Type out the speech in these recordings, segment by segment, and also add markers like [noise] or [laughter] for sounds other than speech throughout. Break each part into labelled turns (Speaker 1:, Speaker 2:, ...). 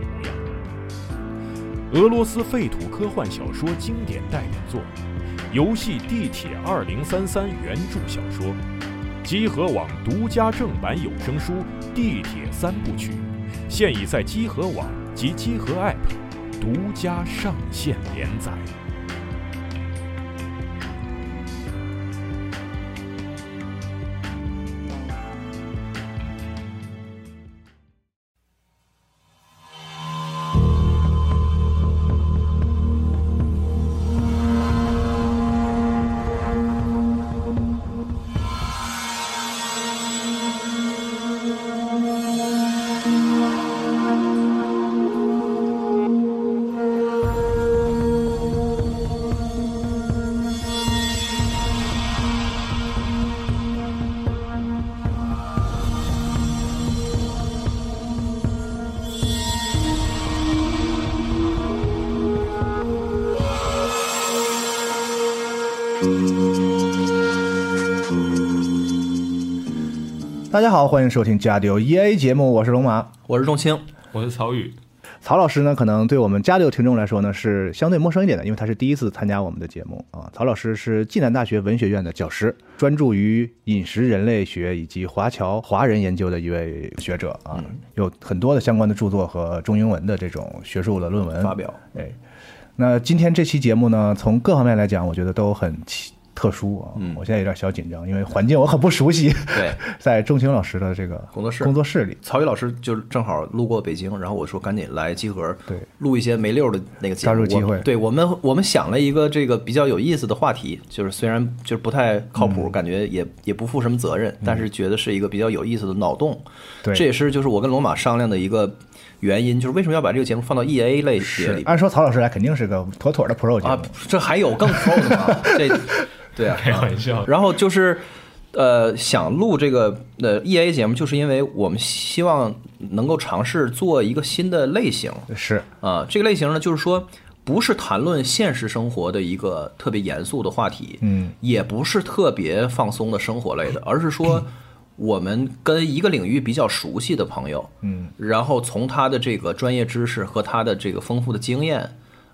Speaker 1: 模样。俄罗斯废土科幻小说经典代表作，游戏《地铁二零三三》原著小说，集合网独家正版有声书《地铁三部曲》，现已在集合网及集合 App 独家上线连载。
Speaker 2: 大家好，欢迎收听《加六 EA》节目，我是龙马。
Speaker 3: 我是钟青，
Speaker 4: 我是曹宇，
Speaker 2: 曹老师呢，可能对我们《加六听众来说呢是相对陌生一点的，因为他是第一次参加我们的节目啊。曹老师是暨南大学文学院的教师，专注于饮食人类学以及华侨华人研究的一位学者啊，
Speaker 3: 嗯
Speaker 2: 有很多的相关的著作和中英文的这种学术的论文
Speaker 3: 发。表
Speaker 2: 哎，那今天这期节目呢，从各方面来讲，我觉得都很奇特殊啊。
Speaker 3: 嗯
Speaker 2: 我现在有点小紧张，因为环境我很不熟悉，
Speaker 3: 对
Speaker 2: [laughs] 在钟情老师的这个
Speaker 3: [laughs] 工作室
Speaker 2: 嗯工。作室里。
Speaker 3: 曹宇老师就是正好路过北京，然后我说赶紧来集合，
Speaker 2: 对
Speaker 3: 录一些没溜儿的那个节目。
Speaker 2: 抓住机
Speaker 3: 我
Speaker 2: 会
Speaker 3: 对我们我们想了一个这个比较有意思的话题，就是虽然就是不太靠
Speaker 2: 嗯
Speaker 3: 谱，感觉也也不负什么责任，但是觉得是一个比较有意思的脑洞。
Speaker 2: 对
Speaker 3: 这也是就是我跟龙马商量的一个原因，就是为什么要把这个节目放到 E A 类别里边
Speaker 2: 按说曹老师来肯定是个妥妥的 Pro 节目
Speaker 3: 啊，这还有更 pro 的吗？这
Speaker 2: [laughs]
Speaker 3: 对啊，
Speaker 4: 开玩笑，
Speaker 3: 然后就是，呃，想录这个呃 E A 节目，就是因为我们希望能够尝试做一个新的类型
Speaker 2: 是
Speaker 3: 啊、这个类型呢，就是说不是谈论现实生活的一个特别严肃的话题，
Speaker 2: 嗯，
Speaker 3: 也不是特别放松的生活类的，而是说我们跟一个领域比较熟悉的朋友，
Speaker 2: 嗯，
Speaker 3: 然后从他的这个专业知识和他的这个丰富的经验，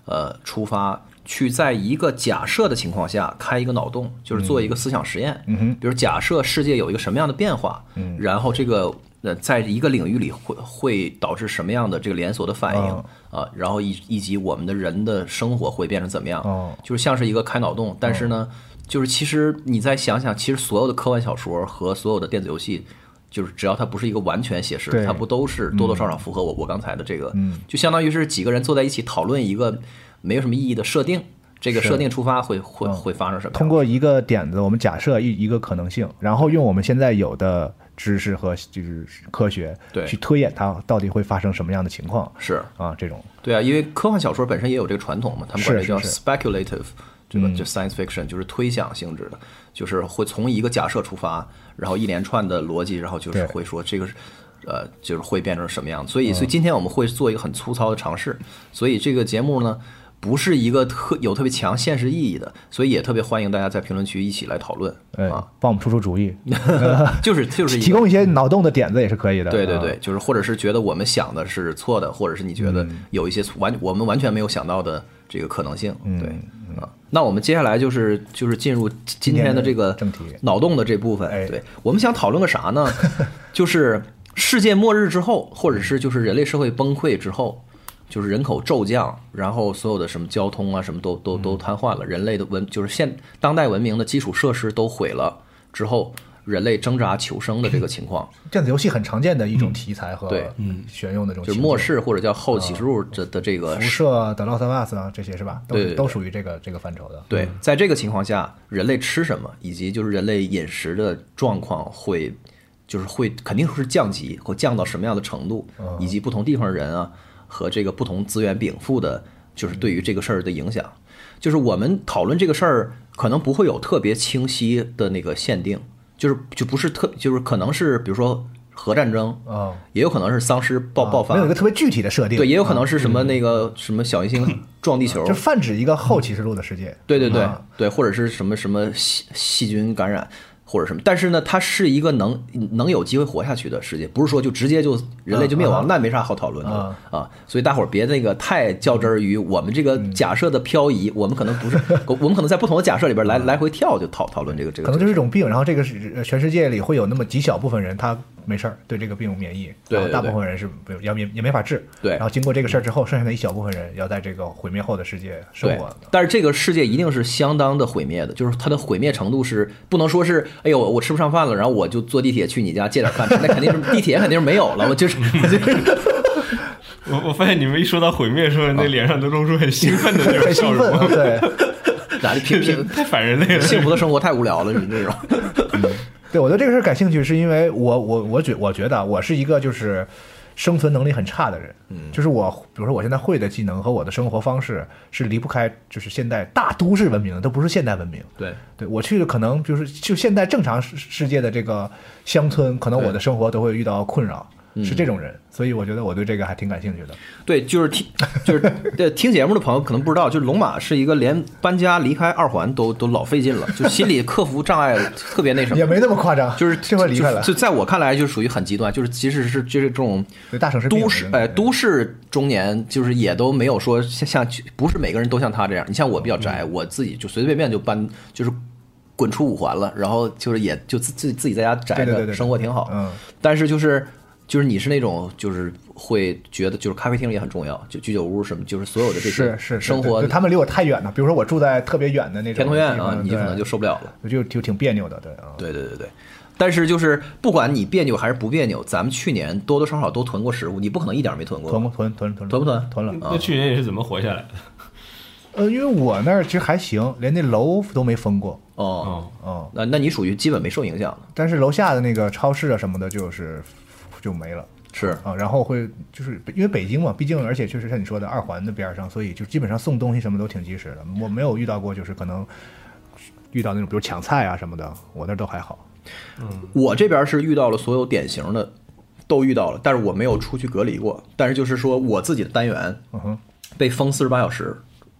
Speaker 3: 呃，出发去在一个假设的情况下开一个脑洞，就是做一个思想实验，
Speaker 2: 嗯哼
Speaker 3: 比如假设世界有一个什么样的变化，嗯，然后这个呃，在一个领域里会会导致什么样的这个连锁的反应
Speaker 2: 哦
Speaker 3: 啊、然后以以及我们的人的生活会变成怎么样，
Speaker 2: 哦
Speaker 3: 就是像是一个开脑洞，但是呢，就是其实你再想想，其实所有的科幻小说和所有的电子游戏，就是只要它不是一个完全写实
Speaker 2: 对
Speaker 3: 的，它不都是多多少少符合我、我刚才的这个
Speaker 2: 嗯，
Speaker 3: 就相当于是几个人坐在一起讨论一个没有什么意义的设定，这个
Speaker 2: 是
Speaker 3: 设定出发会会
Speaker 2: 嗯
Speaker 3: 会发生什么样？
Speaker 2: 通过一个点子，我们假设一一个可能性，然后用我们现在有的知识和就是科学，
Speaker 3: 对
Speaker 2: 去推演它到底会发生什么样的情况
Speaker 3: 是
Speaker 2: 啊，这种
Speaker 3: 对啊，因为科幻小说本身也有这个传统嘛，他们管这
Speaker 2: 是
Speaker 3: 叫
Speaker 2: 是是
Speaker 3: speculative，对吧？
Speaker 2: 嗯
Speaker 3: 就 science fiction 就是推想性质的，就是会从一个假设出发，然后一连串的逻辑，然后就是
Speaker 2: 对
Speaker 3: 会说这个是。呃，就是会变成什么样子所
Speaker 2: 嗯
Speaker 3: 以，所以今天我们会做一个很粗糙的尝试。所以这个节目呢，不是一个特有特别强现实意义的，所以也特别欢迎大家在评论区一起来讨论
Speaker 2: 呃、
Speaker 3: 啊。
Speaker 2: 帮我们出出主意，
Speaker 3: 就是
Speaker 2: [laughs]
Speaker 3: 就是一
Speaker 2: 提
Speaker 3: 个
Speaker 2: 供一些脑洞的点子也是可以的。
Speaker 3: 对对
Speaker 2: 啊
Speaker 3: 对，，就是或者是觉得我们想的是错的，或者是你觉
Speaker 2: 嗯
Speaker 3: 得有一些完我们完全没有想到的这个可能性，
Speaker 2: 嗯
Speaker 3: 对啊。那我们接下来就是就是进入今天的这个
Speaker 2: 今天的正题
Speaker 3: 脑洞的这部分
Speaker 2: 哎，
Speaker 3: 对我们想讨论个
Speaker 2: [laughs]
Speaker 3: 啥呢？就是世界末日之后，或者是就是人类社会崩溃之后，就是人口骤降，然后所有的什么交通啊什么都都
Speaker 2: 嗯
Speaker 3: 都瘫痪了，人类的文就是现当代文明的基础设施都毁了之后，人类挣扎求生
Speaker 2: [laughs]
Speaker 3: 的这个情况，
Speaker 2: 电子游戏很常见的一种题材和
Speaker 3: 对
Speaker 2: 选用的这种情
Speaker 3: 就
Speaker 2: 景，
Speaker 3: 是末世或者叫后
Speaker 2: 嗯
Speaker 3: 启示录这的这个
Speaker 2: 辐射、The Last of Us 啊这些是吧？都
Speaker 3: 对对对
Speaker 2: 都属于这个这个范畴的。
Speaker 3: 对，在这个情况下，人类吃什么，以及就是人类饮食的状况会，就是会肯定是降级，会降到什么样的程度，
Speaker 2: 嗯
Speaker 3: 以及不同地方人啊和这个不同资源禀赋的，就是对于这个事儿的影响。就是我们讨论这个事儿，可能不会有特别清晰的那个限定，就是就不是特，就是可能是比如说核战争，
Speaker 2: 哦
Speaker 3: 也有可能是丧尸爆爆发
Speaker 2: 啊没有一，个特别具体的设定，
Speaker 3: 对，也有可能是什么那个什么小
Speaker 2: [clears throat]
Speaker 3: 行星撞地球，
Speaker 2: 啊嗯就泛指一个后启示录的世界。
Speaker 3: 对对对、
Speaker 2: 啊
Speaker 3: 对，或者是什么什么细细菌感染或者什么，但是呢，它是一个能能有机会活下去的世界，不是说就直接
Speaker 2: 嗯
Speaker 3: 就人类就灭亡，那没啥好讨论的了啊。所以大伙儿别那个太较真儿于我们这个
Speaker 2: 嗯
Speaker 3: 假设的漂移，我们可能
Speaker 2: [laughs]
Speaker 3: 不是，我们可能在不同的假设里边来来回跳就讨讨论这个这
Speaker 2: 嗯
Speaker 3: 个。
Speaker 2: 可能就是一种病，然后这个是呃全世界里会有那么极小部分人他没事儿，对这个病免疫，
Speaker 3: 对对
Speaker 2: 然后大
Speaker 3: 对
Speaker 2: 部分人是不要也也没法治，
Speaker 3: 对
Speaker 2: 然后经过这个事儿之后，剩下的一小部分人要在这个毁灭后的世界生
Speaker 3: 对
Speaker 2: 活，，
Speaker 3: 但是这个世界一定是相当的毁灭的，就是它的毁灭程度是不能说是，哎呦，我吃不上饭了，然后我就坐地铁去你家借点饭吃，那肯定是地铁肯定是没有了，我就是
Speaker 5: 我我发现你们一说到毁灭的时候，
Speaker 3: 啊
Speaker 5: 那脸上都露出很兴奋的那种
Speaker 2: 很
Speaker 5: 笑
Speaker 2: 兴奋，
Speaker 3: [laughs]
Speaker 5: 容，
Speaker 2: 对
Speaker 3: 哪里平平
Speaker 5: 太反人类了。
Speaker 3: 幸福的生活太无聊了，你这种。
Speaker 2: 对，我对这个事儿感兴趣，是因为我我我觉我觉得啊我是一个就是生存能力很差的人，嗯，就是我比如说我现在会的技能和我的生活方式是离不开就是现代大都市文明的，都不是现代文明，
Speaker 3: 对，
Speaker 2: 对我去的可能就是就现在正常世世界的这个乡村，可能我的生活都会遇到困扰，
Speaker 3: 嗯
Speaker 2: 是这种人，所以我觉得我对这个还挺感兴趣的。
Speaker 3: [laughs] 对，就是听，就是对听节目的朋友可能不知道，就是龙马是一个连搬家离开二环都都老费劲了，就心理克服障碍特别那什
Speaker 2: 也
Speaker 3: 么。
Speaker 2: 没那么夸张，
Speaker 3: 就是
Speaker 2: 这回离开了
Speaker 3: 就，就在我看来就属于很极端，就是其实是就是这种
Speaker 2: 对大城市病
Speaker 3: 都市
Speaker 2: 人，
Speaker 3: 呃，都市中年就是也都没有说像像不是每个人都像他这样。你像我比较宅，
Speaker 2: 嗯
Speaker 3: 我自己就随随便便就搬，就是滚出五环了，然后就是也就自自自己在家宅
Speaker 2: 对对对对
Speaker 3: 着，
Speaker 2: 对
Speaker 3: 生活挺好。
Speaker 2: 嗯，
Speaker 3: 但是就是就是你是那种就是会觉得就是咖啡厅也很重要，就居酒屋什么，就是所有的
Speaker 2: 是
Speaker 3: 这
Speaker 2: 是
Speaker 3: 些
Speaker 2: 是
Speaker 3: 生活
Speaker 2: 对对他们离我太远了，比如说我住在特别远的那种
Speaker 3: 天通苑
Speaker 2: 地
Speaker 3: 啊，
Speaker 2: 方
Speaker 3: 你就可能就
Speaker 2: 对
Speaker 3: 受不了了。
Speaker 2: 我就就挺别扭的，对啊，
Speaker 3: 对对对对。但是就是不管你别扭还是不别扭，咱们去年多多少少都囤过食物，你不可能一点儿没囤过。
Speaker 2: 囤囤囤囤
Speaker 3: 囤不囤
Speaker 2: 囤了。
Speaker 5: [laughs]
Speaker 2: 啊
Speaker 5: 那去年也是怎么活下来的？
Speaker 2: 呃，因为我那儿其实还行，连那楼都没封过，
Speaker 3: 哦，
Speaker 5: 哦，
Speaker 2: 嗯，
Speaker 3: 那那你属于基本没受影响的。
Speaker 2: 但是楼下的那个超市啊什么的，就是就没了。
Speaker 3: 是
Speaker 2: 啊，然后会就是因为北京嘛，毕竟而且确实像你说的二环的边儿上，所以就基本上送东西什么都挺及时的。我没有遇到过就是可能遇到那种比如抢菜啊什么的，我那儿都还好。
Speaker 3: 我这边是遇到了所有典型的，都遇到了，但是我没有出去隔离过。但是就是说我自己的单元
Speaker 2: 嗯哼，
Speaker 3: 被封四十八小时，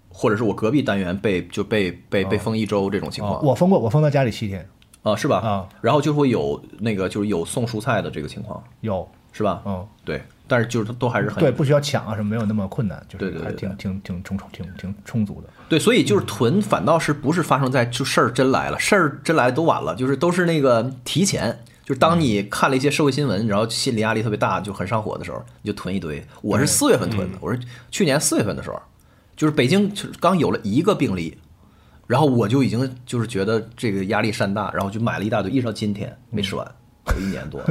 Speaker 3: 或者是我隔壁单元被就被
Speaker 2: 啊
Speaker 3: 被被封一周这种情况
Speaker 2: 我封过，我封到家里七天，
Speaker 3: 啊，是吧？
Speaker 2: 啊，
Speaker 3: 然后就会有那个就是有送蔬菜的这个情况，
Speaker 2: 有，
Speaker 3: 是吧？
Speaker 2: 嗯，
Speaker 3: 对，但是就是都还是很
Speaker 2: 对，不需要抢啊什么，没有那么困难，就
Speaker 3: 对对
Speaker 2: 是
Speaker 3: 对
Speaker 2: 还
Speaker 3: 对
Speaker 2: 挺挺挺充挺挺充足的。
Speaker 3: 对，所以就是囤，反倒是不是发生在就事儿真来了，事儿真来都晚了，就是都是那个提前，就是当你看了一些社会新闻，然后心理压力特别大，就很上火的时候，你就囤一堆。我是四月份
Speaker 2: 嗯
Speaker 3: 囤的，我是去年四月份的时候，就是北京就是刚有了一个病例，然后我就已经就是觉得这个压力山大，然后就买了一大堆，一直到今天没吃完，有一年多。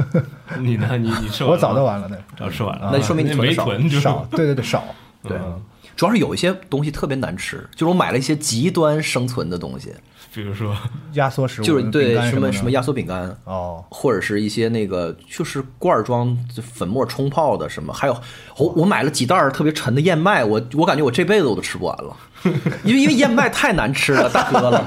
Speaker 5: 你呢？你你吃完了吗
Speaker 2: 我早都完了那
Speaker 5: 早吃完了，啊
Speaker 3: 那就说明你囤得
Speaker 5: 没
Speaker 3: 少
Speaker 5: 囤， [laughs] 就是
Speaker 2: 少，对对对少。
Speaker 3: 对，主要是有一些东西特别难吃，就是我买了一些极端生存的
Speaker 2: [laughs]
Speaker 3: 东西，
Speaker 5: [laughs] 比如说
Speaker 2: 压缩食物
Speaker 3: 就是对
Speaker 2: 饼干
Speaker 3: 什
Speaker 2: 么
Speaker 3: 么
Speaker 2: 的
Speaker 3: 什么压缩饼干。
Speaker 2: 哦，
Speaker 3: 或者是一些那个就是罐儿装粉末冲泡的什么，还有我我买了几袋儿特别沉的燕麦，我我感觉我这辈子我都吃不完了， [laughs] 因为因为燕麦太难吃了，大哥了。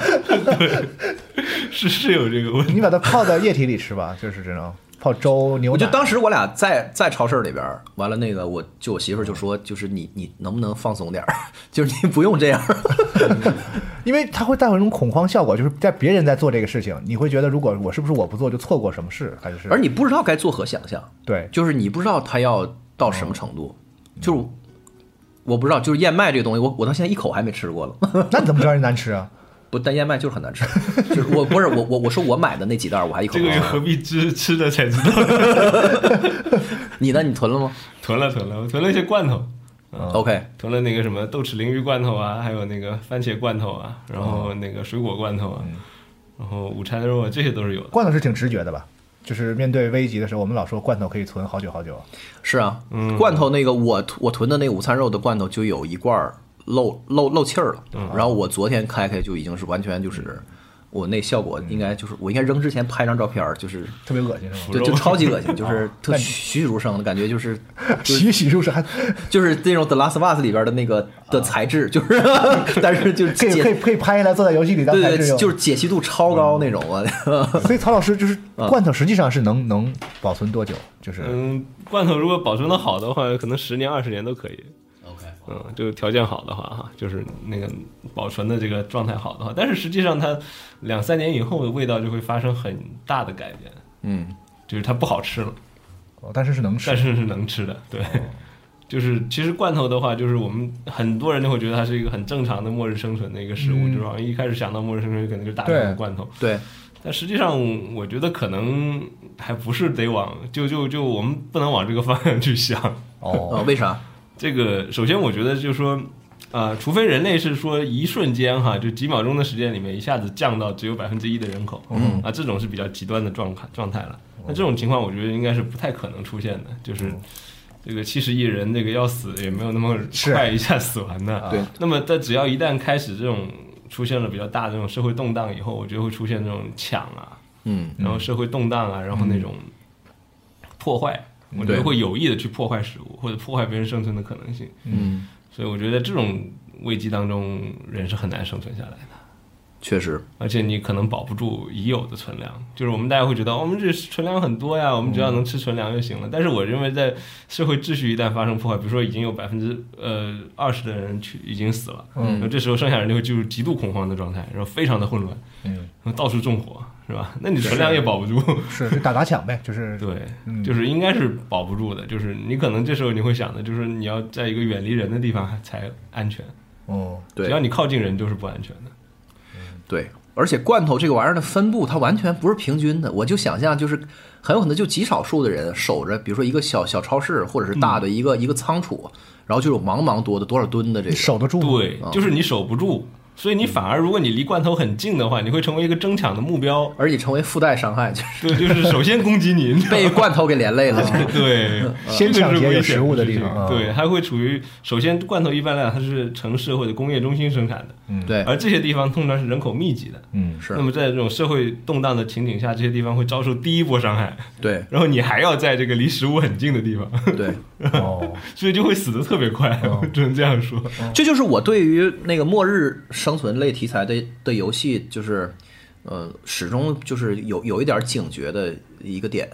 Speaker 5: 是是有这个问题，
Speaker 2: 你把它泡在液体里吃吧，就是这种泡粥、牛
Speaker 3: 我
Speaker 2: 奶。
Speaker 3: 就当时我俩在在超市里边儿，完了那个我就我媳妇儿就说，就是你你能不能放松点儿， [laughs] 就是你不用这样。
Speaker 2: 因为它会带回一种恐慌效果，就是在别人在做这个事情，你会觉得如果我是不是我不做就错过什么事，还是
Speaker 3: 而你不知道该作何想象，
Speaker 2: 对
Speaker 3: 就是你不知道它要到什么程度，就是我不知道，就是燕麦这个东西，我我到现在一口还没吃过了。
Speaker 2: 那你怎么知道人难吃啊？
Speaker 3: 不，但燕麦就是很难吃。就是我不是我我我说我买的那几袋儿，我还一口
Speaker 5: 这
Speaker 3: 没
Speaker 5: 个
Speaker 3: 吃
Speaker 5: 又何必吃吃了才知道？ [laughs]
Speaker 3: 你呢？你囤了吗？
Speaker 5: 囤了囤了，我囤了一些罐头，
Speaker 2: 嗯
Speaker 3: OK，
Speaker 5: 除了那个什么豆豉鲮鱼罐头啊，还有那个番茄罐头啊，然后那个水果罐头
Speaker 3: 嗯
Speaker 5: 啊，然后午餐肉啊，这些都是有的。
Speaker 2: 罐头是挺直觉的吧？就是面对危急的时候，我们老说罐头可以存好久好久。
Speaker 3: 是啊，
Speaker 2: 嗯
Speaker 3: 罐头那个我囤我囤的那个午餐肉的罐头就有一罐儿漏漏漏气儿了，
Speaker 2: 嗯
Speaker 3: 然后我昨天开开就已经是完全就是我那效果应该就是我应该扔之前拍张照片儿，就是
Speaker 2: 特别恶心是吗？
Speaker 3: 就就超级恶
Speaker 2: [laughs]
Speaker 3: 心，
Speaker 2: 哦
Speaker 3: 就是特栩栩如生的感觉，就是
Speaker 2: 洗洗漱啥，
Speaker 3: 就是那种《The Last of Us》里边的那个的材质，就是 [laughs] 但是就
Speaker 2: 啊可以可以
Speaker 3: 解
Speaker 2: 可以拍下来坐在游戏里当
Speaker 3: 对
Speaker 2: 材质
Speaker 3: 对，
Speaker 2: 用。
Speaker 3: 就是解析度超
Speaker 2: 嗯
Speaker 3: 高那种啊。
Speaker 2: 所以曹老师就是罐头实际上是能能保存多久？就是
Speaker 5: 嗯，罐头如果保存的好的话，可能十年二十年都可以。
Speaker 3: OK，
Speaker 5: 嗯，这个条件好的话哈，就是那个保存的这个状态好的话，但是实际上它两三年以后的味道就会发生很大的改变，
Speaker 3: 嗯，
Speaker 5: 就是它不好吃了，
Speaker 2: 哦但是是能吃。
Speaker 5: 但是是能吃的，对。就是其实罐头的话，就是我们很多人都会觉得它是一个很正常的末日生存的一个食物，就是好像一开始想到末日生存，可能就是大量的
Speaker 2: 对
Speaker 5: 罐头。
Speaker 3: [laughs] 对，
Speaker 5: 但实际上，我觉得可能还不是得往就就就我们不能往这个方向去想。
Speaker 2: 哦，
Speaker 3: 呃，为啥？
Speaker 5: 这个首先我觉得就是说，啊、除非人类是说一瞬间哈，就几秒钟的时间里面一下子降到只有百分之一的人口，嗯啊，这种是比较极端的状态状态了。那这种情况，我觉得应该是不太可能出现的，就是。这个七十亿人，这个要死也没有那么
Speaker 2: 是
Speaker 5: 快一下死完的。
Speaker 3: 对，
Speaker 5: 那么在只要一旦开始这种出现了比较大的这种社会动荡以后，我觉得会出现这种抢啊，
Speaker 3: 嗯，
Speaker 5: 然后社会动荡啊，然后那种破坏，我觉得
Speaker 3: 嗯对
Speaker 5: 会有意的去破坏食物或者破坏别人生存的可能性。
Speaker 3: 嗯，
Speaker 5: 所以我觉得这种危机当中，人是很难生存下来的，
Speaker 3: 确实，
Speaker 5: 而且你可能保不住已有的存粮。就是我们大家会觉得，哦我们这存粮很多呀，我们只要能吃存粮就行了。但是我认为，在社会秩序一旦发生破坏，比如说已经有百分之呃二十的人去已经死了，
Speaker 2: 嗯
Speaker 5: 然后这时候剩下人就会进入极度恐慌的状态，然后非常的混乱，
Speaker 2: 嗯，
Speaker 5: 然后到处纵火，是吧？那你存粮也保不住。
Speaker 2: 是就打砸抢呗，就是
Speaker 5: 对，
Speaker 2: 嗯
Speaker 5: 就是应该是保不住的，就是你可能这时候你会想的，就是你要在一个远离人的地方才安全，
Speaker 2: 哦，
Speaker 3: 对
Speaker 5: 只要你靠近人就是不安全的。
Speaker 3: 对，而且罐头这个玩意儿的分布，它完全不是平均的。我就想象，就是很有可能就极少数的人守着，比如说一个小小超市，或者是大的一个、一个仓储，
Speaker 5: 嗯
Speaker 3: 然后就有茫茫多的多少吨的这个。
Speaker 2: 守得住吗。
Speaker 5: 对，
Speaker 3: 嗯
Speaker 5: 就是你守不住，所以你反而如果你离罐头很近的话，你会成为一个争抢的目标。
Speaker 3: 而且成为附带伤害，就是
Speaker 5: 对，就是首先攻击你，你知道吗
Speaker 3: 被嗯罐头给连累了。
Speaker 5: 对，
Speaker 2: 先
Speaker 5: 这个
Speaker 2: 抢
Speaker 5: 是
Speaker 2: 劫
Speaker 5: 危
Speaker 2: 有
Speaker 5: 险
Speaker 2: 食物的地
Speaker 5: 事
Speaker 2: 方啊
Speaker 5: 情对，它会处于首先罐头一般来讲它是城市或者工业中心生产的，
Speaker 3: 对，
Speaker 5: 而这些地方通常是人口密集的。
Speaker 2: 嗯，
Speaker 3: 是
Speaker 5: 那么在这种社会动荡的情景下，这些地方会遭受第一波伤害。
Speaker 3: 对
Speaker 5: 然后你还要在这个离食物很近的地方，
Speaker 3: 对，
Speaker 2: 哦，
Speaker 5: 所以就会死的特别快，
Speaker 3: 哦
Speaker 5: 我只能这样说。
Speaker 3: 这就是我对于那个末日生存类题材的的游戏，就是，呃，始终就是有有一点警觉的一个点，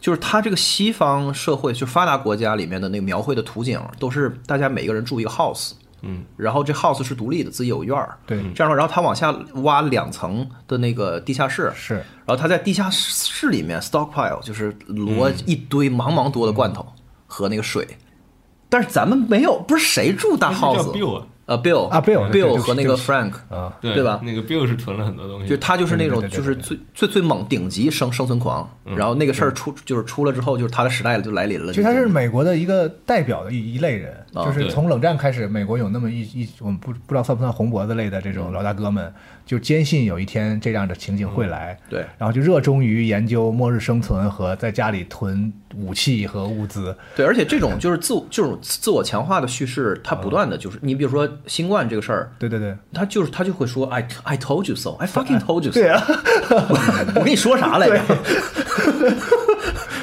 Speaker 3: 就是它这个西方社会，就发达国家里面的那个描绘的图景，都是大家每个人住一个 house，
Speaker 5: 嗯，
Speaker 3: 然后这 house 是独立的，自己有院儿，
Speaker 2: 对嗯
Speaker 3: 这样的话，然后他往下挖两层的那个地下室，
Speaker 2: 是
Speaker 3: 然后他在地下室里面 stockpile，就是摞一堆茫茫多的罐头和那个水。但是咱们没有，不是谁住大
Speaker 5: 那就
Speaker 3: house？
Speaker 5: 叫 Bill 啊
Speaker 3: 呃，Bill
Speaker 2: 啊，Bill，对对
Speaker 3: Bill
Speaker 2: 不起
Speaker 3: 和那
Speaker 2: 对不
Speaker 3: 个
Speaker 2: 起
Speaker 3: Frank，
Speaker 2: 啊，
Speaker 5: 对
Speaker 3: 对吧
Speaker 5: 那个 Bill 是囤了很多东西，
Speaker 3: 就他就是那种
Speaker 2: 对对对对
Speaker 3: 就
Speaker 2: 嗯
Speaker 3: 是最最最猛顶级生生存狂，然后那个事儿出就是出了之后，就是他的时代就来临了。
Speaker 2: 其实他是美国的一个代表的一一类人，
Speaker 3: 啊
Speaker 2: 就是
Speaker 5: 对
Speaker 2: 从冷战开始，美国有那么一一，我们不不知道算不算红脖子类的这
Speaker 5: 嗯
Speaker 2: 种老大哥们，就坚信有一天这样的情景会来，
Speaker 3: 对
Speaker 2: 然后就热衷于研究末日生存和在家里囤武器和物资，
Speaker 3: 对，而且这种就是自我这种自我强化的叙事，它不断的就是你比如说新冠这个事儿，
Speaker 2: 对对对，
Speaker 3: 他就是他就会说 I I told you so, I fucking told you so。
Speaker 2: 对啊，
Speaker 3: [laughs] 我跟你说啥来着？ [laughs]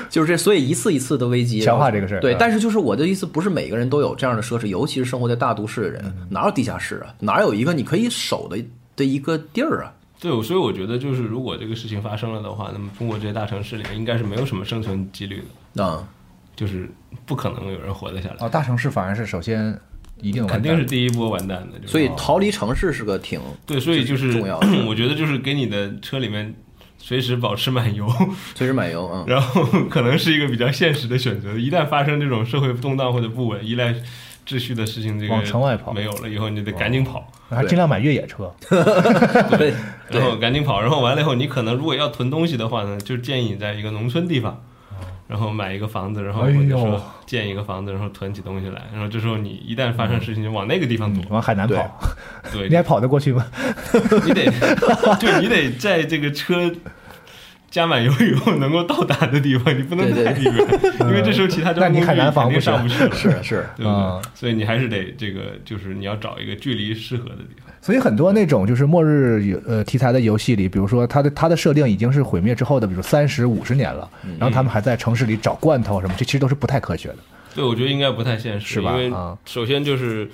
Speaker 3: 就是这，所以一次一次的危机
Speaker 2: 强化这个事儿
Speaker 3: 对，
Speaker 2: 嗯
Speaker 3: 但是就是我的意思，不是每个人都有这样的奢侈，尤其是生活在大都市的人，
Speaker 2: 嗯
Speaker 3: 哪有地下室啊？哪有一个你可以守的的一个地儿啊？
Speaker 5: 对，所以我觉得就是如果这个事情发生了的话，那么中国这些大城市里面应该是没有什么生存几率的，
Speaker 3: 啊、
Speaker 5: 就是不可能有人活得下来，
Speaker 2: 哦，大城市反而是首先一定有
Speaker 5: 肯定是第一波完蛋的。
Speaker 3: 哦
Speaker 5: 就是哦
Speaker 3: 所以逃离城市是个挺
Speaker 5: 对，所以就是
Speaker 3: 这是重要的
Speaker 5: [clears throat] 我觉得就是给你的车里面随时保持满油，
Speaker 3: 随时满油啊。
Speaker 2: [laughs]
Speaker 3: 嗯
Speaker 5: [laughs] 然后可能是一个比较现实的选择。一旦发生这种社会动荡或者不稳，依赖秩序的事情，这个
Speaker 2: 往城外跑哦
Speaker 5: 没有了以后，你得赶紧跑，
Speaker 2: 还尽量买越野车，
Speaker 3: 对
Speaker 5: 然后赶紧跑，然后完了以后，你可能如果要囤东西的话呢，就建议你在一个农村地方。然后买一个房子，然后
Speaker 2: 哎呦
Speaker 5: 或者说建一个房子，然后囤起东西来，然后这时候你一旦发生事情，就往那个地方躲，
Speaker 2: 往海南
Speaker 3: 对
Speaker 2: 跑，[laughs]
Speaker 5: 对，
Speaker 2: 你还跑得过去吗？
Speaker 5: 你得就你得在这个车加满油以后能够到达的地方，你不能
Speaker 3: 对对
Speaker 5: 太远，因为这时候其他交
Speaker 2: [laughs] 那
Speaker 5: 通
Speaker 2: 你
Speaker 5: 工具
Speaker 2: 海南
Speaker 5: 肯
Speaker 2: 防
Speaker 5: 定
Speaker 2: 不
Speaker 5: 上不去了，
Speaker 2: [laughs]
Speaker 3: 是是，
Speaker 5: 对不
Speaker 2: 嗯
Speaker 5: 对？所以你还是得这个，就是你要找一个距离适合的地方。
Speaker 2: 所以很多那种就是末日游呃题材的游戏里，比如说它的它的设定已经是毁灭之后的，比如三十五十年了，
Speaker 5: 嗯
Speaker 2: 然后他们还在城市里找罐头什么，这其实都是不太科学的。
Speaker 5: 对，我觉得应该不太现实，
Speaker 2: 是吧
Speaker 5: 因为
Speaker 2: 啊
Speaker 5: 首先就是，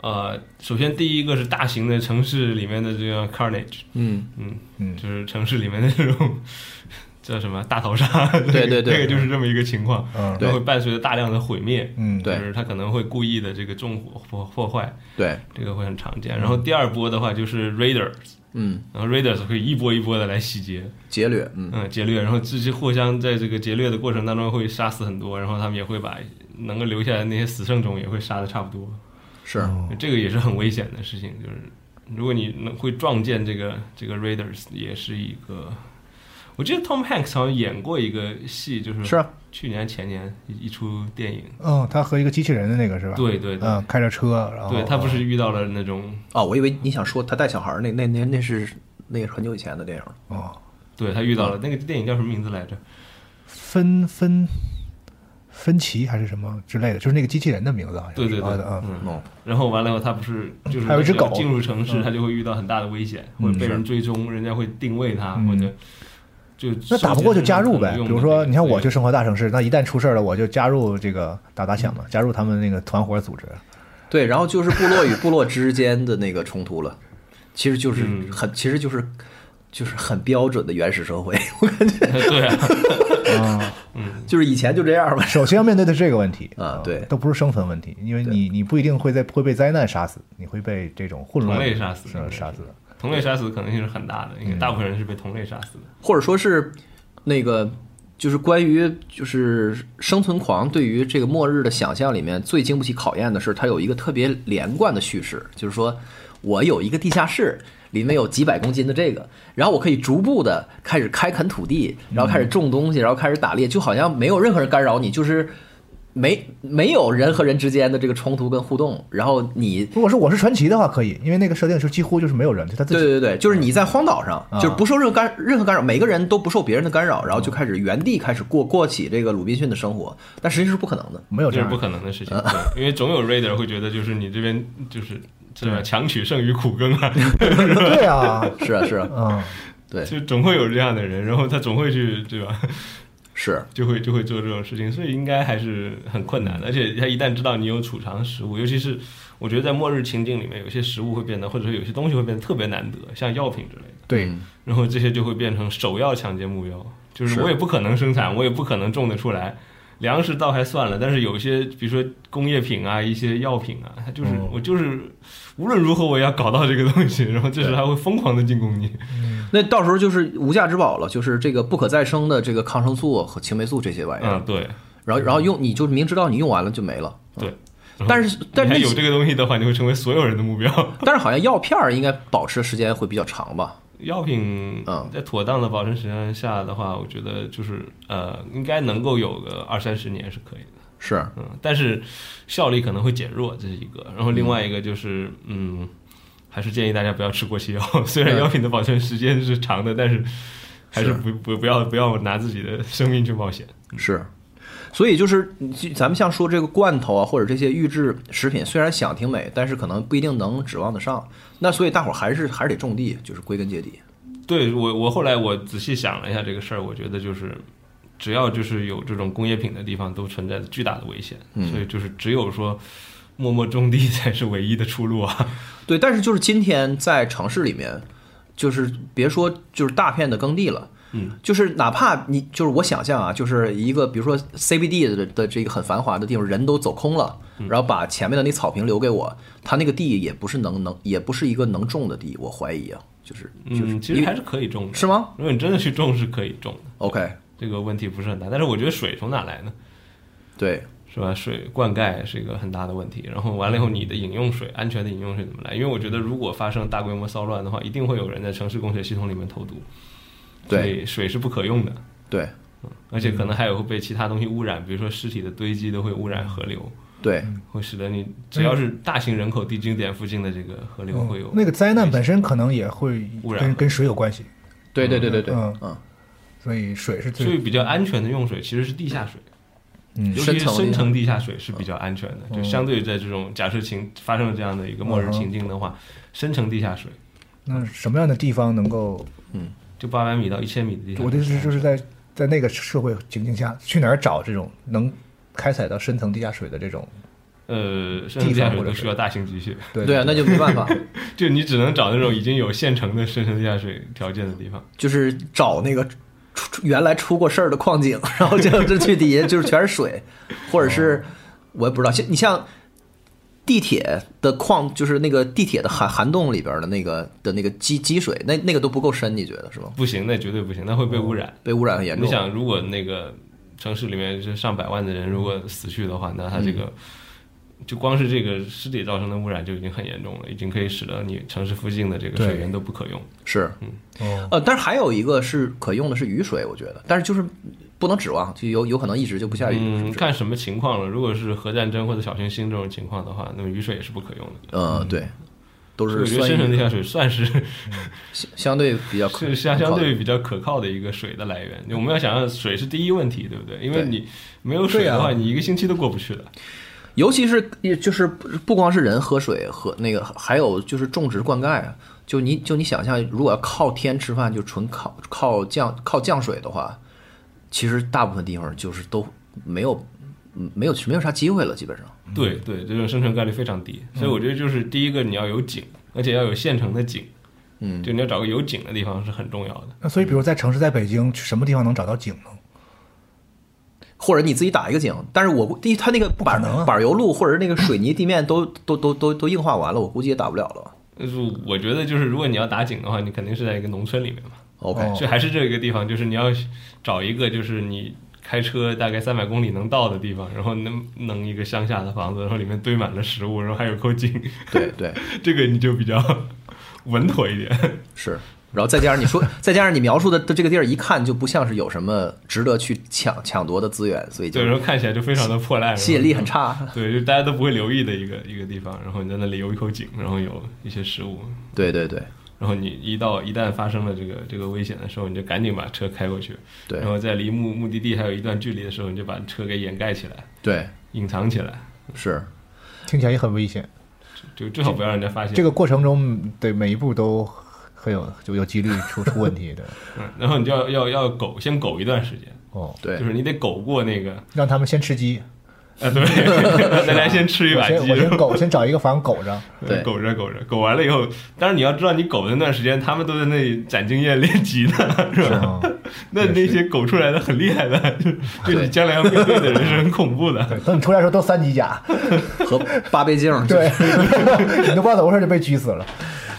Speaker 5: 呃，首先第一个是大型的城市里面的这个 carnage，
Speaker 3: 嗯，
Speaker 5: 嗯
Speaker 2: 嗯
Speaker 5: 就是城市里面的这种 [laughs] 叫什么大逃杀，
Speaker 3: 对
Speaker 5: [laughs]
Speaker 3: 对对
Speaker 5: 这个就是这么一个情况，
Speaker 2: 嗯
Speaker 5: 它会伴随着大量的毁灭，
Speaker 2: 嗯
Speaker 3: 对
Speaker 5: 就是它可能会故意的这个纵火破破坏，
Speaker 3: 对，
Speaker 5: 这个会很常见。然后第二波的话就是 raiders，
Speaker 3: 嗯，
Speaker 5: 然后 raiders 会一波一波的来洗劫，
Speaker 3: 劫掠，嗯，
Speaker 5: 嗯，劫掠，然后这些货箱在这个劫掠的过程当中会杀死很多，然后他们也会把能够留下来的那些死剩种也会杀的差不多，
Speaker 3: 是，
Speaker 2: 嗯
Speaker 5: 这个也是很危险的事情。就是如果你能会撞见这个这个 raiders，也是一个，我记得 Tom Hanks 好像演过一个戏，就是
Speaker 3: 是啊
Speaker 5: 去年前年一一出电影，
Speaker 2: 嗯，他和一个机器人的那个是吧？，
Speaker 5: 对对对，
Speaker 2: 嗯，哦开着车，然后
Speaker 5: 对他不是遇到了那种，
Speaker 3: 哦，我以为你想说他带小孩儿那那那那是那是很久以前的电影了，
Speaker 2: 哦，
Speaker 5: 对他遇到了那个电影叫什么名字来着？
Speaker 2: 分分分歧还是什么之类的，就是那个机器人的名字好像是。
Speaker 5: 对对对
Speaker 2: 啊啊，
Speaker 5: 嗯。
Speaker 3: 嗯，
Speaker 5: 然后完了以后，他不是就是
Speaker 2: 还有一只狗
Speaker 5: 进入城市，他就会遇到很大的危险，
Speaker 2: 嗯
Speaker 5: 会被人追踪，人家会定位他，
Speaker 2: 嗯
Speaker 5: 或者就
Speaker 2: 那打不过就加入呗，比
Speaker 5: 收集很多有用的
Speaker 2: 如说你看我就
Speaker 5: 对
Speaker 2: 生活大城市，那一旦出事儿了，我就加入这个打打响嘛，
Speaker 5: 嗯
Speaker 2: 加入他们那个团伙组织。
Speaker 3: 对，然后就是部落与部落之间的那个冲突了，其实就是
Speaker 5: 嗯
Speaker 3: 很，其实就是就是很标准的原始社会， [laughs]
Speaker 5: [laughs] 对啊，
Speaker 3: 就是以前就这样吧，
Speaker 2: 首先要面对的是这个问题
Speaker 3: 啊
Speaker 2: 嗯
Speaker 3: 对
Speaker 2: 都不是生存问题，因为
Speaker 3: 对
Speaker 2: 你你不一定会在会被灾难杀死，你会被这种混乱
Speaker 5: 同类杀死
Speaker 2: 是杀死的。
Speaker 5: 同类杀死可能性是很大的，因为
Speaker 2: 嗯
Speaker 5: 大部分人是被同类杀死的。
Speaker 3: 或者说是那个就是关于就是生存狂对于这个末日的想象里面最经不起考验的是，它有一个特别连贯的叙事，就是说我有一个地下室。里面有几百公斤的这个，然后我可以逐步的开始开垦土地，然后开始种东西，然后开始打猎，就好像没有任何人干扰你，就是没没有人和人之间的这个冲突跟互动，然后你
Speaker 2: 如果是我是传奇的话，可以，因为那个设定是几乎就是没有人，就他自
Speaker 3: 对
Speaker 2: 己。
Speaker 3: 对
Speaker 5: 嗯
Speaker 3: 对，就是你在荒岛上，
Speaker 2: 啊
Speaker 3: 就是不受任何干任何干扰，每个人都不受别人的干扰，然后就开始原地开始过过起这个鲁滨逊的生活，但实际是不可能
Speaker 5: [laughs]
Speaker 3: 的。
Speaker 2: 没有这
Speaker 5: 这是
Speaker 2: 样嗯
Speaker 5: 不
Speaker 2: 的，
Speaker 5: 可能的事情，对，因为总有 raider 会觉得就是你这边就是是吧，强取胜于苦耕啊， [laughs]
Speaker 2: 对啊，
Speaker 3: 是啊，是啊，
Speaker 2: 嗯，
Speaker 3: 对，
Speaker 5: 就总会有这样的人，然后他总会去对吧，
Speaker 3: 是，
Speaker 5: 就会就会做这种事情，所以应该还是很困难的。而且他一旦知道你有储藏食物，尤其是我觉得在末日情境里面，有些食物会变得，或者说有些东西会变得特别难得，像药品之类的，
Speaker 2: 对，
Speaker 5: 然后这些就会变成首要抢劫目标。就是
Speaker 3: 是
Speaker 5: 我也不可能生产，我也不可能种得出来。粮食倒还算了，但是有一些，比如说工业品啊，一些药品啊，它就是、
Speaker 3: 哦
Speaker 5: 我就是无论如何我也要搞到这个东西，然后这时候它会疯狂的进攻你。
Speaker 3: 那到时候就是无价之宝了，就是这个不可再生的这个抗生素和青霉素这些玩意儿，
Speaker 5: 嗯，对
Speaker 3: 然后然后用你就明知道你用完了就没了，
Speaker 5: 对。
Speaker 3: 但是但
Speaker 5: 你嗯还
Speaker 3: 是
Speaker 5: 有这个东西的话，你会成为所有人的目标。
Speaker 3: 但是好像药片儿应该保持的时间会比较长吧？
Speaker 5: 药品
Speaker 3: 嗯
Speaker 5: 在妥当的保证时间下的话，我觉得就是呃，应该能够有个二三十年是可以的，
Speaker 3: 是，
Speaker 5: 嗯，但是效力可能会减弱，这是一个。然后另外一个就是，嗯，还是建议大家不要吃过期药， [laughs] 虽然
Speaker 3: 嗯
Speaker 5: 药品的保存时间是长的，但是还是
Speaker 3: 是
Speaker 5: 不不不要不要拿自己的生命去冒险。
Speaker 3: 是，所以就是就咱们像说这个罐头啊，或者这些预制食品，虽然想挺美，但是可能不一定能指望得上。那所以大伙儿还是还是得种地，就是归根结底，
Speaker 5: 对我，我后来我仔细想了一下这个事儿，我觉得就是，只要就是有这种工业品的地方，都存在着巨大的危险，
Speaker 3: 嗯
Speaker 5: 所以就是只有说默默种地才是唯一的出路啊。
Speaker 3: 对。但是就是今天在城市里面，就是别说就是大片的耕地了。
Speaker 5: 嗯，
Speaker 3: 就是哪怕你就是我想象啊，就是一个比如说 CBD 的的这个很繁华的地方，人都走空了，
Speaker 5: 嗯
Speaker 3: 然后把前面的那草坪留给我，他那个地也不是能能也不是一个能种的地，我怀疑啊，就是 [laughs] 就是
Speaker 5: 嗯，其实还是可以种的，
Speaker 3: 是吗？
Speaker 5: 如果你真的去种，是可以种的，
Speaker 3: OK，
Speaker 5: 这个问题不是很大。但是我觉得水从哪来呢？
Speaker 3: 对，
Speaker 5: 是吧？水灌溉是一个很大的问题。然后完了以后，你的饮用水，安全的饮用水怎么来？因为我觉得，如果发生大规模骚乱的话，一定会有人在城市供水系统里面投毒，
Speaker 3: 对
Speaker 5: 所以水是不可用的。
Speaker 3: 对，
Speaker 5: 而且可
Speaker 2: 嗯
Speaker 5: 能还有会被其他东西污染，比如说尸体的堆积都会污染河流，
Speaker 3: 对，
Speaker 5: 会使得
Speaker 2: 嗯
Speaker 5: 你只要是大型人口地经点附近的这个河流会有
Speaker 2: 哦那个灾难本身可能也会
Speaker 5: 污染
Speaker 2: 跟
Speaker 5: 了
Speaker 2: 跟水有关系，
Speaker 3: 对对对对对，
Speaker 2: 嗯
Speaker 3: 嗯，
Speaker 2: 所以水是
Speaker 5: 所以
Speaker 2: 最
Speaker 5: 比较安全的用水其实是地下水，
Speaker 2: 嗯
Speaker 5: 尤其是深
Speaker 3: 深层
Speaker 5: 层地下水是比较安全的。
Speaker 2: 哦
Speaker 5: 就相对于在这种假设情发生了这样的一个末
Speaker 2: 嗯
Speaker 5: 日情境的话，深层地下水
Speaker 2: 那什么样的地方能够？
Speaker 5: 就八百米到一千米的地下水，
Speaker 2: 我的意思是就是在在那个社会情境下，去哪儿找这种能开采到深层地下水的这种？
Speaker 5: 呃，深层地下水都需要大型机械，
Speaker 2: 对
Speaker 3: 对啊，那就没办法，
Speaker 5: 就你只能找那种已经有现成的深层地下水条件的地方。
Speaker 3: 就是找那个出出原来出过事儿的矿井，然后就就去底下就是全是水，或者是我也不知道。像你像地铁的矿，就是那个地铁的涵涵洞里边的那个的那个积积水，那那个都不够深，你觉得是吗？
Speaker 5: 不行，那绝对不行，那会被污染。
Speaker 3: 被污染很严
Speaker 5: 你
Speaker 3: 重。
Speaker 5: 想，如果那个城市里面是上百万的人，如果死去的话，那它这
Speaker 3: 嗯
Speaker 5: 个、就光是这个尸体造成的污染就已经很严重了，已经可以使得你城市附近的这个
Speaker 2: 对
Speaker 5: 水源都不可用。
Speaker 3: 是，
Speaker 2: 哦
Speaker 3: 呃，但是还有一个是可用的是雨水，我觉得，但是就是不能指望，就有有可能一直就不下雨。是
Speaker 5: 嗯，
Speaker 3: 不是
Speaker 5: 看什么情况了。如果是核战争或者小行星这种情况的话，那么雨水也是不可用的。
Speaker 3: 呃，
Speaker 2: 嗯
Speaker 3: 对，都
Speaker 5: 所以
Speaker 3: 是
Speaker 5: 我觉得
Speaker 3: 酸
Speaker 5: 深层
Speaker 3: 雨，
Speaker 5: 地下水算是
Speaker 3: 相相对比较可
Speaker 5: 是相相对
Speaker 3: 可
Speaker 5: 比较可靠的一个水的来源。我们要想想，水是第一问题，对不对？因为
Speaker 3: 对
Speaker 5: 你没有水
Speaker 2: 对啊
Speaker 5: 的话，你一个星期都过不去的。
Speaker 3: 尤其是就是不光是人喝水喝那个，还有就是种植灌溉啊。就你就你想象，如果要靠天吃饭，就纯靠靠降靠降水的话，其实大部分地方就是都没有嗯没有没有啥机会了，基本上。
Speaker 5: 对对，这种生存概率非常低，所以我觉得就是第一个你要有井，而且要有现成的井，
Speaker 3: 嗯，
Speaker 5: 就你要找个有井的地方是很重要的。
Speaker 2: 那所以比如在城市，在北京，去什么地方能找到井呢？
Speaker 3: 或者你自己打一个井，但是我估第一，它那个板
Speaker 2: 能啊
Speaker 3: 板油路或者那个水泥地面都都都都都硬化完了，我估计也打不了了。
Speaker 5: 但是我觉得就是如果你要打井的话，你肯定是在一个农村里面嘛，
Speaker 3: OK，、
Speaker 2: 哦
Speaker 5: 所以还是这个地方，就是你要找一个就是你开车大概三百公里能到的地方，然后能弄一个乡下的房子，然后里面堆满了食物，然后还有口井， [laughs]
Speaker 3: 对对
Speaker 5: 这个你就比较 [laughs] 稳妥一点。
Speaker 3: 是。然后再加上你说， [laughs] 再加上你描述的这个地儿，一看就不像是有什么值得去抢抢夺的资源，所以就
Speaker 5: 对，然后看起来就非常的破烂，
Speaker 3: 吸引力很。差。
Speaker 5: [laughs] 对，就大家都不会留意的一个一个地方，然后你在那里有一口井，然后有一些食物，
Speaker 3: 对对对
Speaker 5: 然后你一到一旦发生了这个这个危险的时候，你就赶紧把车开过去，
Speaker 3: 对
Speaker 5: 然后在离目目的地还有一段距离的时候，你就把车给掩盖起来、
Speaker 3: 对，
Speaker 5: 隐藏起来，
Speaker 3: 是
Speaker 2: 听起来也很危险。
Speaker 5: 就最好不要让人家发现。
Speaker 2: 这个过程中的每一步都很有就有几率出出问题的。
Speaker 5: 嗯，然后你就要要要苟，先苟一段时间，
Speaker 2: 哦，
Speaker 3: 对
Speaker 5: 就，是你得苟过那个，
Speaker 2: 让他们先吃鸡，
Speaker 5: 啊，对，大 [laughs] 家先吃一
Speaker 2: 我
Speaker 5: 把
Speaker 2: 先
Speaker 5: 鸡嗯
Speaker 2: 我，先苟，先找一个房苟着。
Speaker 3: 对
Speaker 5: 苟着苟着，苟完了以后，当然你要知道，你苟的那段时间，他们都在那里攒经验练级呢，是吧？
Speaker 2: 嗯，
Speaker 5: 那那些狗出来的很厉害的， [laughs] 对你将来要面对的人是很恐怖的。
Speaker 2: 对，等你出来的时候都三级甲，
Speaker 3: 和八倍镜就是
Speaker 2: 对，你都不知道怎么回事就被狙死了，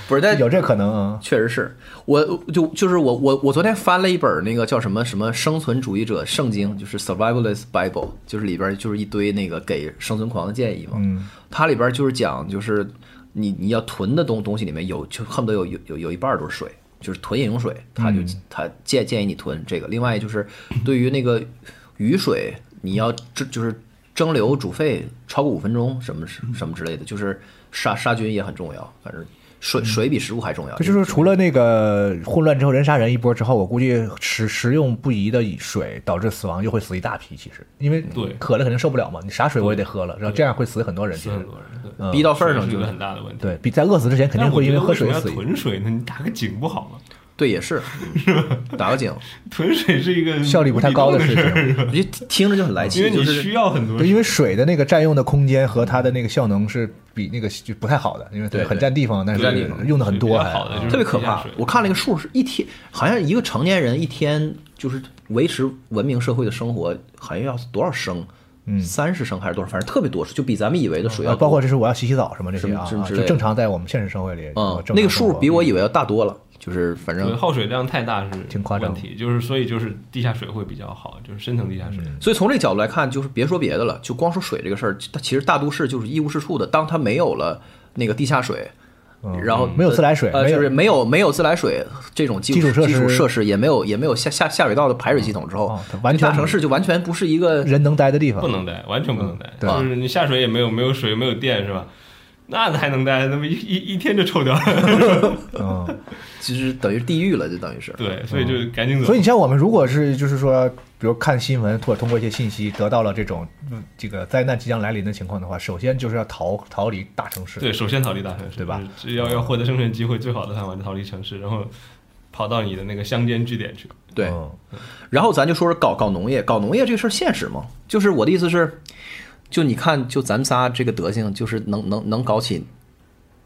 Speaker 3: 不是？但
Speaker 2: 有这可能啊。
Speaker 3: 确实是我就就是我我我昨天翻了一本那个叫什么什么生存主义者圣经，就是 Survivalist Bible，就是里边就是一堆那个给生存狂的建议嘛。
Speaker 2: 嗯，
Speaker 3: 它里边就是讲就是你你要囤的东东西里面有就恨不得有有有有一半儿都是水，就是囤饮用水，他就
Speaker 2: 嗯
Speaker 3: 他建建议你囤这个。另外就是对于那个雨水，你要这就是蒸馏煮沸超过五分钟什么什么之类的，就是杀杀菌也很重要，反正。水水比食物还重要，
Speaker 2: 嗯就是说除了那个混乱之后人杀人一波之后，我估计食食用不宜的水导致死亡又会死一大批。其实因为
Speaker 5: 对
Speaker 2: 渴了肯定受不了嘛，你啥水我也得喝了，然后这样会死很多人。其
Speaker 5: [laughs] 是
Speaker 2: 实
Speaker 5: 很多人对
Speaker 3: 逼到份儿上
Speaker 5: 是一
Speaker 3: 就
Speaker 5: 个很大的问题。
Speaker 2: 对比在饿死之前肯定
Speaker 5: 但我
Speaker 2: 会
Speaker 5: 觉
Speaker 2: 因
Speaker 5: 得
Speaker 2: 喝
Speaker 5: 为什
Speaker 2: 水
Speaker 5: 么要
Speaker 2: 死一
Speaker 5: 囤水呢？你打个井不好吗？ [laughs]
Speaker 3: 对，也是，嗯打个井，
Speaker 5: 囤水是一个
Speaker 2: 效率不太高的
Speaker 5: 无底
Speaker 2: 事
Speaker 5: 洞的事
Speaker 2: 情。哎
Speaker 3: 我
Speaker 2: [laughs]
Speaker 3: 就听着就很来气
Speaker 5: 儿，因
Speaker 3: 就
Speaker 5: 为，你
Speaker 3: 是
Speaker 5: 需要很多
Speaker 2: 对，因为水的那个占用的空间和它的那个效能是比那个就不太好的，因为它
Speaker 3: 对
Speaker 2: 很占地方，但
Speaker 3: 占
Speaker 2: 是
Speaker 3: 地方
Speaker 2: 用的很多
Speaker 5: 比较
Speaker 2: 还。
Speaker 5: 好的就是
Speaker 2: 啊
Speaker 3: 特别可怕
Speaker 5: 地下水。
Speaker 3: 我看了一个数，是一天好像一个成年人一天就是维持文明社会的生活，好像要多少升？嗯，三十升还是多少？反正特别多，就比咱们以为的水要
Speaker 2: 啊
Speaker 3: 多
Speaker 2: 包括这是我要洗洗澡什么这些啊，
Speaker 3: 什么
Speaker 2: 啊
Speaker 3: 之
Speaker 2: 就
Speaker 3: 类的
Speaker 2: 正常在我们现实社会里，
Speaker 3: 嗯
Speaker 2: 我，正常
Speaker 3: 那个
Speaker 2: 生
Speaker 3: 数
Speaker 2: 活
Speaker 3: 比我以为要大多了。就是反
Speaker 5: 对，
Speaker 3: 正，
Speaker 5: 耗水量太大是
Speaker 2: 挺夸张
Speaker 5: 问题，就是所以就是地下水会比较好，就是深层地下水。
Speaker 2: 嗯
Speaker 3: 所以从这个角度来看，就是别说别的了，就光说水这个事儿，它其实大都市就是一无是处的。当它没有了那个地下水，
Speaker 2: 嗯
Speaker 3: 然后
Speaker 6: 没有自来水
Speaker 3: 呃，
Speaker 6: 没有
Speaker 2: 啊
Speaker 3: 就是没有没有自来水这种基础
Speaker 6: 基础设施
Speaker 3: 基础设施，也没有也没有下下下水道的排水系统之后
Speaker 6: 哦它，
Speaker 3: 这
Speaker 6: 完全
Speaker 3: 大城市就完全不是一个
Speaker 6: 人能待的地方
Speaker 5: 不。能待，完全不能
Speaker 2: 嗯
Speaker 5: 待。
Speaker 6: 对
Speaker 5: 就是你下水也没有，没有水，没有电，是吧？那还能待？那么一一一天就臭掉了。 [laughs]
Speaker 6: 嗯，
Speaker 3: 其实等于地狱了，就等于是。
Speaker 5: 对，所以就赶紧
Speaker 2: 嗯
Speaker 5: 走。
Speaker 2: 所以你像我们，如果是就是说，比如看新闻或者通过一些信息得到了这种嗯这个灾难即将来临的情况的话，首先就是要逃逃离大城市。
Speaker 5: 对，首先逃离大城市，
Speaker 2: 对
Speaker 3: 嗯
Speaker 2: 吧？
Speaker 5: 只要要获得生存机会，最好的办法是逃离城市，然后跑到你的那个乡间据点去。
Speaker 3: 对，
Speaker 6: 哦
Speaker 2: 嗯
Speaker 3: 然后咱就说说搞搞农业，搞农业这事儿现实吗？就是我的意思是，就你看，就咱们仨这个德行，就是能能能搞起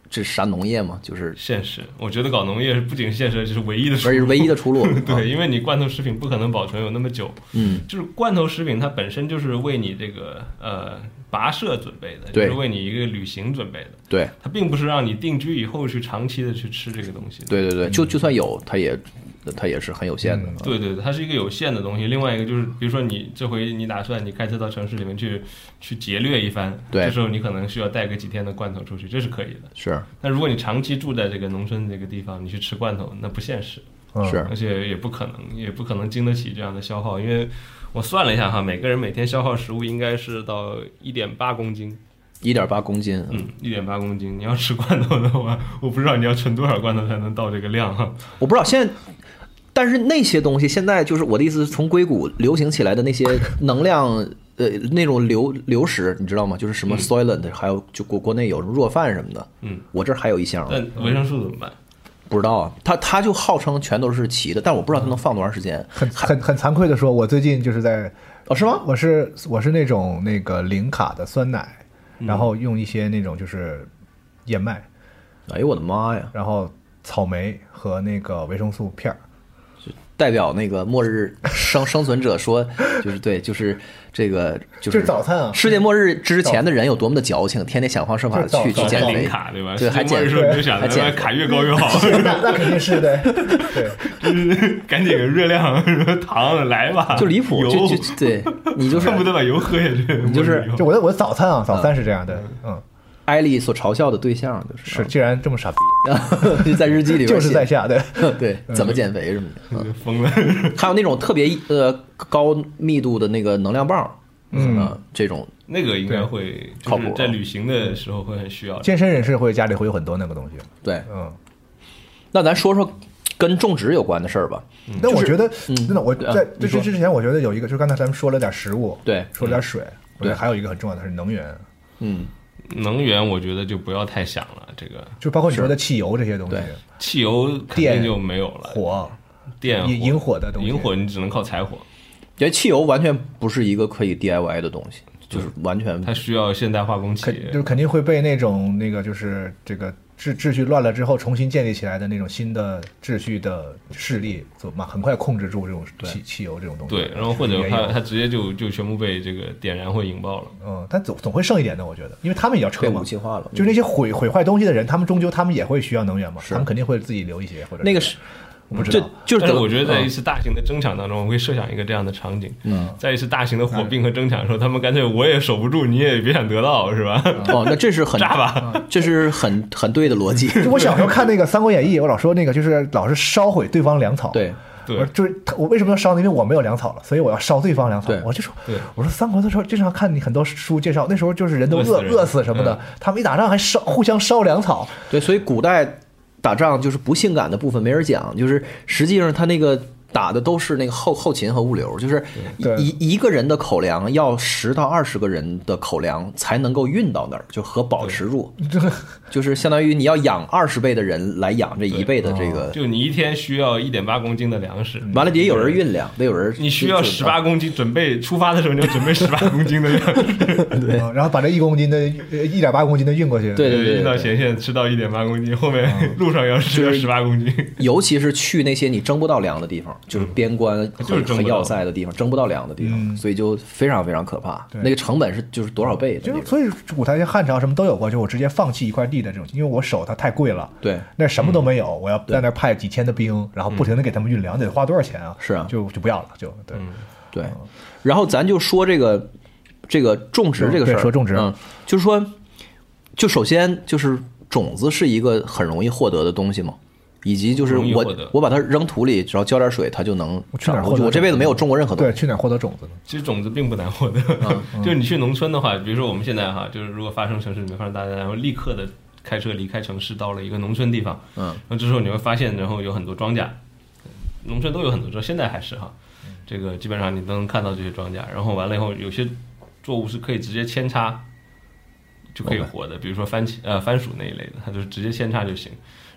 Speaker 3: 这啥农业吗？
Speaker 6: [laughs]
Speaker 3: 就是
Speaker 5: 现实，我觉得搞农业不仅现实，就是唯一的出
Speaker 3: 而
Speaker 5: 路。。
Speaker 3: 唯一的
Speaker 6: [laughs]
Speaker 3: 啊出路
Speaker 5: 对，因为你罐头食品不可能保存有那么久，
Speaker 3: 嗯，
Speaker 5: 就是罐头食品它本身就是为你这个呃跋涉准备的，就
Speaker 3: 对
Speaker 5: 是为你一个旅行准备的，
Speaker 3: 对
Speaker 5: 它并不是让你定居以后去长期的去吃这个东西的。
Speaker 3: 对对对，
Speaker 6: 嗯
Speaker 3: 就就算有，它也它也是很有限的。
Speaker 5: 对对对，它是一个有限的东西。另外一个就是，比如说你这回你打算你开车到城市里面去去劫掠一番，
Speaker 3: 对
Speaker 5: 这时候你可能需要带个几天的罐头出去，这是可以的。
Speaker 3: 是
Speaker 5: 但如果你长期住在这个农村这个地方，你去吃罐头，那不现实，
Speaker 6: 嗯
Speaker 2: 嗯
Speaker 3: 是
Speaker 5: 而且也不可能，也不可能经得起这样的消耗。因为我算了一下哈，每个人每天消耗食物应该是到一点八公斤，
Speaker 3: 一点八公斤，
Speaker 5: 嗯，一点八公斤。你要吃罐头的话，我不知道你要存多少罐头才能到这个量哈。
Speaker 3: 我不知道现在。但是那些东西现在就是我的意思，是从硅谷流行起来的那些能量， [laughs] 呃，那种流流食，你知道吗？就是什么 Soylent，、还有就国国内有什么弱饭什么的。
Speaker 5: 嗯，
Speaker 3: 我这儿还有一箱呢，
Speaker 5: 但维生素怎么办？
Speaker 3: 不知道啊。他他就号称全都是齐的，但我不知道他能放多长时
Speaker 5: [laughs]
Speaker 3: 间。
Speaker 2: 很很很惭愧的说，我最近就是在
Speaker 3: 哦，是吗？
Speaker 2: 我是我是那种那个零卡的酸奶，
Speaker 3: 嗯
Speaker 2: 然后用一些那种就是燕麦，
Speaker 3: 哎呦我的妈呀！
Speaker 2: 然后草莓和那个维生素片儿。
Speaker 3: 代表那个末日 [laughs] 生生存者说，就是对，就是这个
Speaker 2: 这
Speaker 3: 就是
Speaker 2: 是早餐啊
Speaker 3: 世界末日之前的人有多么的矫情，天天想方设法的
Speaker 2: 这
Speaker 3: 去
Speaker 2: 是早
Speaker 3: 去
Speaker 5: 早
Speaker 3: 减
Speaker 5: 餐
Speaker 3: 肥
Speaker 5: 零卡对吧？，
Speaker 3: 对，还减
Speaker 5: 时候你就
Speaker 3: 肥，
Speaker 5: 想
Speaker 3: 还
Speaker 5: 着
Speaker 3: 减肥。
Speaker 5: 卡越高
Speaker 3: [laughs]
Speaker 5: 越好， [laughs]
Speaker 2: 那那肯定是的，对，
Speaker 5: 就是赶紧有热量、 [laughs] 什么糖来吧，
Speaker 3: 就离谱，
Speaker 5: 油
Speaker 3: 就就
Speaker 5: [laughs]
Speaker 3: 对你就是
Speaker 5: 恨不得把油喝下去，
Speaker 3: 你就是
Speaker 2: 就我的我的早餐啊，早餐是这样的，嗯，
Speaker 3: 艾丽所嘲笑的对象，就是
Speaker 2: 既然这么傻逼，
Speaker 3: 是 [laughs] 就在日记里边
Speaker 2: [laughs] 就是在嗯
Speaker 3: 写
Speaker 2: 下对，
Speaker 3: [laughs] 对怎么减肥什么的，嗯
Speaker 5: 就 [laughs] 疯了。
Speaker 3: 还有那种特别呃高密度的那个能量棒，嗯，这种
Speaker 5: 那个应该会
Speaker 3: 靠
Speaker 5: 就
Speaker 3: 谱啊
Speaker 5: 是在旅行的时候会很需要的。
Speaker 2: 健身人士会家里会有很多那个东西，
Speaker 3: 对。
Speaker 2: 嗯。
Speaker 3: 那咱说说跟种植有关的事儿吧，
Speaker 2: 那我觉得，
Speaker 3: 嗯
Speaker 2: 真的，我
Speaker 3: 啊
Speaker 2: 在
Speaker 3: 你
Speaker 2: 这
Speaker 3: 说
Speaker 2: 这之前，我觉得有一个，就是刚才咱们说了点食物，
Speaker 3: 对
Speaker 2: 说了点水，我觉
Speaker 3: 对
Speaker 2: 得还有一个很重要的是能源，
Speaker 3: 嗯，
Speaker 5: 能源我觉得就不要太想了，
Speaker 3: [laughs]
Speaker 5: 这个
Speaker 2: 就包括你说的汽油这些东西
Speaker 3: 对，
Speaker 5: 汽油肯定就没有了，
Speaker 2: 火、
Speaker 5: 电
Speaker 2: 引引火的东西，
Speaker 5: 引火你只能靠柴火，
Speaker 3: 因为汽油完全不是一个可以 DIY 的东西，就是完全
Speaker 5: 它需要现代化工
Speaker 2: 肯
Speaker 5: 企业
Speaker 2: 就。是肯定会被那种那个就是这个秩秩序乱了之后重新建立起来的那种新的秩序的势力，怎么很快控制住这种汽汽油这种东西？
Speaker 5: 对，然后或者
Speaker 2: 也有
Speaker 5: 它它直接就就全部被这个点燃或引爆了。
Speaker 2: 嗯，但总总会剩一点的，我觉得，因为他们也要
Speaker 3: 被
Speaker 2: 撤嘛
Speaker 3: 武，器化了。嗯
Speaker 2: 就那些毁毁坏东西的人，他们终究他们也会需要能源嘛，
Speaker 3: 是
Speaker 2: 他们肯定会自己留一些或者
Speaker 3: 那个是，
Speaker 2: 我不知
Speaker 3: 这
Speaker 2: 道，
Speaker 3: 就是
Speaker 5: 但是
Speaker 3: 等
Speaker 5: 我觉得在一次大型的争抢当中，我会设想一个这样的场景：
Speaker 3: 嗯，
Speaker 5: 在一次大型的火并和争抢的时候，他们干脆我也守不住，你也别想得到，是吧？
Speaker 3: 哦，那这是很
Speaker 5: 炸吧，
Speaker 3: 这是很很对的
Speaker 2: [laughs]
Speaker 3: 逻辑。
Speaker 2: 就我小时候看那个《三国演义》，我老说那个就是老是烧毁对方粮草，
Speaker 3: 对，
Speaker 5: 对
Speaker 2: 我就是他我为什么要烧呢？因为我没有粮草了，所以我要烧对方粮草
Speaker 3: 对。
Speaker 2: 我就说
Speaker 5: 对，
Speaker 2: 我说三国的时候经常看你很多书介绍，那时候就是人都
Speaker 5: 饿
Speaker 2: 饿
Speaker 5: 死人嗯
Speaker 2: 饿死什么的，他们一打仗还烧互相烧粮
Speaker 3: [laughs]
Speaker 2: 草，
Speaker 3: 对，所以古代打仗就是不性感的部分没人讲，就是实际上他那个打的都是那个后后勤和物流，就是
Speaker 2: 对
Speaker 3: 一一个人的口粮要十到二十个人的口粮才能够运到那儿，就和保持
Speaker 2: [laughs]
Speaker 3: 住，就是相当于你要养二十倍的人来养这一
Speaker 2: 啊
Speaker 3: 倍的这个，
Speaker 5: [laughs] 就你一天需要一点八公斤的粮食，
Speaker 3: 完了得有人运粮，得有人
Speaker 5: 你需要
Speaker 3: 嗯就
Speaker 5: 十八公斤，准备出发的时候你要准备十八公斤的粮食，
Speaker 2: 对，嗯然后把这一公斤的呃一点八公斤的运过去。
Speaker 3: 对对对嗯
Speaker 5: 运到前线吃到一点八公斤，后面路上要吃到十八公斤，
Speaker 3: 尤其是去那些你征不到粮的地方，就是边关
Speaker 5: 就
Speaker 3: 和
Speaker 5: 是征
Speaker 3: 和
Speaker 5: 不到
Speaker 3: 要塞的地方，征不到粮的地方，所以就非常非常可怕。那个成本是就是多少倍的
Speaker 2: 就
Speaker 3: 那种？
Speaker 2: 所以古代像汉朝什么都有过，就我直接放弃一块地的这种，因为我手它太贵了。
Speaker 3: 对嗯
Speaker 2: 那什么都没有，我要在那儿派几千的兵，然后不停的给他们运粮，得花多少钱啊？
Speaker 3: 是啊
Speaker 2: 就就不要了，就对。
Speaker 5: 嗯
Speaker 3: 对，然后咱就说这个这个种植这个事儿，
Speaker 2: 对说种植
Speaker 3: 嗯，就是说，就首先就是种子是一个很容易获得的东西吗？以及就是
Speaker 5: 容易获
Speaker 3: 我
Speaker 5: 得
Speaker 3: 我把它扔土里，只要浇点水，它就能
Speaker 2: 我去哪儿
Speaker 3: 长出
Speaker 2: 获
Speaker 3: 去。
Speaker 2: 得
Speaker 3: 我这辈子没有种过任何东
Speaker 2: 对，
Speaker 3: 西。
Speaker 2: 去哪儿获得种子呢？
Speaker 5: 其实种子并不难获得，
Speaker 3: 嗯
Speaker 5: 就是你去农村的话，比如说我们现在哈，就是如果发生城市里面发生大灾，然后立刻的开车离开城市，到了一个农村地方，
Speaker 3: 嗯
Speaker 5: 然后这时候你会发现，然后有很多庄稼，农村都有很多庄，现在还是哈，这个基本上你都能看到这些庄稼，然后完了以后，有些作物是可以直接扦插就可以活的，比如说番茄呃番薯那一类的，它就是直接扦插就行。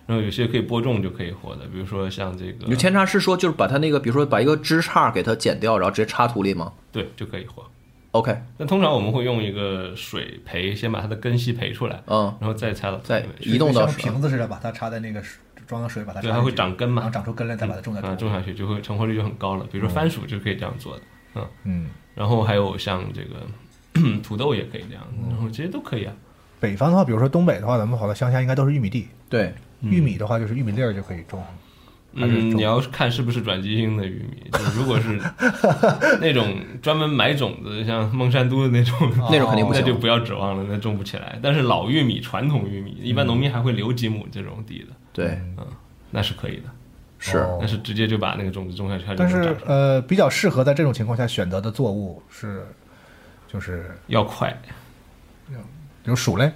Speaker 5: 然后有些可以播种就可以活的，比如说像这个
Speaker 3: 你，扦插是说就是把它那个，比如说把一个枝杈给它剪掉，然后直接插土里吗
Speaker 5: 对，就可以活。
Speaker 3: ？OK，
Speaker 5: 那通常我们会用一个水培，先把它的根系培出来，
Speaker 3: 嗯，
Speaker 5: 然后再插到土里
Speaker 3: 再
Speaker 5: 面去，
Speaker 3: 移动到
Speaker 2: 像瓶子似的，把它插在那个水装上水，把它
Speaker 5: 对，
Speaker 2: 插
Speaker 5: 它
Speaker 2: 进
Speaker 5: 会
Speaker 2: 去
Speaker 5: 长根
Speaker 2: 然后
Speaker 5: 嘛，
Speaker 2: 长出根来，再把它种在土
Speaker 5: 啊，种
Speaker 2: 里。
Speaker 5: 下去就会成活率就很高了。比如说番薯就可以这样做的，嗯，
Speaker 2: 嗯，
Speaker 5: 然后还有像这个 [clears throat] 土豆也可以这样，然
Speaker 2: 嗯
Speaker 5: 后这些都可以啊。
Speaker 2: 北方的话，比如说东北的话，咱们跑到乡下应该都是玉米地，
Speaker 3: 对，
Speaker 2: 玉米的话就是玉米粒儿就可以种。还是
Speaker 5: 嗯，
Speaker 2: 种
Speaker 5: 你要看是不是转基因的玉
Speaker 2: [laughs]
Speaker 5: 米，就如果是那种专门买种子，像孟山都的那种，
Speaker 2: 哦
Speaker 3: 那种肯定不
Speaker 5: [laughs] 那
Speaker 3: 行
Speaker 5: 就不要指望了，那种不起来。但是老玉米、传统玉米，一般农民还会留几亩这种地的，
Speaker 3: 对，
Speaker 5: 那是可以的。
Speaker 3: 是。
Speaker 2: 哦
Speaker 5: 但是直接就把那个种子种下去，它就
Speaker 2: 但
Speaker 5: 能长
Speaker 2: 是
Speaker 5: 出来
Speaker 2: 呃，比较适合在这种情况下选择的作物是，就是
Speaker 5: 要快。
Speaker 2: 比如薯类，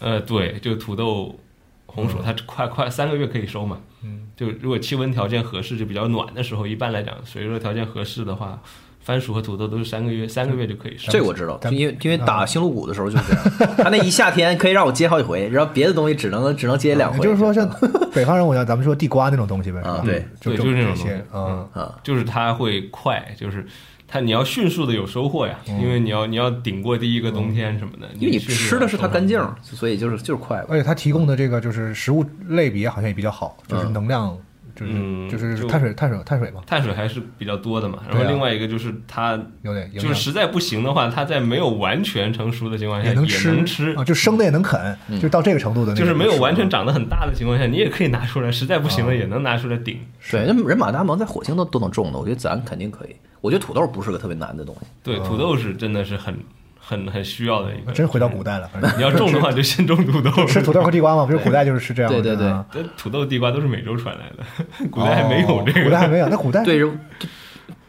Speaker 5: 呃，对，就土豆、红薯，它快快三个月可以收嘛。嗯，就如果气温条件合适，就比较暖的时候，一般来讲，水热条件合适的话，番薯和土豆都是三个月，三个月就可以收。
Speaker 3: 这我知道，
Speaker 2: 咱
Speaker 3: 就因为因为打星露谷的时候就是这样， [laughs] 他那一夏天可以让我接好几回，然后别的东西只能只能接两回。
Speaker 2: 也啊就是说像 [laughs] 北方人，我要咱们说地瓜那种东西呗，
Speaker 3: 啊
Speaker 2: 是吧
Speaker 3: 对啊
Speaker 2: 就
Speaker 5: 对
Speaker 2: 种
Speaker 5: 就是那
Speaker 2: 这
Speaker 5: 种
Speaker 2: 些
Speaker 5: 东西
Speaker 2: 嗯，
Speaker 5: 就是它会快，就是它你要迅速的有收获呀，因为你要你要顶过第一个冬天什么的。
Speaker 3: 因为你
Speaker 5: 迅速地
Speaker 3: 吃的是它
Speaker 5: 收成
Speaker 3: 干净，所以就是就是快。
Speaker 2: 而且它提供的这个就是食物类别好像也比较好，就是
Speaker 3: 嗯
Speaker 2: 能量，就是
Speaker 5: 嗯
Speaker 2: 就是
Speaker 5: 就
Speaker 2: 碳水碳水碳水嘛，
Speaker 5: 碳水还是比较多的嘛。然后
Speaker 2: 对啊
Speaker 5: 另外一个就是它。
Speaker 2: 有点营
Speaker 5: 就是
Speaker 2: 养。
Speaker 5: 实在不行的话，它在没有完全成熟的情况下
Speaker 2: 也能吃，
Speaker 5: 吃嗯
Speaker 2: 啊，就生的也能啃，就到这个程度的那个
Speaker 5: 就
Speaker 2: 食物，
Speaker 5: 是没有完全长得很大的情况下，你也可以拿出来，实在不行
Speaker 2: 啊
Speaker 5: 了也能拿出来顶。
Speaker 3: 对，那人马达蒙在火星都都能种的，我觉得咱肯定可以。我觉得土豆不是个特别难的东西。
Speaker 5: 对，
Speaker 2: 啊
Speaker 5: 土豆是真的是很很很需要的一个。
Speaker 2: 真回到古代了。
Speaker 5: [laughs]
Speaker 2: 反正
Speaker 5: 你要种的话，就先种土豆。
Speaker 2: 啊 [laughs] 吃土豆和地瓜嘛，不是古代就是吃这样的。
Speaker 3: 对对对
Speaker 2: 啊
Speaker 5: 但土豆、地瓜都是美洲传来的，古代还没有这
Speaker 2: 哦
Speaker 5: 个。
Speaker 2: 古代还没有。那古代
Speaker 3: 对，人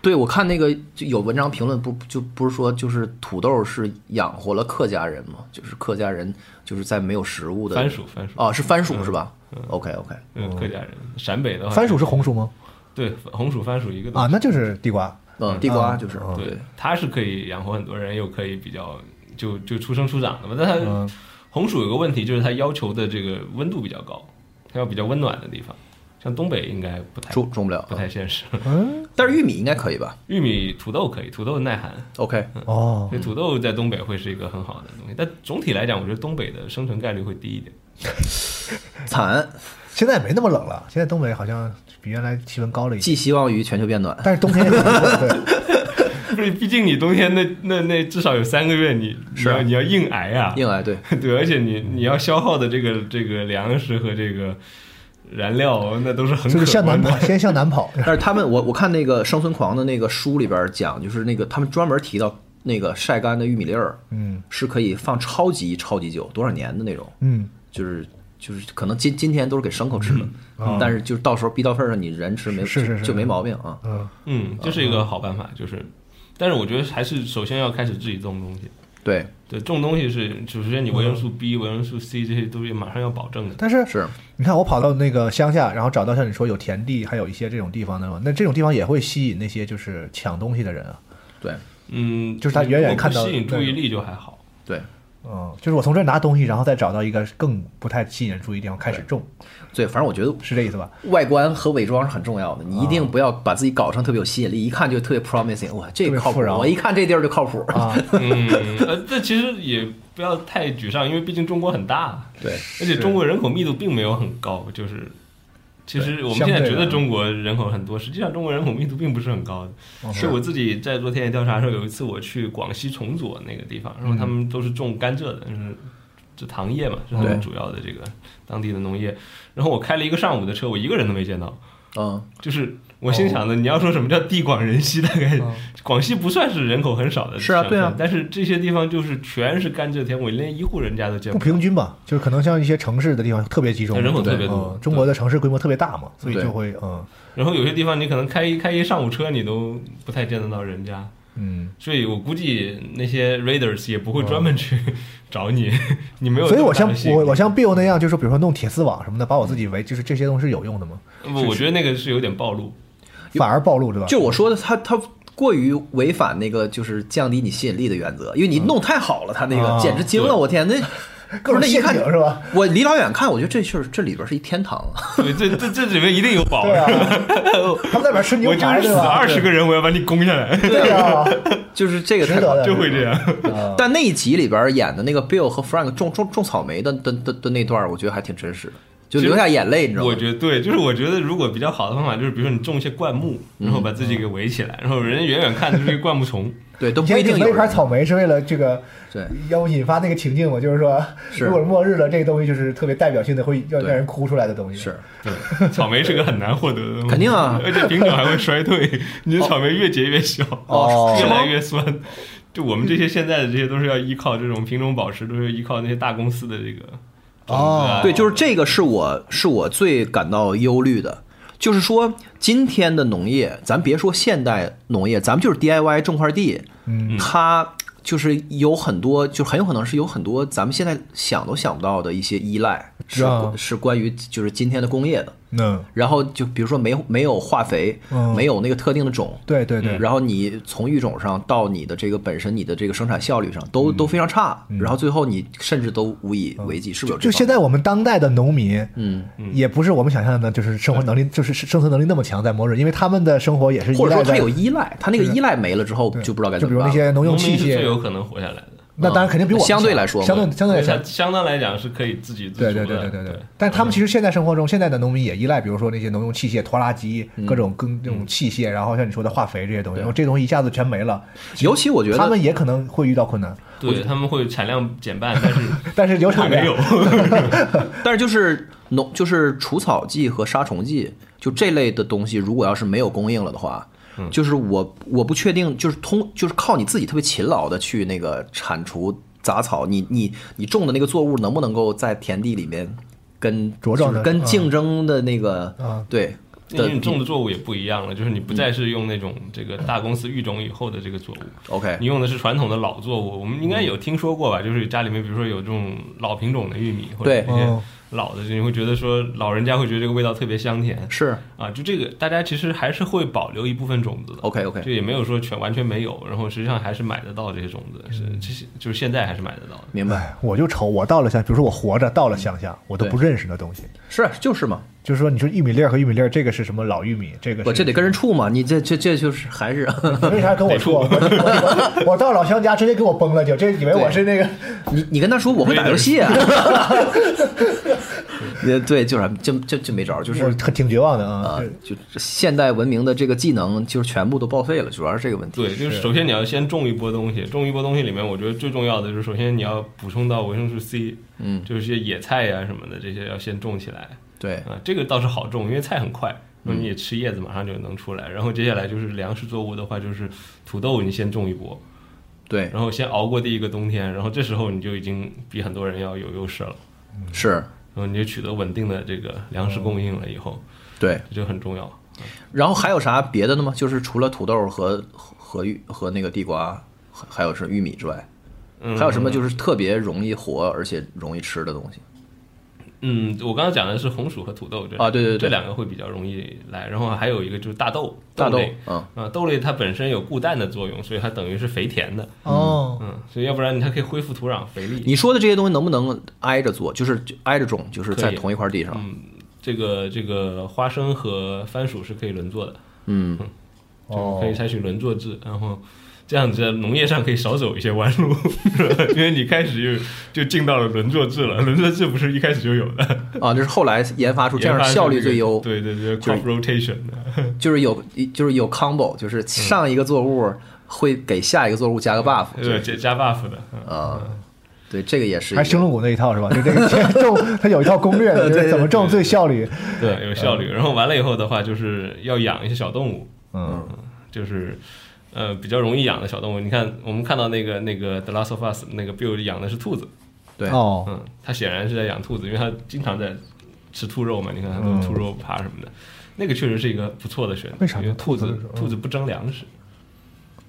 Speaker 3: 对我看那个就有文章评论不就不是说就是土豆是养活了客家人嘛，就是客家人就是在没有食物的
Speaker 5: 番薯，番薯
Speaker 2: 哦
Speaker 3: 啊，是番薯是吧？OK OK，
Speaker 5: 嗯，客家人，陕北的话，
Speaker 2: 番薯是红薯吗？
Speaker 5: 对红薯、番薯一个东
Speaker 2: 啊
Speaker 5: 西，
Speaker 2: 那就是地瓜。
Speaker 3: 嗯，地瓜就是
Speaker 2: 嗯
Speaker 5: 对，它是可以养活很多人，又可以比较就就出生出长的嘛。但
Speaker 2: 嗯
Speaker 5: 它红薯有个问题，就是它要求的这个温度比较高，它要比较温暖的地方。像东北应该不太
Speaker 3: 种种不了
Speaker 5: 不，太现实。
Speaker 3: 嗯但是玉米应该可以吧
Speaker 5: 玉米、土豆可以，土豆耐寒，
Speaker 3: ？OK，
Speaker 5: 嗯
Speaker 2: 哦，
Speaker 5: 所以土豆在东北会是一个很好的东西。但总体来讲，我觉得东北的生存概率会低一点。
Speaker 3: 惨，
Speaker 2: 现在没那么冷了，现在东北好像比原来气温高了一些，
Speaker 3: 寄希望于全球变
Speaker 5: [laughs]
Speaker 3: 暖。
Speaker 2: 但是冬天也很热。对，
Speaker 5: 不是，毕竟你冬天那那那至少有三个月你，你
Speaker 3: 是啊
Speaker 5: 要你要硬挨啊，
Speaker 3: 硬来对，
Speaker 5: 对，而且你你要消耗的这个这个粮食和这个燃料，那都是很
Speaker 2: 就是
Speaker 5: 可
Speaker 2: 向
Speaker 5: 观
Speaker 2: 南
Speaker 5: 的。
Speaker 2: 跑，先向南跑。
Speaker 3: 但是他们，我我看那个《生存狂》的那个书里边讲，就是那个他们专门提到那个晒干的玉米粒儿，
Speaker 2: 嗯
Speaker 3: 是可以放超级超级久，多少年的那种，
Speaker 2: 嗯，
Speaker 3: 就是就是可能今今天都是给牲口吃的，
Speaker 5: 嗯
Speaker 3: 但是就是到时候逼到份儿上，你人吃没
Speaker 2: 嗯是是是是
Speaker 3: 就没毛病啊。
Speaker 5: 嗯，这是一个好办法，就是，但是我觉得还是首先要开始自己种东西。
Speaker 3: 对，
Speaker 5: 对，种东西是首先你维生素 B、维生素 C 这些东西马上要保证的。
Speaker 2: 但是
Speaker 3: 是
Speaker 2: 你看我跑到那个乡下，然后找到像你说有田地，还有一些这种地方的嘛，那这种地方也会吸引那些就是抢东西的人啊。
Speaker 3: 对
Speaker 5: 嗯，
Speaker 2: 就是他远远
Speaker 5: 如果不
Speaker 2: 看到
Speaker 5: 吸引
Speaker 2: 那
Speaker 5: 注意
Speaker 2: 种
Speaker 5: 力就
Speaker 2: [laughs]
Speaker 5: 还好。
Speaker 3: 对，
Speaker 2: 嗯，就是我从这儿拿东西，然后再找到一个更不太吸引人注意的地方开始种，
Speaker 3: 对，反正我觉得
Speaker 2: 是这意思吧？
Speaker 3: 外观和伪装是很重要的，你一
Speaker 2: 啊
Speaker 3: 定不要把自己搞成特别有吸引力，一看就特别 promising，哇，这
Speaker 2: 特
Speaker 3: 个
Speaker 2: 别
Speaker 3: 靠谱
Speaker 2: 富饶，
Speaker 3: 我一看这地儿就
Speaker 2: [laughs]
Speaker 3: 靠谱。
Speaker 2: 啊，
Speaker 5: 嗯，呃，这其实也不要太沮丧，因为毕竟中国很大，啊
Speaker 3: 对，
Speaker 5: 而且中国人口密度并没有很高，就是。其实我们现在觉得中国人口很多，实际上中国人口密度并不是很高
Speaker 2: 哦
Speaker 5: 的。
Speaker 2: 嗯
Speaker 5: 是我自己在做田野调查的时候，有一次我去广西崇左那个地方，然后他
Speaker 2: 嗯
Speaker 5: 们都是种甘蔗的，就是这糖业嘛，是他们
Speaker 3: 对
Speaker 5: 主要的这个当地的农业。然后我开了一个上午的车，我一个人都没见到，
Speaker 3: 嗯，
Speaker 5: 就是我心想
Speaker 2: 哦
Speaker 5: 的，你要说什么叫地广人稀，大概广西不算是人口很少的，
Speaker 3: 是啊对啊
Speaker 5: 但是这些地方就是全是甘蔗田，我连一户人家都见
Speaker 2: 不
Speaker 5: 到
Speaker 2: 平均吧，就是可能像一些城市的地方特别集中，
Speaker 5: 人口特
Speaker 2: 对
Speaker 5: 别多
Speaker 2: 嗯中国的城市规模特别大嘛，所以
Speaker 3: 对
Speaker 2: 就会嗯
Speaker 5: 然后有些地方你可能开一开一上午车，你都不太见得到人家。
Speaker 2: 嗯，
Speaker 5: 所以我估计那些 raiders 也不会专门去 [laughs] 找你，你没有
Speaker 2: 哦
Speaker 5: 那
Speaker 2: 所以
Speaker 5: 么
Speaker 2: 我
Speaker 5: 大
Speaker 2: 像
Speaker 5: 的吸引力。嗯
Speaker 2: 我我像 Bill 那样，就是比如说弄铁丝网什么的，把我自己围，就是这些东西是有用的吗？
Speaker 5: 不，我觉得那个是有点暴露。
Speaker 2: 反而暴露对吧？
Speaker 3: 就我说的，他他过于违反那个就是降低你吸引力的原则，因为你弄太好了，他那
Speaker 2: 啊
Speaker 3: 个简直惊了，我天，那
Speaker 2: [laughs] 各种
Speaker 3: 不是那一
Speaker 2: 陷
Speaker 3: 看
Speaker 2: 阱是吧？
Speaker 3: 我离老远看，我觉得这事儿这里边是一天堂啊， [laughs]
Speaker 5: 对，这这这里面一定有宝。
Speaker 2: 对
Speaker 5: [laughs]
Speaker 2: 啊，他们在里边吃牛
Speaker 5: 哦我就
Speaker 2: 排
Speaker 5: 是
Speaker 2: 对
Speaker 5: 死
Speaker 2: 吧？
Speaker 5: 二十个人，我要把你攻下来，
Speaker 2: 对
Speaker 5: [laughs]
Speaker 2: 啊，
Speaker 3: 就是这个
Speaker 2: 值
Speaker 3: 太
Speaker 2: 得的，
Speaker 5: 就会这样。
Speaker 2: 啊。
Speaker 3: 但那一集里边演的那个 Bill 和 Frank 种种种草莓的的的的那段儿，我觉得还挺真实的，就流下眼泪，你知道吗
Speaker 5: 我？觉得对，就是我觉得如果比较好的方法，就是比如说你种一些灌木，然后把自己给围起来，然后人家远远看就是一个灌木丛。
Speaker 3: 对，都
Speaker 2: 以
Speaker 3: 不
Speaker 2: 前
Speaker 3: 一定
Speaker 2: 引那
Speaker 3: 有
Speaker 2: 一盘
Speaker 3: 人。
Speaker 2: 草莓是为了这个，
Speaker 3: 对，
Speaker 2: 要引发那个情境嘛，就是说，
Speaker 3: 是
Speaker 2: 如果末日了，这个东西就是特别代表性的，会要
Speaker 3: 对
Speaker 2: 让人哭出来的东西。
Speaker 3: 是，
Speaker 5: 对，草莓是个很难获得的东西，
Speaker 3: 肯定啊
Speaker 5: 而且品种还会衰退，你的草莓越结越小，
Speaker 2: 哦
Speaker 5: 越来越酸。就我们这些现在的这些都是要依靠这种品种保持，都是依靠那些大公司的这个种子啊
Speaker 2: 哦
Speaker 3: 对，就是这个是我是我最感到忧虑的，就是说今天的农业，咱别说现代农业，咱们就是 DIY 种块地，嗯，它就是有很多，就很有可能是有很多咱们现在想都想不到的一些依赖，是、
Speaker 2: 是啊
Speaker 3: 是关于就是今天的工业的。
Speaker 2: 嗯，
Speaker 3: 然后就比如说没有没有化肥，
Speaker 2: 嗯
Speaker 3: 没有那个特定的种，
Speaker 2: 对对对，
Speaker 3: 然后你从育种上到你的这个本身你的这个生产效率上
Speaker 2: 嗯
Speaker 3: 都、都非常差，然后最后你甚至都无以为继，是不是有
Speaker 2: 就
Speaker 3: 这方面？
Speaker 2: 现在我们当代的农民，
Speaker 3: 嗯，
Speaker 2: 也不是我们想象的，就是生活能力，就是生存能力那么强，在末日，因为他们的生活也是依
Speaker 3: 或者
Speaker 2: 赖
Speaker 3: 说他
Speaker 2: 在
Speaker 3: 有，依赖，他那个依赖没了之后
Speaker 2: 对
Speaker 3: 就不知道该
Speaker 2: 就
Speaker 3: 怎
Speaker 2: 比
Speaker 3: 么
Speaker 2: 如
Speaker 3: 办
Speaker 2: 那
Speaker 3: 了。嗯
Speaker 2: 些农用
Speaker 5: 农
Speaker 2: 器
Speaker 5: 民是最
Speaker 2: 械，
Speaker 5: 有可能活下来的。
Speaker 2: 那当然肯定比我们
Speaker 3: 相对
Speaker 2: 强
Speaker 3: 来说嘛
Speaker 2: 相对相对来
Speaker 5: 相
Speaker 2: 说，
Speaker 5: 相当来讲是可以自给自
Speaker 2: 对对
Speaker 5: 足的。
Speaker 2: 对对对
Speaker 5: 对
Speaker 2: 对。但他们其实现在生活中，现在的农民也依赖，比如说那些农用器械、拖拉机、
Speaker 3: 嗯
Speaker 2: 各种耕这种器械，然后像你说的化肥这些东西，然后这东西一下子全没了，
Speaker 3: 尤其我觉
Speaker 2: 他
Speaker 3: 得
Speaker 2: 们也可能会遇到困难，
Speaker 5: 对，他们会产量减半，但是
Speaker 2: 但是有产量
Speaker 5: 没有。
Speaker 3: 但是就是农就是除草剂和杀虫剂，就这类的东西，如果要是没有供应了的话，
Speaker 2: 嗯
Speaker 3: 就是我我不确定，就是通就是靠你自己特别勤劳的去那个铲除杂草，你你你种的那个作物能不能够在田地里面跟
Speaker 2: 茁壮
Speaker 3: 就是
Speaker 2: 地
Speaker 3: 跟
Speaker 2: 嗯
Speaker 3: 竞争的那个、
Speaker 2: 啊
Speaker 3: 对
Speaker 5: 因
Speaker 3: 的嗯
Speaker 5: 为你种的作物也不一样了，就是你不再是用那种这个大公司育种以后的这个作物，
Speaker 3: OK
Speaker 5: 你用的是传统的老作物。我们
Speaker 3: 嗯
Speaker 5: 应该有听说过吧？就是家里面比如说有这种老品种的玉米，或者
Speaker 3: 对
Speaker 5: 一些
Speaker 2: 哦
Speaker 5: 老的，你会觉得说老人家会觉得这个味道特别香甜
Speaker 3: 是
Speaker 5: 啊。就这个，大家其实还是会保留一部分种子的。
Speaker 3: OK OK
Speaker 5: 就也没有说全完全没有，然后实际上还是买得到这些种子，是
Speaker 3: 嗯
Speaker 5: 这些就是现在还是买得到的。
Speaker 3: 明白
Speaker 2: 哎，我就愁，我到了乡，比如说我活着到了乡下，我都
Speaker 3: 对
Speaker 2: 不认识那东西。
Speaker 3: 是就是嘛，
Speaker 2: 就是说，你说玉米粒儿和玉米粒儿，这个是什么老玉米？这个
Speaker 3: 我
Speaker 2: 是
Speaker 3: 这得跟人处嘛，你这这这就是还是
Speaker 2: 你为啥跟我说？我我 [laughs] 我到老乡家直接给我崩了就，这以为我是那个
Speaker 3: 你你跟他说我会打游戏
Speaker 5: [laughs]
Speaker 3: 啊，也对，就是就就就没招儿，就
Speaker 2: 就是是很挺绝望的啊
Speaker 3: 啊。，就现代文明的这个技能就是全部都报废了，主要是这个问题。
Speaker 5: 对，就是首先你要先种一波东西，种一波东西里面，我觉得最重要的就是首先你要补充到维生素 C，嗯，就是一些野菜呀、什么的，这些要先种起来。
Speaker 3: 对
Speaker 5: 啊，这个倒是好种，因为菜很快，然后你也吃叶子马上就能出来。然后接下来就是粮食作物的话，就是土豆你先种一波，
Speaker 3: 对
Speaker 5: 然后先熬过第一个冬天，然后这时候你就已经比很多人要有优势了，
Speaker 3: 是，
Speaker 5: 然后你就取得稳定的这个粮食供应了以后，
Speaker 3: 对。
Speaker 5: 这就很重要。
Speaker 3: 然后还有啥别的呢吗？就是除了土豆和和玉和那个地瓜，还还有是玉米之外，
Speaker 5: 嗯，
Speaker 3: 还有什么就是特别容易活而且容易吃的东西？
Speaker 5: 嗯，我刚刚讲的是红薯和土豆这
Speaker 3: 啊对对对
Speaker 5: 这两个会比较容易来，然后还有一个就是大豆，
Speaker 3: 大豆
Speaker 5: 类，
Speaker 3: 嗯
Speaker 5: 啊，豆类它本身有固氮的作用，所以它等于是肥田的，
Speaker 2: 哦，
Speaker 5: 嗯，所以要不然它可以恢复土壤肥力。
Speaker 3: 你说的这些东西能不能挨着做？就是就挨着种，就是在
Speaker 5: 可以
Speaker 3: 同一块地上。
Speaker 5: 嗯，这个这个花生和番薯是可以轮作的，
Speaker 3: 嗯，
Speaker 2: 哦
Speaker 5: 就是可以采取轮作制，然后。这样子在农业上可以少走一些弯路， [laughs] 因为你开始就就进到了轮作制
Speaker 3: [laughs]
Speaker 5: 了。轮作制不是一开始就有的，
Speaker 3: 啊，就是后来研发出这样
Speaker 5: 研发出
Speaker 3: 效率
Speaker 5: 这个
Speaker 3: 最优，
Speaker 5: 对对对
Speaker 3: 就是
Speaker 5: ，crop rotation 的。
Speaker 3: 就是有就是有 combo，就是
Speaker 5: 嗯
Speaker 3: 上一个作物会给下一个作物加个 buff，、
Speaker 5: 呃对，加加 buff 的，嗯
Speaker 3: 啊，对，这个也是一个
Speaker 2: 还是星露谷那一套是吧？就 [laughs] 这个钱种，它有一套攻略的，就是怎么种最效率。
Speaker 5: [laughs] 对，有效率。然后完了以后的话，就是要养一些小动物，
Speaker 2: 嗯，
Speaker 5: 就是呃比较容易养的小动物。你看，我们看到那个那个《The Last of Us》那个 Bill 养的是兔子，
Speaker 3: 对
Speaker 2: 哦，
Speaker 5: 嗯，他显然是在养兔子，因为他经常在吃兔肉嘛。你看他
Speaker 2: 嗯
Speaker 5: 跟兔肉扒什么的，那个确实是一个不错的选择。
Speaker 2: 为啥呢
Speaker 5: 因为兔
Speaker 2: 兔
Speaker 5: 子
Speaker 2: 子是
Speaker 5: 兔子不争粮食，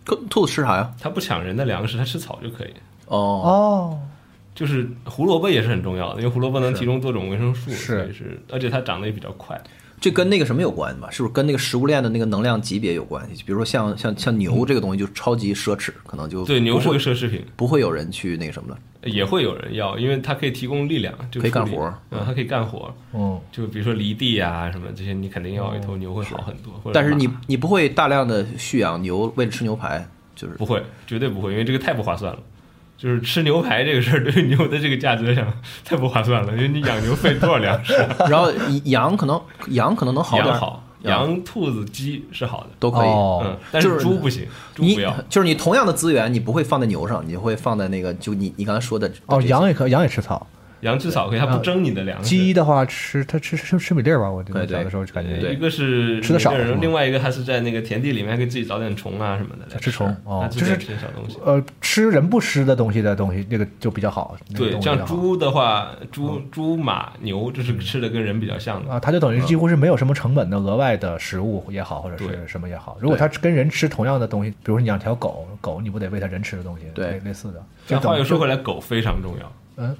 Speaker 3: 兔兔子吃啥呀？
Speaker 5: 它不抢人的粮食，它吃草就可以。
Speaker 3: 哦，
Speaker 2: 哦，
Speaker 5: 就是胡萝卜也是很重要的，因为胡萝卜能提供多种维生素，
Speaker 2: 是
Speaker 5: 所以是，而且它长得也比较快。
Speaker 3: 这跟那个什么有关吧？是不是跟那个食物链的那个能量级别有关系？比如说像像像牛这个东西就超级奢侈，可能就
Speaker 5: 嗯对，牛
Speaker 3: 不
Speaker 5: 是个
Speaker 3: 会
Speaker 5: 奢侈品，
Speaker 3: 不会有人去那个什么了。
Speaker 5: 也会有人要，因为它可以提供力量，就
Speaker 3: 可以干
Speaker 5: 处理
Speaker 3: 活儿
Speaker 5: 嗯，它可以干活。
Speaker 2: 嗯，
Speaker 5: 就比如说犁地啊什么这些，你肯定要一头牛会好很多。或者
Speaker 3: 但是
Speaker 5: 马
Speaker 3: 你你不会大量的蓄养牛，为了吃牛排，就是
Speaker 5: 不会，绝对不会，因为这个太不划算了。就是吃牛排这个事儿， [laughs] 对于牛的这个价值来讲，太不划算了。因为你养牛费多少
Speaker 3: [laughs]
Speaker 5: 粮食？
Speaker 3: 然后羊可能羊可能能好点
Speaker 5: 羊
Speaker 3: 儿，
Speaker 5: 好，羊、兔子、鸡是好的，
Speaker 3: 都可以。
Speaker 2: 哦
Speaker 5: 嗯，但是
Speaker 3: 就是
Speaker 5: 猪不行，猪
Speaker 3: 你
Speaker 5: 不要。
Speaker 3: 就是你同样的资源，你不会放在牛上，你会放在那个就你你刚才说的
Speaker 2: 哦，羊也可，羊也吃草。
Speaker 5: 羊吃草可以，它
Speaker 3: 呃
Speaker 5: 不争你的粮食。
Speaker 2: 鸡的话吃，它吃吃吃米粒儿吧？我记得
Speaker 3: 对对
Speaker 2: 小的时候就感觉
Speaker 5: 呃一个是
Speaker 2: 吃得少
Speaker 5: 每个
Speaker 2: 是
Speaker 5: 人
Speaker 2: 吗
Speaker 5: 另外一个还是在那个田地里面还可以自己找点虫啊什么的来
Speaker 2: 吃虫哦
Speaker 5: 它自己
Speaker 2: 就是
Speaker 5: 吃点小东西。
Speaker 2: 呃，吃人不吃的东西的东西，那个就比较好。那个
Speaker 5: 对，
Speaker 2: 动物比
Speaker 5: 像
Speaker 2: 较好嗯
Speaker 5: 猪的话，猪猪马牛这是吃的跟人比较像的，
Speaker 2: 啊，它就等于几乎是没有什么成本的额外的食物也好，或者
Speaker 5: 嗯对
Speaker 2: 是什么也好。如果它跟人吃同样的东西，比如说你养条狗，狗你不得喂它人吃的东西，
Speaker 3: 对
Speaker 2: 类类似的。就
Speaker 5: 但话
Speaker 2: 等
Speaker 5: 又
Speaker 2: 于
Speaker 5: 说回来，狗非常重要，
Speaker 2: 嗯，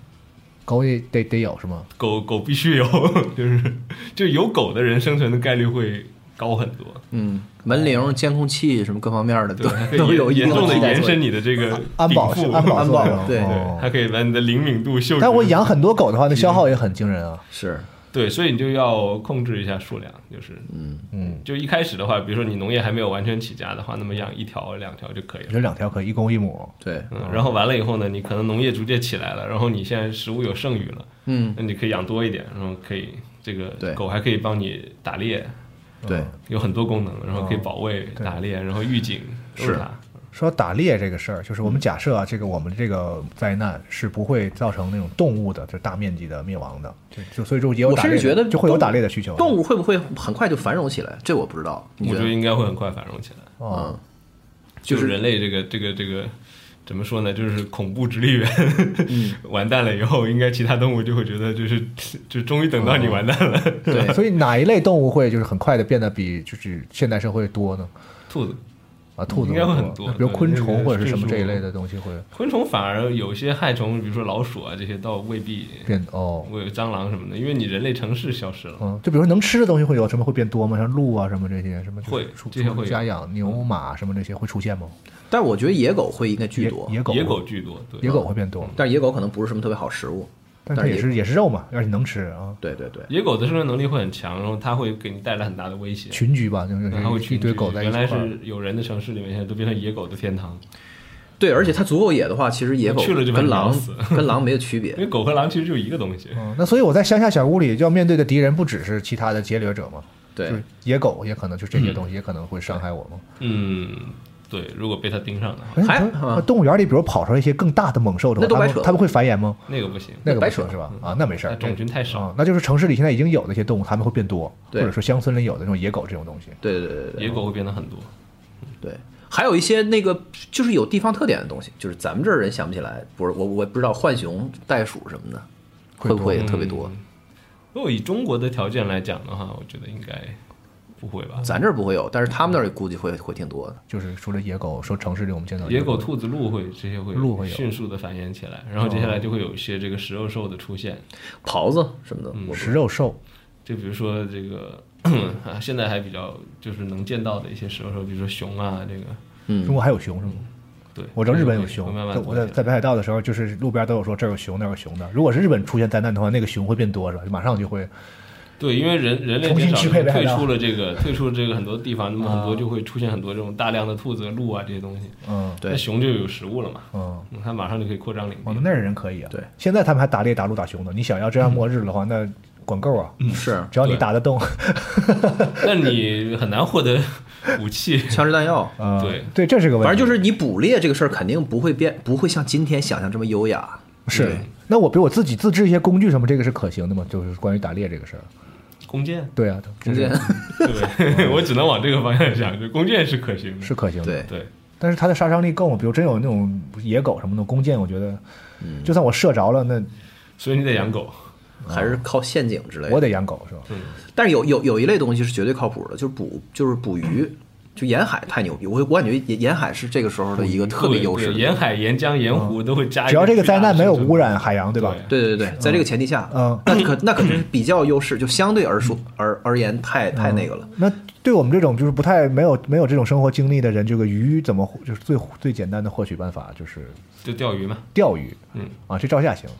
Speaker 2: 狗也得得有是吗？
Speaker 5: 狗狗必须有， [laughs] 就是就有狗的人生存的概率会高很多，
Speaker 3: 嗯门铃、监控器什么各方面的都
Speaker 5: 哦对，它可
Speaker 3: 都 [laughs] 有
Speaker 5: 以
Speaker 3: 一
Speaker 5: 严
Speaker 3: 定
Speaker 5: 严重的
Speaker 3: 替代
Speaker 5: 延
Speaker 3: 作用
Speaker 5: 伸你的这个
Speaker 2: 安保
Speaker 5: 禀赋
Speaker 2: 安保
Speaker 3: 安
Speaker 2: 作
Speaker 3: 保
Speaker 2: 用
Speaker 3: 对
Speaker 2: 哦
Speaker 5: 对，它可以把你的灵敏度、嗅觉，
Speaker 2: 但我养很多狗的话，那消耗也很惊人啊。
Speaker 3: 是
Speaker 5: 对，所以你就要控制一下数量，就是
Speaker 2: 嗯，
Speaker 5: 就一开始的话，比如说你农业还没有完全起家的话，那么养一条两条就可以
Speaker 2: 我
Speaker 5: 了
Speaker 2: 觉。得两条可以，一公一母。
Speaker 3: 对，
Speaker 5: 嗯，然后完了以后呢，你可能农业逐渐起来了，然后你现在食物有剩余了，
Speaker 3: 嗯
Speaker 5: 那你可以养多一点，然后可以这个
Speaker 3: 对
Speaker 5: 狗还可以帮你打猎，哦
Speaker 3: 对，
Speaker 5: 有很多功能，然后可以保卫、打猎，然后预警，都
Speaker 3: 是
Speaker 5: 它。
Speaker 2: 说打猎这个事儿，就是
Speaker 3: 嗯
Speaker 2: 我们假设啊，这个我们这个灾难是不会造成那种动物的，就是大面积的灭亡的，就就所以说也有
Speaker 3: 我
Speaker 2: 打猎
Speaker 3: 甚
Speaker 2: 的，
Speaker 3: 至觉得
Speaker 2: 就会有
Speaker 3: 动
Speaker 2: 打猎的需求。
Speaker 3: 动物会不会很快就繁荣起来？这我不知道，你
Speaker 5: 我
Speaker 3: 觉
Speaker 5: 觉得
Speaker 3: 得？
Speaker 5: 应该会很快繁荣起来。
Speaker 2: 啊，
Speaker 3: 嗯，
Speaker 5: 就是人类这个这个这个怎么说呢？就是恐怖直立猿、 [laughs] 完蛋了以后，应该其他动物就会觉得就是就终于等到你完蛋了。 [laughs]
Speaker 3: 对，
Speaker 2: 所以哪一类动物会就是很快的变得比就是现代社会多呢？
Speaker 5: 兔子、
Speaker 2: 啊，兔子
Speaker 5: 应该会
Speaker 2: 多
Speaker 5: 很多
Speaker 2: 比如
Speaker 5: 对
Speaker 2: 昆
Speaker 5: 那个啊
Speaker 2: 虫或者是
Speaker 5: 迅
Speaker 2: 什么
Speaker 5: 速
Speaker 2: 这一类的东西会
Speaker 5: 昆虫反而有些害虫，比如说老鼠啊这些，倒未必。
Speaker 2: 变哦，
Speaker 5: 我有蟑螂什么的，因为你人类城市消失了，
Speaker 2: 嗯，就比如说能吃的东西会有什么会变多吗？像鹿啊什么这些什么
Speaker 5: 会
Speaker 2: 出
Speaker 5: 这些会有嗯
Speaker 2: 家养牛马什么这些会出现吗？
Speaker 3: 但我觉得野狗会应该居
Speaker 2: 野
Speaker 3: 多，
Speaker 2: 野狗
Speaker 5: 野狗居多，对，
Speaker 2: 野狗会变多，
Speaker 3: 但野狗可能不是什么特别好食物。
Speaker 2: 但它
Speaker 3: 但
Speaker 2: 也
Speaker 3: 是野
Speaker 2: 是也是肉嘛，而且能吃啊，
Speaker 3: 对对对，
Speaker 5: 野狗的生存能力会很强，然后它会给你带来很大的威胁，
Speaker 2: 群居吧，就
Speaker 5: 嗯它会
Speaker 2: 是
Speaker 5: 群
Speaker 2: 一堆
Speaker 5: 居
Speaker 2: 狗在一
Speaker 5: 原来
Speaker 2: 块儿。
Speaker 5: 是有人的城市里面，现在都变成野狗的天堂，
Speaker 3: 对，而且它足够野的话，其实野狗
Speaker 5: 去了就把
Speaker 3: 跟
Speaker 5: 你咬
Speaker 3: 狼
Speaker 5: 死
Speaker 3: 跟狼没有区
Speaker 5: [laughs] 因为
Speaker 3: 别。
Speaker 5: 狗和狼其实就一个东西。
Speaker 2: 嗯，那所以我在乡下小屋里要面对的敌人不只是其他的劫掠者嘛，就
Speaker 3: 对
Speaker 2: 是，野狗也可能就是这些东西也可能会伤害我嘛。
Speaker 5: 嗯，对，如果被它盯上的话，
Speaker 2: 哎，
Speaker 3: 还
Speaker 2: 你说
Speaker 3: 啊
Speaker 2: 动物园里比如跑出来一些更大的猛兽的话，
Speaker 3: 那都
Speaker 2: 它
Speaker 3: 白
Speaker 2: 们
Speaker 3: 扯
Speaker 2: 它们会繁衍吗？
Speaker 5: 那个不行，
Speaker 2: 那个
Speaker 3: 白
Speaker 2: 不行
Speaker 3: 扯
Speaker 2: 是吧？啊，那没事
Speaker 5: 它
Speaker 2: 儿，
Speaker 5: 种群太少，
Speaker 2: 啊，那就是城市里现在已经有的一些动物，它们会变多，或
Speaker 3: 对
Speaker 2: 者说乡村里有的这种野狗这种东西。
Speaker 3: 对对对对对
Speaker 5: 野狗会变得很多。
Speaker 3: 对，还有一些那个就是有地方特点的东西，就是咱们这儿人想不起来，不是我我不知道浣熊、袋鼠什么的会不会特别多？
Speaker 5: 嗯如果以中国的条件来讲的话，我觉得应该不会吧。
Speaker 3: 咱这儿不会有，但是他们那儿估计会会挺多的。
Speaker 2: 就是除了野狗，说城市里我们见到的
Speaker 5: 野狗、兔子、鹿会这些会
Speaker 2: 鹿会有哦
Speaker 5: 迅速的繁衍起来，然后接下来就会有一些这个食肉兽的出现，
Speaker 3: 狍子什么的，我不
Speaker 2: 食肉兽，
Speaker 5: 就比如说
Speaker 2: [clears throat]
Speaker 5: 这个啊，现在还比较就是能见到的一些食肉兽，比如说熊啊，这个
Speaker 2: 中国还有熊是吗？
Speaker 5: 对，
Speaker 2: 我知道日本有
Speaker 5: 会
Speaker 2: 熊
Speaker 5: 慢，
Speaker 2: 在
Speaker 5: 慢
Speaker 2: 我
Speaker 5: 多
Speaker 2: 在
Speaker 5: 起来
Speaker 2: 在北海道的时候，就是路边都有说这儿有熊，那儿有熊的。如果是日本出现灾难的话，那个熊会变多是吧？就马上就会
Speaker 5: 对，因为人人类
Speaker 2: 重新
Speaker 5: 减少
Speaker 2: 支配啊北海
Speaker 5: 退
Speaker 2: 道
Speaker 5: 出了这个退出了这个很多地方，那么很多就会出现很多这种大量的兔子、鹿啊这些东西。
Speaker 2: 嗯
Speaker 3: 对
Speaker 5: 那熊就有食物了嘛，
Speaker 2: 嗯。
Speaker 5: 嗯它马上就可以扩张领
Speaker 2: 哦，
Speaker 5: 地。
Speaker 2: 那儿人可以啊。
Speaker 3: 对，
Speaker 2: 现在他们还打猎打鹿打熊呢。你想要真要末日的话，那管够啊，
Speaker 3: 是
Speaker 2: 只要你
Speaker 5: 对
Speaker 2: 打得动。
Speaker 5: 那你很难获得武
Speaker 2: [laughs]
Speaker 5: 器。
Speaker 3: 枪支弹药，
Speaker 2: 嗯
Speaker 5: 对
Speaker 2: 对，这是个问
Speaker 3: 反
Speaker 2: 题。
Speaker 3: 正就是你捕猎这个事儿肯定不会变，不会像今天想象这么优雅。
Speaker 2: 是。那我比如我自己自制一些工具什么，这个是可行的吗？就是关于打猎这个事儿。
Speaker 5: 弓箭，
Speaker 2: 对啊，
Speaker 3: 弓箭
Speaker 5: 对不对？ [laughs] 我只能往这个方向想，就弓箭是可行的，
Speaker 2: 是可行的。
Speaker 3: 对，
Speaker 5: 对，
Speaker 2: 但是它的杀伤力够吗？比如真有那种野狗什么的，弓箭，我觉得，就算我射着了，那
Speaker 5: 所以你得养狗。
Speaker 3: [laughs] 还是靠陷阱之类
Speaker 2: 我
Speaker 3: 的。
Speaker 2: 得养狗是吧？
Speaker 3: 但是有有有一类东西是绝对靠谱的，就是捕就是捕鱼，就沿海太牛逼。我我感觉沿沿海是这个时候的一个特别
Speaker 5: 对
Speaker 3: 优势
Speaker 5: 对
Speaker 3: 的地方。
Speaker 5: 沿海、沿江、沿湖都会加一
Speaker 2: 嗯只要这个
Speaker 5: 巨大
Speaker 2: 灾
Speaker 5: 的
Speaker 2: 难没有
Speaker 5: 深圳
Speaker 2: 污染海洋，对吧？
Speaker 5: 对
Speaker 3: 对对对，在这个前提下，
Speaker 2: 嗯
Speaker 3: 那可那可是比较优势，就相对而说而而言太太那个了。
Speaker 2: 那对我们这种就是不太没有没有这种生活经历的人，这个鱼怎么获就是最最简单的获取办法就是
Speaker 5: 就钓鱼嘛，
Speaker 2: 钓鱼，
Speaker 5: 嗯
Speaker 2: 啊，这照下行。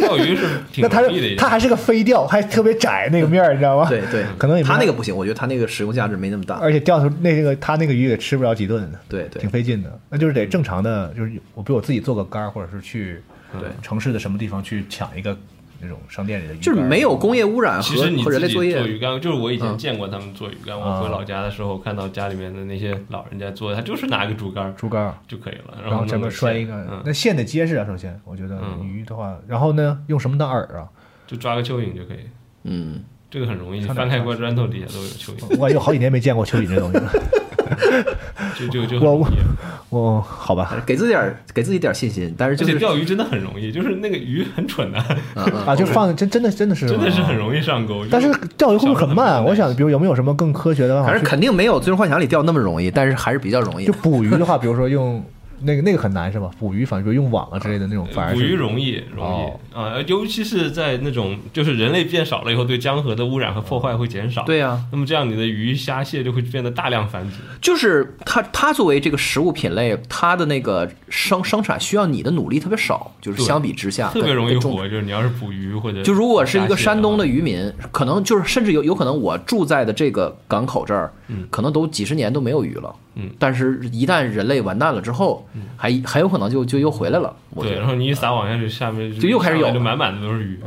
Speaker 5: 钓钓
Speaker 2: [laughs]
Speaker 5: 鱼是挺
Speaker 2: 那它
Speaker 5: 容易的一件事，
Speaker 2: 它还是个飞钓，还特别窄那个面儿，你知道吗？
Speaker 3: 对对，
Speaker 2: 嗯可能也没哎
Speaker 3: 他那个不行，我觉得他那个使用价值没那么大。
Speaker 2: [laughs] 而且钓出那那个它那个鱼也吃不了几顿，
Speaker 3: 对对
Speaker 2: 挺费劲的。那就是得正常的，就是我比如我自己做个竿儿，或者是去
Speaker 3: 对
Speaker 2: 城市的什么地方去抢一个那种商店里的鱼竿儿，
Speaker 3: 就是没有工业污染
Speaker 5: 其
Speaker 3: 和
Speaker 5: 实你
Speaker 3: 和
Speaker 5: 自
Speaker 3: 人类
Speaker 5: 己做
Speaker 3: 作
Speaker 5: 鱼
Speaker 3: 业，
Speaker 5: 竿，就是我以前
Speaker 3: 嗯
Speaker 5: 见过他们做鱼竿。
Speaker 2: 啊
Speaker 5: 我回老家的时候，看到家里面的那些老人家做，他就是拿一个竹竿儿
Speaker 2: 竹竿儿，
Speaker 5: 就可以了，
Speaker 2: 然后
Speaker 5: 后
Speaker 2: 前
Speaker 5: 整
Speaker 2: 面
Speaker 5: 个
Speaker 2: 拴一个，那
Speaker 5: 嗯，
Speaker 2: 线得结实啊。首先，我觉得
Speaker 5: 嗯
Speaker 2: 鱼的话，然后呢，用什么当饵啊？
Speaker 5: 就抓个蚯蚓就可以，
Speaker 3: 嗯，
Speaker 5: 这个很容易，
Speaker 2: 上哪
Speaker 5: 翻开锅砖头底下都有蚯蚓，
Speaker 2: 我有好几年没见过蚯蚓这东西了。 [laughs]
Speaker 5: 就就就很
Speaker 2: 哦我
Speaker 5: 容易。
Speaker 2: 我好吧，
Speaker 3: 给自己点儿给自己点儿信心，但是
Speaker 5: 而
Speaker 3: 就
Speaker 5: 且
Speaker 3: 是嗯
Speaker 5: 钓鱼真的很容易，就是那个鱼很蠢的， [laughs]
Speaker 2: 啊，就放真真的真的是
Speaker 5: 嗯真的是很容易上钩。
Speaker 2: 但是
Speaker 5: 就
Speaker 2: 钓鱼会不会很
Speaker 5: 小时候
Speaker 2: 慢？啊
Speaker 5: 很
Speaker 2: 我想，比如有没有什么更科学的办法
Speaker 3: 反
Speaker 2: 去？
Speaker 3: 正肯定没有《最终幻想》里钓那么容易，但是还是比较容易
Speaker 2: 就
Speaker 3: 的。
Speaker 2: 捕鱼的话，比如说用那个那个很难是吧？捕鱼，反正比如用网啊之类的那种，反而
Speaker 5: 嗯捕鱼
Speaker 2: 是哦
Speaker 5: 容易容易啊，尤其是在那种就是人类变少了以后，对江河的污染和破坏会减少。
Speaker 3: 对呀
Speaker 5: 那么这样你的鱼虾蟹就会变得大量繁殖。
Speaker 3: 就是它，它作为这个食物品类，它的那个生生产需要你的努力特别少，就是
Speaker 5: 对
Speaker 3: 相比之下
Speaker 5: 特别容易
Speaker 3: 跟种
Speaker 5: 火，就是你要是捕鱼或者
Speaker 3: 就如果是一个山东的
Speaker 5: 虾蟹
Speaker 3: 渔民，可能就是甚至有有可能我住在的这个港口这儿，可能都几十年都没有鱼了。
Speaker 5: 嗯
Speaker 3: 但是一旦人类完蛋了之后，还还有可能就就又回来了。
Speaker 5: 的话，
Speaker 3: 我觉
Speaker 5: 对，
Speaker 3: 得
Speaker 5: 然后你一撒网下去，下面
Speaker 3: 就又开始有哦
Speaker 5: 上来就满满的都是鱼。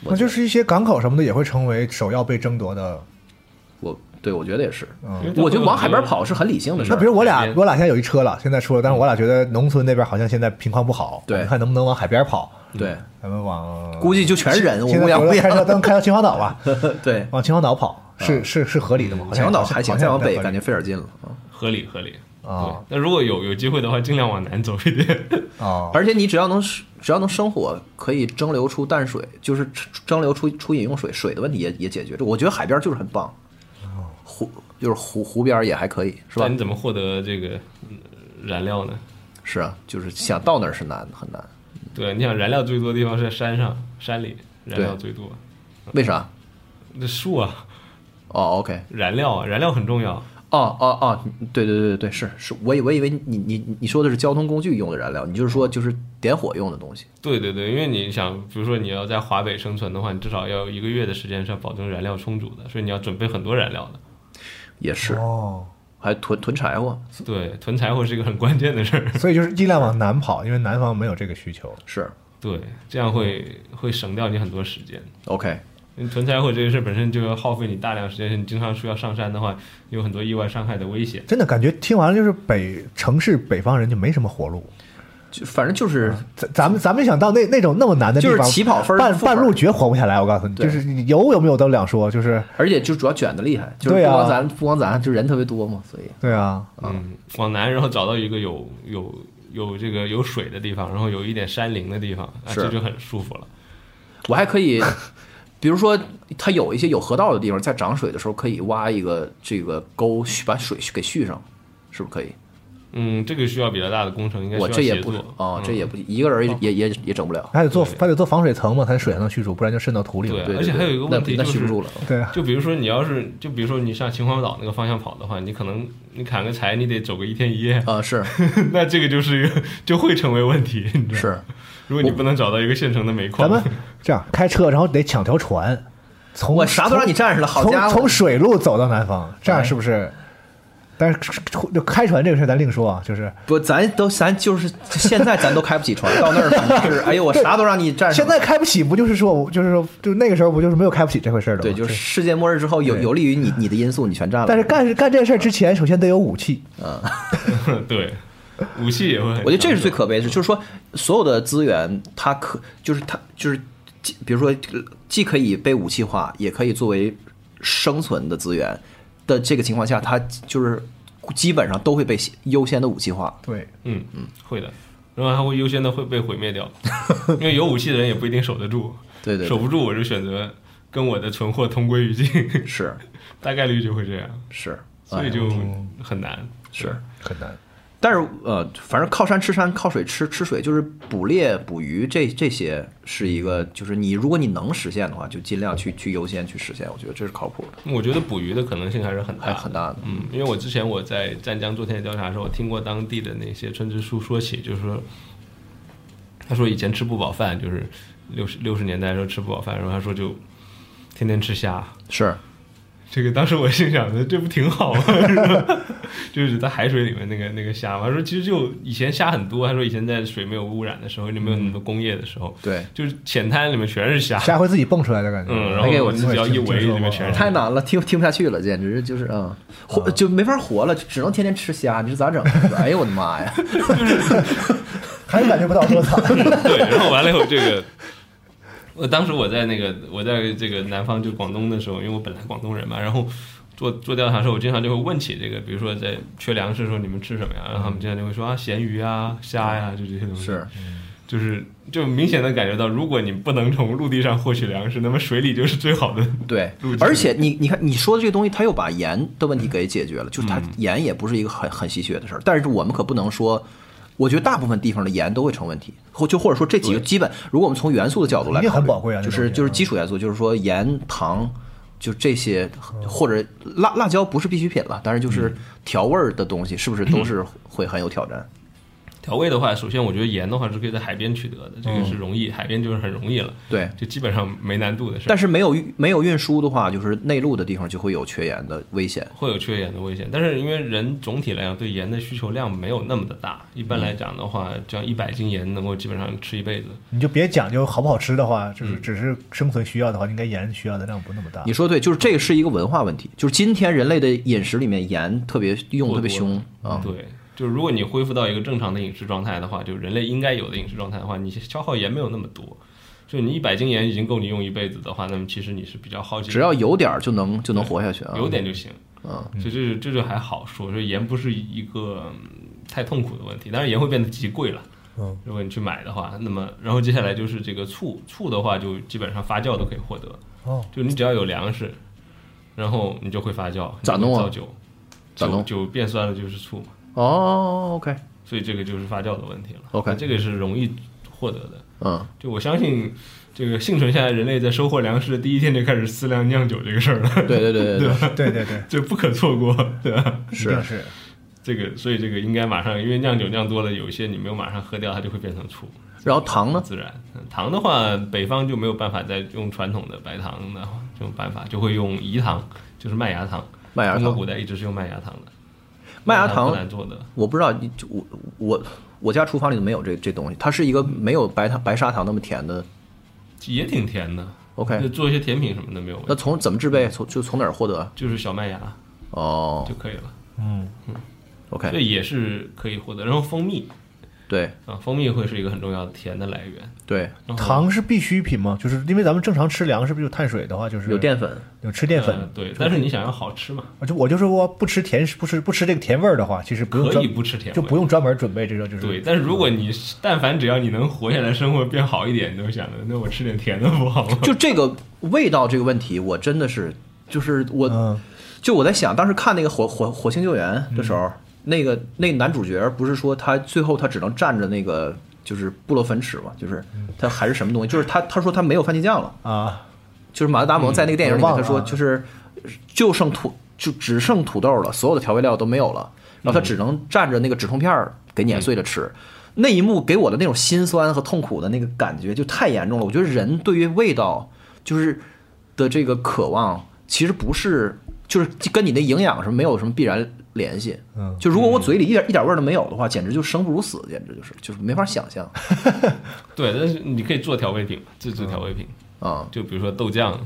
Speaker 2: 那就是一些港口什么的也会成为首要被争夺的。
Speaker 3: 我对我觉得也是，
Speaker 5: [laughs] 因为它
Speaker 3: 哦我觉得
Speaker 5: 会有
Speaker 3: 往海边
Speaker 5: 很多
Speaker 3: 跑是很理性的事
Speaker 2: 那
Speaker 3: 儿。
Speaker 2: 比如我俩
Speaker 5: 边
Speaker 2: 我俩现在有一车了，现在出了，但是我俩觉得农村那边好像现在情况不好，
Speaker 3: 对
Speaker 2: 你看能不能往海边跑？
Speaker 3: 对，
Speaker 2: 咱们往
Speaker 3: 估计就全是人，我
Speaker 2: 嗯现
Speaker 3: 估
Speaker 2: 在
Speaker 3: 计
Speaker 2: 比如说
Speaker 3: 估计
Speaker 2: 开车，咱们开到秦皇岛
Speaker 3: [laughs]
Speaker 2: 吧，
Speaker 3: 对。
Speaker 2: 往秦皇岛跑是是是合理的吗？好像
Speaker 3: 秦啊皇岛还行，再往北
Speaker 2: 好像
Speaker 3: 感觉费点劲了啊。
Speaker 5: 合理合理
Speaker 3: 哦
Speaker 2: 啊。
Speaker 5: 对那如果有有机会的话，尽量往南走一点。
Speaker 2: 啊，
Speaker 3: 而且你只要能只要能生火，可以蒸馏出淡水，就是蒸馏出出饮用水，水的问题也也解决。这我觉得海边就是很棒，湖就是湖湖边也还可以，是吧
Speaker 5: [laughs] 但你？怎么获得这个嗯燃料呢？
Speaker 3: 是啊，就是想到那儿是难很难，
Speaker 5: 对，啊你想燃料最多的地方是在山上，山里燃料最多。
Speaker 3: 为啥？
Speaker 5: 那树啊，
Speaker 3: 哦，OK，
Speaker 5: 燃料啊，燃料很重要。
Speaker 3: 哦哦哦，对对对对对，是是，我以我以为你你你说的是交通工具用的燃料，你就是说就是点火用的东西。
Speaker 5: 对对对，因为你想，比如说你要在华北生存的话，你至少要有一个月的时间是要保证燃料充足的，所以你要准备很多燃料的。
Speaker 3: 也是，
Speaker 2: 哦，
Speaker 3: 还囤囤柴火，
Speaker 5: 对，囤柴火是一个很关键的事儿。
Speaker 2: 所以就是尽量往南跑，因为南方没有这个需求。
Speaker 3: 是
Speaker 5: 对，这样会会省掉你很多时间。
Speaker 3: OK，
Speaker 5: 因为囤柴火这个事儿本身就要耗费你大量时间，你经常需要上山的话，有很多意外伤害的危险。
Speaker 2: 真的感觉听完了就是北城市北方人就没什么活路。
Speaker 3: 就反正就是
Speaker 2: 咱咱们咱们想到那那种那么难的地
Speaker 3: 就是
Speaker 2: 方，
Speaker 3: 起跑分儿
Speaker 2: 半
Speaker 3: 负分
Speaker 2: 半
Speaker 3: 儿
Speaker 2: 路绝活不下来。我告诉你，
Speaker 3: 对
Speaker 2: 就是你有有没有都两说，就是
Speaker 3: 而且就主要卷的厉害，就是
Speaker 2: 对
Speaker 3: 不
Speaker 2: 啊
Speaker 3: 光咱、不光咱，就人特别多嘛，所以
Speaker 2: 对啊，
Speaker 5: 嗯，往南，然后找到一个有有有这个有水的地方，然后有一点山林的地方，啊，
Speaker 3: 是
Speaker 5: 这就很舒服了。
Speaker 3: 我还可
Speaker 2: [laughs]
Speaker 3: 以，比如说它有一些有河道的地方，在涨水的时候可以挖一个这个沟，蓄把水给蓄上，是不是可以？
Speaker 5: 嗯，这个需要比较大的工程，应该需
Speaker 3: 我
Speaker 5: 要
Speaker 3: 这也
Speaker 5: 协
Speaker 3: 不
Speaker 5: 作嗯
Speaker 3: 啊、这也不一个人也也也也整不了。
Speaker 2: 还得做还得做防水层嘛，它水才能蓄住，不然就渗到土里
Speaker 5: 对
Speaker 2: 了。
Speaker 3: 对，
Speaker 5: 而且
Speaker 3: 对
Speaker 5: 还有一个问题
Speaker 3: 那
Speaker 5: 就
Speaker 3: 那蓄不
Speaker 5: 是
Speaker 3: 住
Speaker 5: [laughs]
Speaker 3: 了。
Speaker 2: 对啊，
Speaker 5: 就比如说你要是，就比如说你上秦皇岛那个方向跑的话，你可能你砍个柴，你得走个一天一夜，
Speaker 3: 啊、是
Speaker 5: [laughs] 那这个就是一个就会成为问题，你知道吗？
Speaker 3: 是，
Speaker 5: 如果你不能找到一个现成的煤矿，
Speaker 2: 咱们这样开车，然后得抢条船，从
Speaker 3: 我啥都让你占着了，好
Speaker 2: 从
Speaker 3: 家伙哎
Speaker 2: 从！水路走到南方，这样是不是？但是就开船这个事儿咱另说啊，就是
Speaker 3: 不，咱都咱就是现在咱都开不起船，到那儿反正是，哎呦，我啥都让你占上
Speaker 2: 现在开不起，不就是说就是说就那个时候不就是没有开不起这回事儿了吗？
Speaker 3: 对，就是世界末日之后有
Speaker 2: 对
Speaker 3: 有利于你你的因素你全占了。
Speaker 2: 但是干干这事儿之前，首先得有武器，
Speaker 5: [laughs] 对，武器也会很。
Speaker 3: 我觉得这是最可悲的，就是说所有的资源，它可就是它就是既，比如说既可以被武器化，也可以作为生存的资源的这个情况下，它就是基本上都会被优先的武器化。
Speaker 2: 对，
Speaker 5: 嗯嗯会的，然后还会优先的会被毁灭掉，因为有武器的人也不一定守得住，
Speaker 3: 对对
Speaker 5: 守
Speaker 3: 对，
Speaker 5: 不住我就选择跟我的存货同归于尽， [laughs]
Speaker 3: 是
Speaker 5: 大概率就会这样，
Speaker 3: 是，
Speaker 5: 所以就很难。
Speaker 3: 是。
Speaker 2: 很难。
Speaker 3: 但是呃，反正靠山吃山，靠水吃吃水，就是捕猎、捕鱼这这些是一个，就是你如果你能实现的话，就尽量去去优先去实现，我觉得这是靠谱的，
Speaker 5: 我觉得捕鱼的可能性还是很大
Speaker 3: 还
Speaker 5: 的，
Speaker 3: 很大的。
Speaker 5: 嗯，因为我之前我在湛江做田野调查的时候，我听过当地的那些村支书说起，就是说，他说以前吃不饱饭，就是六十六十年代的时候吃不饱饭，然后他说就天天吃虾。
Speaker 3: 是，
Speaker 5: 这个当时我心想的，这不挺好吗？ [laughs] 是吧就是在海水里面那个那个虾嘛。他说其实就以前虾很多，他说以前在水没有污染的时候，就没有那么多
Speaker 3: 嗯
Speaker 5: 工业的时候，
Speaker 3: 对，
Speaker 5: 就是浅滩里面全是虾。
Speaker 2: 下回自己蹦出来的感觉。
Speaker 5: 嗯，然
Speaker 3: 还给
Speaker 5: 后
Speaker 3: 我
Speaker 5: 自己要一围，里面全是虾
Speaker 3: 太难了，听听不下去了，简直就是嗯，活就没法活了，只能天天吃虾，你这咋整？哎呦我的
Speaker 2: [laughs]
Speaker 3: 妈呀！
Speaker 2: 还感觉不到多
Speaker 5: [laughs]
Speaker 2: 惨。
Speaker 5: 对，然后完了以后，这个 [laughs] 我当时我在那个我在这个南方就广东的时候，因为我本来广东人嘛，然后做做调查的时候，我经常就会问起这个，比如说在缺粮食的时候你们吃什么呀？然后他们经常就会说啊咸鱼啊虾呀、就这些东西。
Speaker 3: 是，
Speaker 5: 就是就明显的感觉到，如果你不能从陆地上获取粮食，那么水里就是最好的。
Speaker 3: 对
Speaker 5: 入，侵
Speaker 3: 而且你你看你说的这个东西，它又把盐的
Speaker 2: 嗯
Speaker 3: 问题给解决了，就是它盐也不是一个很很稀缺的事儿，但是我们可不能说。我觉得大部分地方的盐都会成问题，或就或者说这几个基本，如果我们从元素的角度来考虑，
Speaker 2: 一定很宝贵啊那
Speaker 3: 就
Speaker 2: 种
Speaker 3: 是
Speaker 2: 盐
Speaker 3: 就是基础元素，就是说盐、糖，就这些，
Speaker 2: 嗯
Speaker 3: 或者辣辣椒不是必需品了，但是就是调味儿的东西，是不是
Speaker 2: [clears throat]
Speaker 3: 都是会很有挑战？
Speaker 5: 调味的话，首先我觉得盐的话是可以在海边取得的，这个是容易，海边就是很容易了，
Speaker 3: 对，
Speaker 5: 就基本上没难度的事儿。
Speaker 3: 但是没有运没有运输的话，就是内陆的地方就会有缺盐的危险。
Speaker 5: 会有缺盐的危险，但是因为人总体来讲对盐的需求量没有那么的大，一般来讲的话，
Speaker 3: 嗯
Speaker 5: 这样一百斤盐能够基本上吃一辈子。
Speaker 2: 你就别讲究好不好吃的话，
Speaker 5: 嗯
Speaker 2: 就是只是生存需要的话，应该盐需要的量不那么大
Speaker 3: 你。说得对，就是这个是一个文化问题，就是今天人类的饮食里面盐特别用得特别凶啊，
Speaker 5: 对，就是如果你恢复到一个正常的饮食状态的话，就人类应该有的饮食状态的话，你消耗盐没有那么多。就你一百斤盐已经够你用一辈子的话，那么其实你是比较耗尽，
Speaker 3: 只要有点儿就能就能活下去啊，
Speaker 5: 有点就行。
Speaker 3: 啊，
Speaker 5: 所以这就这就还好说，说盐不是一个嗯太痛苦的问题，当然盐会变得极贵了。
Speaker 2: 嗯，
Speaker 5: 如果你去买的话，那么然后接下来就是这个醋，醋的话就基本上发酵都可以获得，
Speaker 2: 哦，
Speaker 5: 就你只要有粮食，然后你就会发酵，
Speaker 3: 咋弄啊
Speaker 5: 你就会造酒，
Speaker 3: 咋弄
Speaker 5: 酒酒变酸了就是醋嘛，
Speaker 3: 哦，OK，
Speaker 5: 所以这个就是发酵的问题了。
Speaker 3: OK
Speaker 5: 这个是容易获得的，
Speaker 3: 嗯，
Speaker 5: 就我相信这个幸存下来人类在收获粮食的第一天就开始思量酿酒这个事儿了， [laughs]
Speaker 3: 对对对对对，
Speaker 2: 对对对，
Speaker 5: 就不可错过，对吧？
Speaker 2: 一定是
Speaker 5: 这个，所以这个应该马上，因为酿酒酿多了，有一些你没有马上喝掉，它就会变成醋。
Speaker 3: 然后糖呢，
Speaker 5: 自然嗯糖的话，北方就没有办法再用传统的白糖的这种办法，就会用饴糖，就是麦芽糖。
Speaker 3: 麦芽
Speaker 5: 中国
Speaker 3: 糖，
Speaker 5: 古代一直是用麦芽糖的，
Speaker 3: 麦芽
Speaker 5: 不
Speaker 3: 糖，
Speaker 5: 难做的。
Speaker 3: 我不知道你就我我我家厨房里都没有这这东西，它是一个没有白糖白砂糖那么甜的
Speaker 5: 也挺甜的，就
Speaker 3: ，OK，
Speaker 5: 做一些甜品什么的没有问
Speaker 3: 那
Speaker 5: 题，
Speaker 3: 从怎么制备，从就从哪儿获得？
Speaker 5: 就是小麦芽
Speaker 3: 哦哎
Speaker 5: 就可以了，所
Speaker 3: ，OK，
Speaker 5: 以也是可以获得。然后蜂蜜
Speaker 3: 对
Speaker 5: 啊，蜂蜜会是一个很重要的甜的来源。
Speaker 3: 对，
Speaker 5: 然后
Speaker 2: 糖是必需品吗？就是因为咱们正常吃粮食，不就碳水的话，就是
Speaker 3: 有淀粉，
Speaker 2: 有吃淀
Speaker 5: 呃
Speaker 2: 粉。
Speaker 5: 对，但是你想要好吃嘛，
Speaker 2: 就我就说不吃甜食，不吃不吃这个甜味儿的话，其实不用
Speaker 5: 可以
Speaker 2: 专
Speaker 5: 不吃甜味，
Speaker 2: 就不用专门准备这个，就是
Speaker 5: 对，但是如果你但凡只要你能活下来，生活变好一点，你都想着那我吃点甜的不好吗？ [laughs]
Speaker 3: 就这个味道这个问题，我真的是就是我。
Speaker 2: 嗯，
Speaker 3: 就我在想，当时看那个火火火星救援的时候，那个那男主角不是说他最后他只能蘸着那个就是布洛芬尺嘛，就是他还是什么东西，就是他他说他没有番茄酱了，
Speaker 2: 啊，
Speaker 3: 就是马特达蒙在那个电影
Speaker 2: 嗯
Speaker 3: 里
Speaker 2: 我
Speaker 3: 面
Speaker 2: 忘
Speaker 3: 他
Speaker 2: 了啊
Speaker 3: 说就是就剩土就只剩土豆了，所有的调味料都没有了，然后
Speaker 2: 嗯
Speaker 3: 他只能蘸着那个止痛片儿给碾碎了吃。那一幕给我的那种心酸和痛苦的那个感觉就太严重了。我觉得人对于味道就是的这个渴望，其实不是就是跟你的营养是没有什么必然联系。
Speaker 2: 嗯
Speaker 3: 就如果我嘴里一点一点味儿都没有的话，简直就生不如死，简直就是就是没法
Speaker 2: [laughs]
Speaker 3: 想象
Speaker 5: 对，但是你可以做调味品嘛，自制调味品，
Speaker 3: 啊、
Speaker 5: 就比如说嗯豆酱，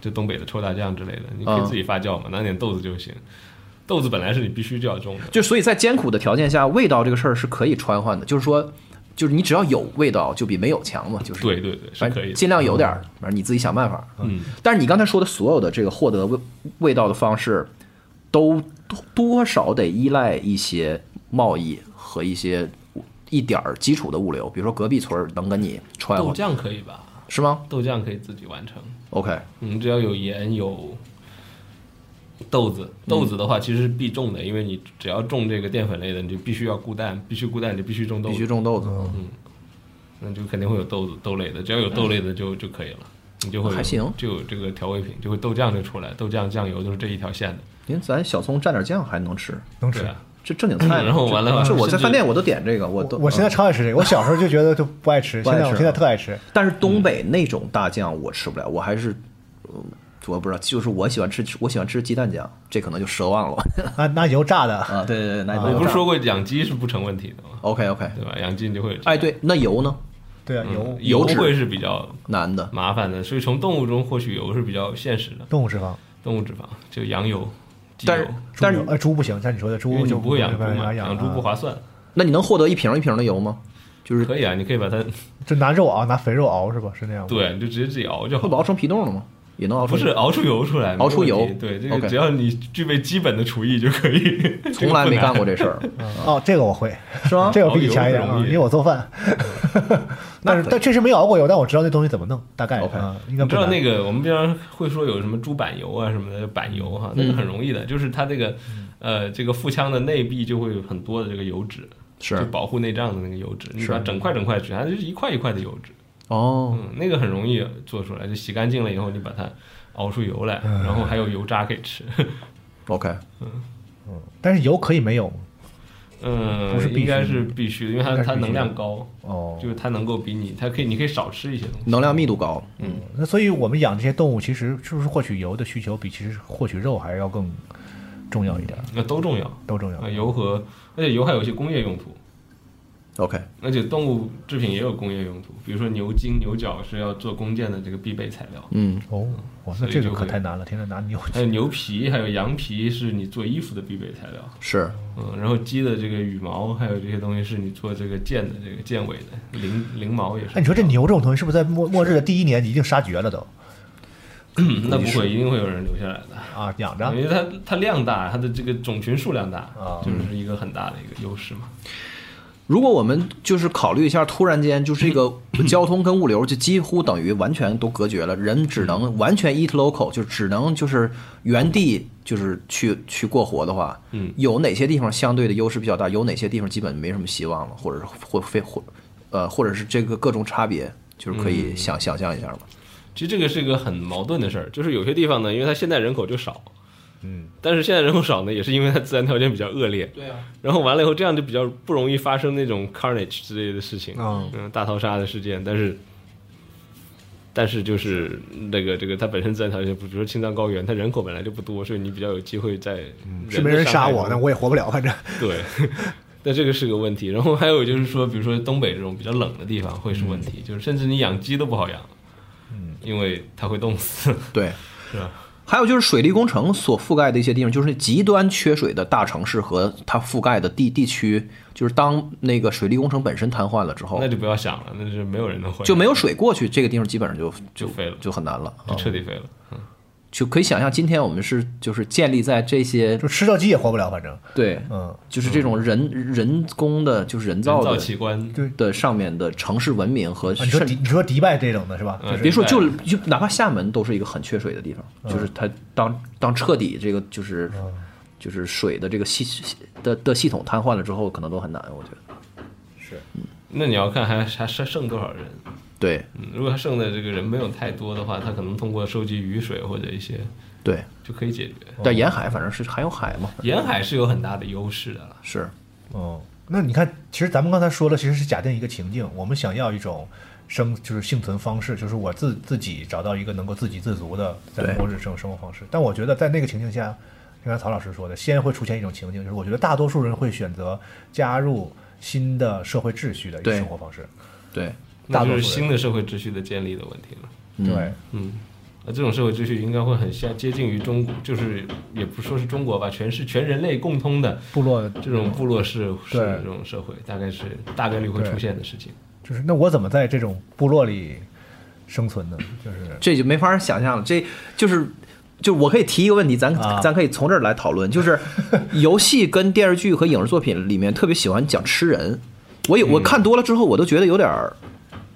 Speaker 5: 就东北的臭大酱之类的，你可以自己发酵嘛，拿点豆子就行。豆子本来是你必须就要种的，
Speaker 3: 就所以在艰苦的条件下，味道这个事儿是可以穿换的，就是说，就是你只要有味道，就比没有强嘛，就是
Speaker 5: 对对对，是
Speaker 3: 反
Speaker 5: 可以
Speaker 3: 正
Speaker 5: 的。
Speaker 3: 尽量有点儿，反正你自己想办法。
Speaker 5: 嗯，
Speaker 3: 但是你刚才说的所有的这个获得味味道的方式，都多多少得依赖一些贸易和一些一点儿基础的物流，比如说隔壁村儿能跟你穿
Speaker 5: 豆
Speaker 3: 和
Speaker 5: 酱可以吧？
Speaker 3: 是吗
Speaker 5: 豆酱可以自己完成，
Speaker 3: ？OK，
Speaker 5: 你只要有盐有。豆子，豆子的话其实是必种的，因为你只要种这个淀粉类的，你就必须要固氮，必须固氮就必须种豆
Speaker 3: 必须
Speaker 5: 子，嗯
Speaker 3: 种豆子，
Speaker 5: 那就肯定会有豆子豆类的，只要有豆类的就就可以了，你就会有
Speaker 3: 嗯还行
Speaker 5: 就有这个调味品，就会豆酱就出来，豆酱酱油都是这一条线的，
Speaker 3: 因为咱小葱蘸点酱还能吃，
Speaker 2: 能
Speaker 5: 对
Speaker 2: 吃。
Speaker 5: 啊，
Speaker 3: 这正经菜。
Speaker 5: [laughs] 然后完了
Speaker 3: 这我在
Speaker 5: 甚至
Speaker 3: 饭店我都点这个，我都嗯
Speaker 2: 我现在超爱吃这个，我小时候就觉得就不爱
Speaker 5: [laughs]
Speaker 2: 吃，
Speaker 3: 不
Speaker 2: 现
Speaker 3: 爱吃
Speaker 2: 在
Speaker 5: 啊
Speaker 2: 我现在特爱吃。
Speaker 3: 但是东北那种大酱我吃不了，我还是，嗯我不知道，就是我喜欢吃，我喜欢吃鸡蛋酱，这可能就奢
Speaker 5: [laughs]
Speaker 3: 望了
Speaker 2: 那那油炸的，
Speaker 3: 啊！对对对，那
Speaker 5: 我不是说过养鸡是不成问题的吗？
Speaker 3: OK OK，
Speaker 5: 对吧？养鸡你就会有这
Speaker 3: 哎，对，那油呢？
Speaker 2: 对啊，油
Speaker 5: 油
Speaker 3: 油脂
Speaker 5: 会是比较
Speaker 3: 男的，
Speaker 5: 麻烦的，所以从动物中获取油是比较现实的。
Speaker 2: 动物脂肪，
Speaker 5: 动物脂肪就羊油、鸡
Speaker 3: 但
Speaker 5: 油
Speaker 3: 是，
Speaker 2: 猪
Speaker 3: 但
Speaker 2: 油
Speaker 3: 是，
Speaker 2: 呃猪不行，像你说的
Speaker 5: 因为
Speaker 2: 猪
Speaker 5: 你
Speaker 2: 就
Speaker 5: 不会养
Speaker 2: 没
Speaker 5: 猪
Speaker 2: 办
Speaker 5: 嘛，
Speaker 2: 法
Speaker 5: 养
Speaker 2: 养
Speaker 5: 猪不
Speaker 2: 啊，
Speaker 5: 划算。
Speaker 3: 那你能获得一瓶一瓶的油吗？就是
Speaker 5: 可以啊，你可以把它
Speaker 2: 就拿肉熬，拿肥肉熬是吧？是那样吗？
Speaker 5: 对，你就直接自己熬就
Speaker 3: [laughs] 会
Speaker 5: 好。
Speaker 3: 熬成皮冻了吗？也能熬啊
Speaker 5: 不
Speaker 3: 成
Speaker 5: 是熬出油出来，
Speaker 3: 熬出油
Speaker 5: 没问题对，这个
Speaker 3: OK
Speaker 5: 只要你具备基本的厨艺就可以。
Speaker 3: 从来没干过
Speaker 5: 这
Speaker 3: 这事儿，
Speaker 5: 啊
Speaker 2: 哦，这个我
Speaker 5: [laughs]
Speaker 2: 会，
Speaker 3: 是吗？
Speaker 2: 这个我比你强一点
Speaker 5: 熬油
Speaker 2: 啊，
Speaker 5: 哦容易嗯
Speaker 2: 因为我做饭。 [laughs] 但是但确实没熬过油，但我知道那东西怎么弄，大概
Speaker 3: OK
Speaker 2: 啊，应
Speaker 5: 个不难。
Speaker 2: 该
Speaker 5: 你
Speaker 2: 不
Speaker 5: 知道
Speaker 2: 难
Speaker 5: 那个我们平常会说有什么猪板油啊什么的板油
Speaker 2: 嗯
Speaker 5: 哈，那个很容易的，就是它这个呃这个腹腔的内壁就会有很多的这个油脂， [laughs] 就是保护内脏的那个油脂，你把整块整块取，它就是一块一块的油脂，
Speaker 3: 哦，
Speaker 5: 嗯，那个很容易做出来，就洗干净了以后，你把它熬出油来，
Speaker 2: 嗯
Speaker 5: 然后还有油渣可以吃， [laughs]
Speaker 3: OK，
Speaker 2: 但是油可以没有
Speaker 5: 嗯
Speaker 2: 不是，必须
Speaker 5: 应该是必须的，因为它
Speaker 2: 应该是
Speaker 5: 它
Speaker 2: 必须的
Speaker 5: 能量高，
Speaker 2: 哦
Speaker 5: 就。是它能够比你，它可以你可以少吃一些东西，
Speaker 3: 能量密度高，
Speaker 2: 那所以我们养这些动物，其实是不是获取油的需求比其实获取肉还要更重要一点？
Speaker 5: 那都重要
Speaker 2: 都重要
Speaker 5: 啊，。油和而且油还有一些工业用途。
Speaker 3: OK，
Speaker 5: 而且动物制品也有工业用途，比如说牛筋、牛角是要做弓箭的这个必备材料，
Speaker 3: 嗯，
Speaker 2: 哦，哇，那
Speaker 5: 所以
Speaker 2: 这个
Speaker 5: 就
Speaker 2: 可
Speaker 5: 会哎
Speaker 2: 太难了，天天拿牛
Speaker 5: 还有牛皮，还有羊皮是你做衣服的必备材料。
Speaker 3: 是
Speaker 5: 嗯，然后鸡的这个羽毛，还有这些东西是你做这个箭的这个箭尾的翎翎毛也是。
Speaker 2: 哎，你说这牛这种东西是不是在末末日的第一年已经杀绝了都
Speaker 5: 嗯那不会，一定会有人留下来的，
Speaker 2: 啊？养着
Speaker 5: 因为它它量大，它的这个种群数量大
Speaker 2: 啊，
Speaker 5: 就是一个很大的一个优势嘛。
Speaker 3: 如果我们就是考虑一下，突然间就是这个交通跟物流就几乎等于完全都隔绝了，人只能完全 eat local，就只能就是原地就是去去过活的话，
Speaker 5: 嗯
Speaker 3: 有哪些地方相对的优势比较大？有哪些地方基本没什么希望了，或者是或非或呃，或者是这个各种差别，就是可以想、想象一下吧。
Speaker 5: 其实这个是一个很矛盾的事儿，就是有些地方呢，因为它现在人口就少，嗯，但是现在人口少呢，也是因为它自然条件比较恶劣，
Speaker 3: 对啊，
Speaker 5: 然后完了以后，这样就比较不容易发生那种 carnage 之类的事情，
Speaker 2: 嗯
Speaker 5: 嗯，大逃杀的事件。但是，但是就是那个这个它本身自然条件，比如说青藏高原，它人口本来就不多，所以你比较有机会在
Speaker 2: 嗯是没人
Speaker 5: 的
Speaker 2: 杀
Speaker 5: 伤害
Speaker 2: 我，那
Speaker 5: 中
Speaker 2: 我也活不了，反正
Speaker 5: 对， [laughs] 那这个是个问题。然后还有就是说，比如说东北这种比较冷的地方会是问题，
Speaker 2: 嗯
Speaker 5: 就是甚至你养鸡都不好养，嗯，因为它会冻死。
Speaker 3: 对，
Speaker 5: 是吧
Speaker 3: 还有就是水利工程所覆盖的一些地方，就是极端缺水的大城市和它覆盖的地地区，就是当那个水利工程本身瘫痪了
Speaker 2: 哦
Speaker 3: 之后
Speaker 5: [laughs] 那，就不要想了，那就是没有人能回来，
Speaker 3: 就没有水过去，这个地方基本上就
Speaker 5: 就废了，
Speaker 3: 就很难了。
Speaker 5: 就彻底废了。
Speaker 3: 就可以想象，今天我们是就是建立在这些
Speaker 2: 就吃到鸡也活不了，反正
Speaker 3: 对，
Speaker 2: 嗯，
Speaker 3: 就是这种人人工的，就是人
Speaker 5: 人
Speaker 3: 造
Speaker 5: 造
Speaker 3: 的
Speaker 5: 奇观，
Speaker 3: 的上面的城市文明和
Speaker 2: 啊你说
Speaker 3: 甚
Speaker 2: 迪你说迪拜这种的是吧？
Speaker 5: 嗯
Speaker 2: 就是
Speaker 3: 呃别说
Speaker 5: 明白
Speaker 3: 就就哪怕厦门都是一个很缺水的地方，
Speaker 5: 嗯
Speaker 3: 就是它当当彻底这个就是就是水的这个系的的系统瘫痪了之后，可能都很难，我觉得。
Speaker 5: 那你要看还还剩剩多少人。
Speaker 3: 对
Speaker 5: 嗯，如果他剩的这个人没有太多的话，他可能通过收集雨水或者一些
Speaker 3: 对，
Speaker 5: 就可以解决。
Speaker 3: 但沿海反正是还有海嘛，
Speaker 5: 沿海是有很大的优势的啦，
Speaker 3: 是
Speaker 2: 哦，那你看，其实咱们刚才说了，其实是假定一个情境，我们想要一种生就是幸存方式，就是我自自己找到一个能够自给自足的在
Speaker 3: 对
Speaker 2: 末日生生活方式。但我觉得在那个情境下，就像曹老师说的，先会出现一种情境，就是我觉得大多数人会选择加入新的社会秩序的一个
Speaker 3: 对
Speaker 2: 生活方式。
Speaker 3: 对，
Speaker 5: 那
Speaker 2: 大
Speaker 5: 就
Speaker 2: 多
Speaker 5: 是
Speaker 2: 数人
Speaker 5: 新的社会秩序的建立的问题了。
Speaker 2: 对，
Speaker 5: 嗯，那这种社会秩序应该会很像接近于中国，就是也不说是中国吧，全是全人类共通的
Speaker 2: 部落
Speaker 5: 这种部落式式
Speaker 2: 对
Speaker 5: 这种社会，大概是大概率会出现的事情。
Speaker 2: 就是那我怎么在这种部落里生存呢？就是
Speaker 3: 这就没法想象了。这就是，就我可以提一个问题，咱、
Speaker 2: 啊
Speaker 3: 咱可以从这儿来讨论，就是游戏跟电视剧和影视作品里面特别喜欢讲吃人。我
Speaker 2: 嗯
Speaker 3: 有我看多了之后，我都觉得有点儿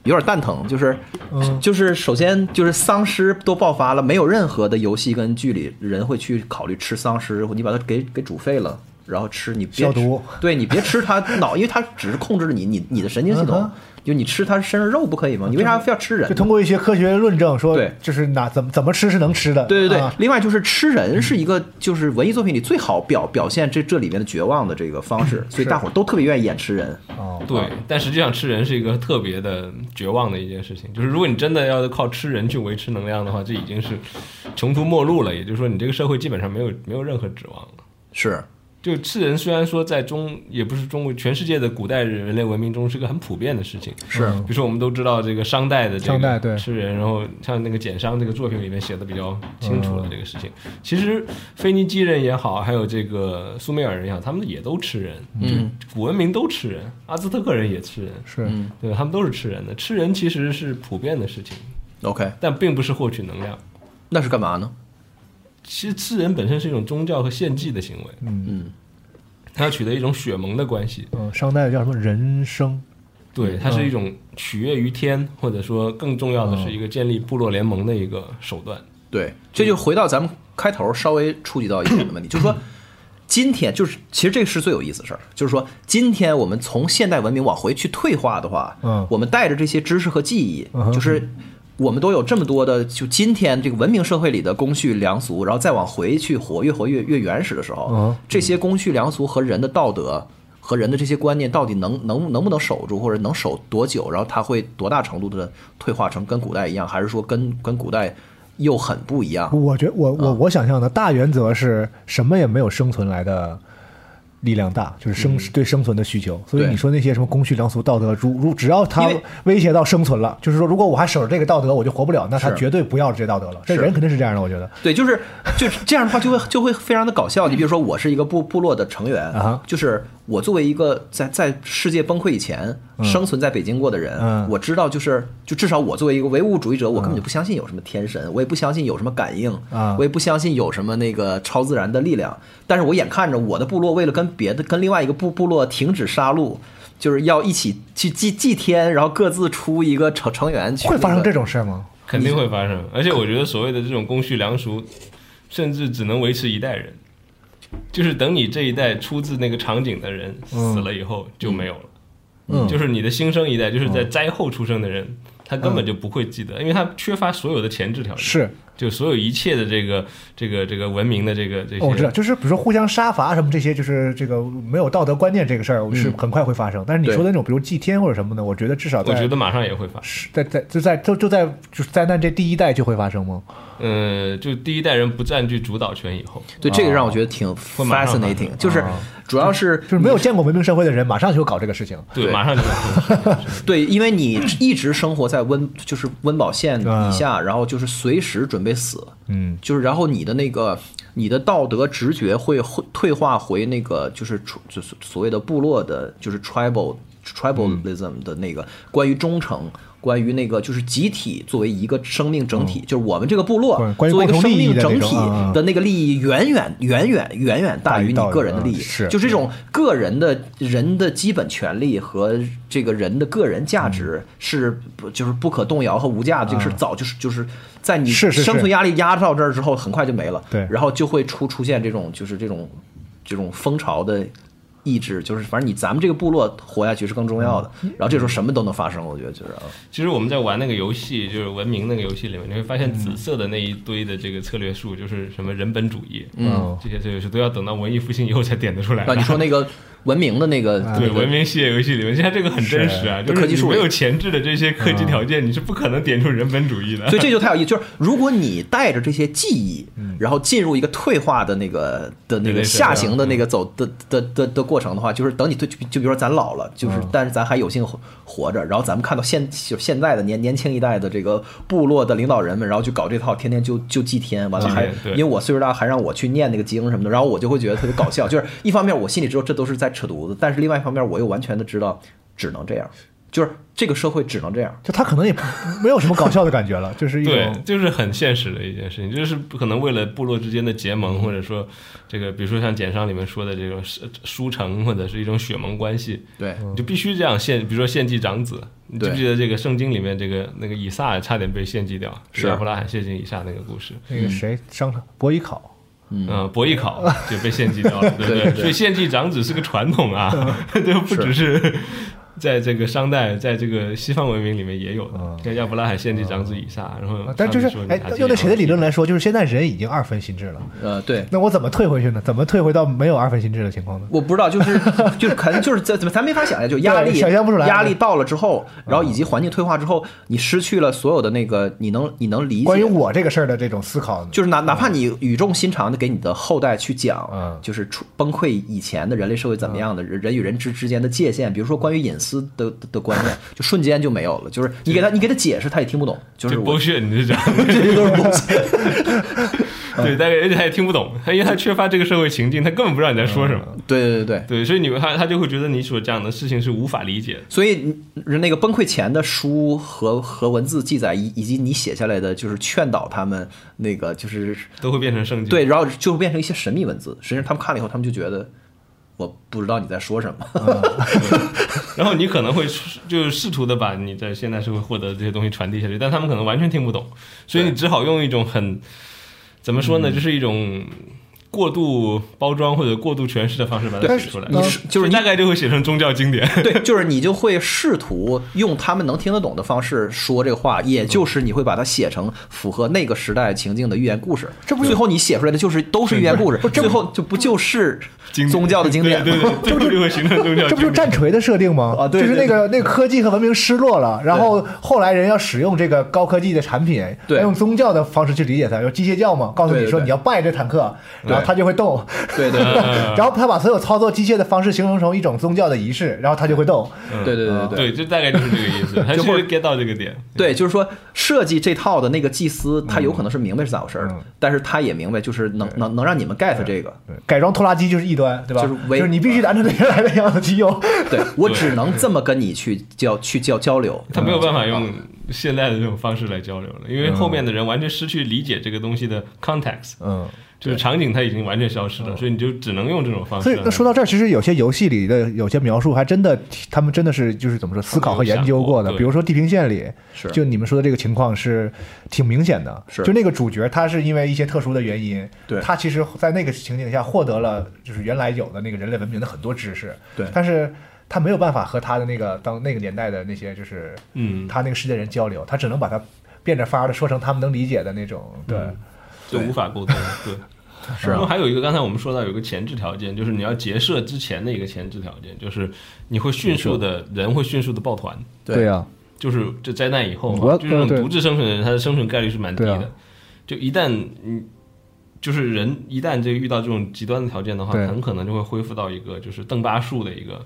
Speaker 3: 有点儿蛋疼，就是、
Speaker 2: 嗯
Speaker 3: 就是首先就是丧尸都爆发了，没有任何的游戏跟剧里人会去考虑吃丧尸，你把它给给煮沸了。然后吃你别
Speaker 2: 消毒
Speaker 3: 吃对你别吃它脑，因为它只是控制了你你你的神经系统，
Speaker 2: 嗯哼
Speaker 3: 就你吃它身上肉不可以吗？你为啥非要吃人
Speaker 2: 就？通过一些科学论证说
Speaker 3: 对，
Speaker 2: 就是哪怎么怎么吃是能吃的。
Speaker 3: 对对对，
Speaker 2: 啊
Speaker 3: 另外就是吃人是一个就是文艺作品里最好表表现这这里面的绝望的这个方
Speaker 2: 嗯
Speaker 3: 式，所以大伙儿都特别愿意演吃人。
Speaker 2: 哦，
Speaker 5: 对，啊但实际上吃人是一个特别的绝望的一件事情。就是如果你真的要靠吃人去维持能量的话，这已经是穷途末路了。也就是说，你这个社会基本上没有没有任何指望了。
Speaker 3: 是，
Speaker 5: 就吃人虽然说在中也不是中国，全世界的古代人类文明中是个很普遍的事情。
Speaker 3: 是
Speaker 2: 嗯
Speaker 5: 比如说我们都知道这个商代的这
Speaker 2: 商代
Speaker 5: 个
Speaker 2: 对
Speaker 5: 吃人，然后像那个简商这个作品里面写的比较清楚了
Speaker 2: 嗯
Speaker 5: 这个事情。其实腓尼基人也好，还有这个苏美尔人也好，他们也都吃人，
Speaker 3: 嗯，
Speaker 5: 古文明都吃人，阿兹特克人也吃人，
Speaker 2: 是
Speaker 3: 嗯
Speaker 5: 对，他们都是吃人的。吃人其实是普遍的事情，
Speaker 3: ，OK，
Speaker 5: 但并不是获取能量。
Speaker 3: 那是干嘛呢？
Speaker 5: 其实吃人本身是一种宗教和献祭的行为，
Speaker 3: 嗯，
Speaker 5: 它要取得一种血盟的关系。
Speaker 2: 嗯，商代叫什么人生？
Speaker 5: 对，它是一种取悦于天，或者说更重要的是一个建立部落联盟的一个手段。
Speaker 3: 对，这就回到咱们开头稍微触及到一点的
Speaker 2: 嗯
Speaker 3: 问题，就是说。今天就是，其实这是最有意思的事儿，就是说，今天我们从现代文明往回去退化的话，
Speaker 2: 嗯
Speaker 3: 我们带着这些知识和记忆，
Speaker 2: 嗯哼
Speaker 3: 就是我们都有这么多的，就今天这个文明社会里的公序良俗，然后再往回去活，越活越越原始的时候，
Speaker 2: 嗯
Speaker 3: 这些公序良俗和人的道德和人的这些观念到底能能能不能守住，或者能守多久？然后它会多大程度的退化成跟古代一样，还是说跟跟古代又很不一样？
Speaker 2: 我觉得我
Speaker 3: 嗯
Speaker 2: 我我想象的大原则是什么也没有生存来的力量大，就是生、对生存的需求。所以
Speaker 3: 嗯对
Speaker 2: 你说那些什么公序良俗、道德，如如只要它
Speaker 3: 因为
Speaker 2: 威胁到生存了，就是说如果我还守着这个道德，我就活不了，那他
Speaker 3: 是
Speaker 2: 绝对不要这些道德了。这
Speaker 3: 是
Speaker 2: 人肯定是这样的，我觉得。
Speaker 3: 对，就是就是这样的话，就会就会非常的搞笑。你比如说，我是一个部部落的成员
Speaker 2: 啊哈
Speaker 3: 就是我作为一个在在世界崩溃以前、生存在北京过的人，
Speaker 2: 嗯
Speaker 3: 我知道就是就至少我作为一个唯物主义者，我根本就不相信有什么天神，我也不相信有什么感应，
Speaker 2: 啊
Speaker 3: 我也不相信有什么那个超自然的力量。但是我眼看着我的部落为了跟别的跟另外一个部部落停止杀戮。就是要一起去祭祭天，然后各自出一个成成员去、
Speaker 2: 会发生这种事儿吗？
Speaker 5: 肯定会发生。而且我觉得所谓的这种公序良俗，甚至只能维持一代人，就是等你这一代出自那个场景的人死了以后就没有了。
Speaker 2: 嗯
Speaker 5: 就是你的新生一代，就是在灾后出生的人，他根本就不会记得，因为他缺乏所有的前置条
Speaker 2: 嗯
Speaker 5: 件，
Speaker 2: 是，
Speaker 5: 就所有一切的这个这个这个文明的这个这些。
Speaker 2: 哦我知道，就是比如说互相杀伐什么这些，就是这个没有道德观念这个事儿是很快会发生。但是你
Speaker 3: 嗯对
Speaker 2: 说的那种，比如祭天或者什么的，我觉得至少在
Speaker 5: 我觉得马上也会发生。
Speaker 2: 是在在就在就就在就是灾难这第一代就会发生吗？
Speaker 5: 呃，就第一代人不占据主导权以后，
Speaker 3: 对，这个
Speaker 2: 哦
Speaker 3: 让我觉得挺
Speaker 5: 马上发
Speaker 3: fascinating，就是主
Speaker 2: [laughs]
Speaker 3: 要是
Speaker 2: 就是
Speaker 5: 嗯
Speaker 2: 没有见过文明社会的人，马上就搞这个事情。
Speaker 5: 对，
Speaker 3: 对
Speaker 5: 马上就会出现
Speaker 3: 对，因为你一直生活在温就是温饱线以下，然后就是随时准备死，
Speaker 2: 嗯，
Speaker 3: 就是然后你的那个你的道德直觉会会退化回那个就是处就是所谓的部落的，就是 tribal
Speaker 2: 嗯
Speaker 3: tribalism 的那个关于忠诚。关于那个就是集体作为一个生命整体，就是我们这个部落
Speaker 2: 关嗯关于
Speaker 3: 作为一个
Speaker 2: 共
Speaker 3: 生
Speaker 2: 同利益
Speaker 3: 命
Speaker 2: 的
Speaker 3: 整
Speaker 2: 那种
Speaker 3: 体
Speaker 2: 啊啊
Speaker 3: 的那个利益，远远远远远远大
Speaker 2: 大于
Speaker 3: 于你
Speaker 2: 道
Speaker 3: 个
Speaker 2: 德
Speaker 3: 人的
Speaker 2: 啊
Speaker 3: 利益，
Speaker 2: 是
Speaker 3: 就这种个人的人的基本权利和这个人的个人价
Speaker 2: 嗯
Speaker 3: 值是不就是不可动摇和无价的，这个是早就是就是在你
Speaker 2: 啊是是是
Speaker 3: 生存压力压到这儿之后，很快就没了。
Speaker 2: 对
Speaker 3: 然后就会出出现这种就是这种这种风潮的意志，就是反正你咱们这个部落活下去是更重要的。
Speaker 2: 嗯
Speaker 3: 然后这时候什么都能发生，我觉得就是啊，
Speaker 5: 其实我们在玩那个游戏，就是文明那个游戏里面，你会发
Speaker 3: 嗯
Speaker 5: 现紫色的那一堆的这个策略树，就是什么人本主义，
Speaker 2: 嗯
Speaker 5: 这些策略树都要等到文艺复兴以后才点得出来的。
Speaker 3: 啊，你说那个文明的那个
Speaker 5: [laughs]
Speaker 3: 那
Speaker 5: 对
Speaker 3: 个
Speaker 5: 文明系列游戏里面，现在这个很真实啊，就是
Speaker 3: 科技
Speaker 5: 你
Speaker 3: 树
Speaker 5: 没
Speaker 3: 也嗯
Speaker 5: 有前置的这些科技条件，你是不可能点出人本主义 [laughs] 的
Speaker 3: 所。以这就太有意思，就是如果你带着这些记忆，
Speaker 5: 嗯
Speaker 3: 然后进入一个退化的那个的那
Speaker 5: 对对
Speaker 3: 个
Speaker 5: 对
Speaker 3: 下行的那个走的的的的过程的话，就是等你退，就就比如说咱老了，就是
Speaker 5: 嗯
Speaker 3: 但是咱还有幸活活着，然后咱们看到现就是现在的年年轻一代的这个部落的领导人们，然后就搞这套，天天就就祭天，完了
Speaker 5: 祭
Speaker 3: 还
Speaker 5: 天对
Speaker 3: 因为我岁数大，还让我去念那个经什么的，然后我就会觉得特别搞笑，就是一方面我心里知道这都是在扯犊子，但是另外一方面我又完全的知道只能这样，就是这个社会只能这样。
Speaker 2: 就他可能也不没有什么搞笑的感觉了，就是一
Speaker 5: 对，
Speaker 2: 种
Speaker 5: 就是很现实的一件事情，就是不可能为了部落之间的结盟，或者说这个，比如说像简商里面说的这种师叔承或者是一种血盟关系，
Speaker 3: 对，
Speaker 5: 你就必须这样献，比如说献祭长子。你记不
Speaker 3: 对
Speaker 5: 记得这个圣经里面这个那个以撒差点被献祭掉，
Speaker 3: 是
Speaker 5: 亚伯拉罕献祭以撒那个故事？
Speaker 2: 那个谁商场博弈考，
Speaker 5: 嗯，博弈考就被献祭掉了，对不
Speaker 3: 对
Speaker 5: 对？
Speaker 3: 对
Speaker 5: 所以献祭长子是个传统啊，这不只是在这个商代，在这个西方文明里面也有的。像亚伯拉罕献祭长子以撒，然后
Speaker 2: 啊但就是
Speaker 5: 上帝说
Speaker 2: 哎
Speaker 5: 你还，
Speaker 2: 用那谁的理论
Speaker 5: 这样
Speaker 2: 来说，就是现在人已经二分心智了，
Speaker 3: 呃，对，
Speaker 2: 那我怎么退回去呢？怎么退回到没有二分心智的情况呢？
Speaker 3: 我不知道，就是 [laughs] 就是可能就是咱咱咱没法想象，就压力
Speaker 2: 对想象不出来
Speaker 3: 压力到了之后，然后以及环境退化之后，你失去了所有的那个你能你能理解
Speaker 2: 关于我这个事儿的这种思考，
Speaker 3: 就是哪哪怕你语重心长的给你的后代去讲，
Speaker 2: 嗯
Speaker 3: 就是出崩溃以前的人类社会怎么样的，人人与人之之间的界限，比如说关于隐私的的的观念，就瞬间就没有了。就是你给他你给他解释，他也听不懂，就
Speaker 5: 这
Speaker 3: 是我
Speaker 5: bullshit，你是讲
Speaker 3: 这些都是东西。
Speaker 5: 对，但是而且他也听不懂，他因为他缺乏这个社会情境，他根本不知道你在说什么。
Speaker 3: 对对对对，
Speaker 5: 对，所以你们他他就会觉得你所讲的事情是无法理解的。
Speaker 3: 所以人那个崩溃前的书和和文字记载，以以及你写下来的就是劝导他们那个就是
Speaker 5: 都会变成圣经。
Speaker 3: 对，，然后就变成一些神秘文字。实际上他们看了以后，他们就觉得我不知道你在说什么。
Speaker 5: 然后你可能会试就是试图的把你在现代社会获得的这些东西传递下去，但他们可能完全听不懂，所以你只好用一种很怎么说呢，就是一种过度包装或者过度诠释的方式把它
Speaker 2: 但
Speaker 5: 写
Speaker 2: 是
Speaker 5: 出来。
Speaker 2: 你
Speaker 3: 是就是你
Speaker 5: 大概就会写成宗教经典。
Speaker 3: 对，就是你就会试图用他们能听得懂的方式说这个话，也就是你会把它写成符合那个时代情境的寓言故事。
Speaker 2: 这不就
Speaker 3: 最后你写出来的就是都是寓言故事，最后就不就是
Speaker 5: 经典
Speaker 3: 宗教的经典吗？
Speaker 5: [laughs] 对对对，最后就会形成宗
Speaker 2: 这
Speaker 5: 教
Speaker 2: 不就
Speaker 5: 经典。
Speaker 2: 战锤的设定吗？
Speaker 3: 啊对
Speaker 2: 就是那
Speaker 3: 对
Speaker 2: 个那个科技和文明失落了，然后后来人要使用这个高科技的产品，
Speaker 3: 对
Speaker 2: 要用宗教的方式去理解它，有机械教嘛，告诉
Speaker 3: 对
Speaker 2: 你
Speaker 3: 对
Speaker 2: 说
Speaker 3: 对
Speaker 2: 你要拜这坦克，然后它就会动，
Speaker 3: 对对对
Speaker 2: [laughs] 然后他把所有操作机械的方式形容成一种宗教的仪式，然后它就会动。
Speaker 3: 对对对对。
Speaker 5: 对，就大概就是这个意思。他就会 get 到这个点。
Speaker 3: 对，就是说设计这套的那个祭司，他有可能是明白是咋回事儿的，但是他也明白，就是能能能让你们 get 这个。
Speaker 2: 对改装拖拉机就是异端，对吧？
Speaker 3: 就是
Speaker 2: 就
Speaker 3: 唯
Speaker 2: 是你必须得按照原来的样子去用。
Speaker 3: 对我只能这么跟你去交去交交流。
Speaker 5: 他没有办法用现在的这种方式来交流了，因为后面的人完全失去理解这个东西的 context，
Speaker 2: 嗯，
Speaker 5: 就是场景它已经完全消失了，所以你就只能用这种
Speaker 3: 哦
Speaker 5: 方式
Speaker 2: 所
Speaker 5: 来。
Speaker 2: 以那说到这儿，其实有些游戏里的有些描述，还真的他们真的是就是怎么说，思考和研究过的。
Speaker 5: 对
Speaker 2: 比如说《地平线》里，
Speaker 3: 是
Speaker 2: 就你们说的这个情况是挺明显的，
Speaker 3: 是
Speaker 2: 就那个主角他是因为一些特殊的原因，
Speaker 3: 对
Speaker 2: 他其实在那个情景下获得了就是原来有的那个人类文明的很多知识，
Speaker 3: 对
Speaker 2: 但是。他没有办法和他的那个当那个年代的那些就是，
Speaker 5: 嗯
Speaker 2: 他那个世界人交流，他只能把它变着法儿的说成他们能理解的那种，
Speaker 3: 嗯
Speaker 2: 对，
Speaker 5: 就无法沟通。对，是、然后还有一个，刚才我们说到有一个前置条件，就是你要结社之前的一个前置条件，就是你会迅速的人会迅速的抱团，
Speaker 3: 对
Speaker 2: 啊
Speaker 6: 呀、
Speaker 5: 就是这灾难以后
Speaker 6: 我
Speaker 5: 啊，就是那
Speaker 6: 对
Speaker 5: 种独自生存的人，他的生存概率是蛮低
Speaker 6: 对啊
Speaker 5: 的。就一旦你就是人一旦这个遇到这种极端的条件的话，
Speaker 6: 对
Speaker 5: 很可能就会恢复到一个就是邓巴数的一个。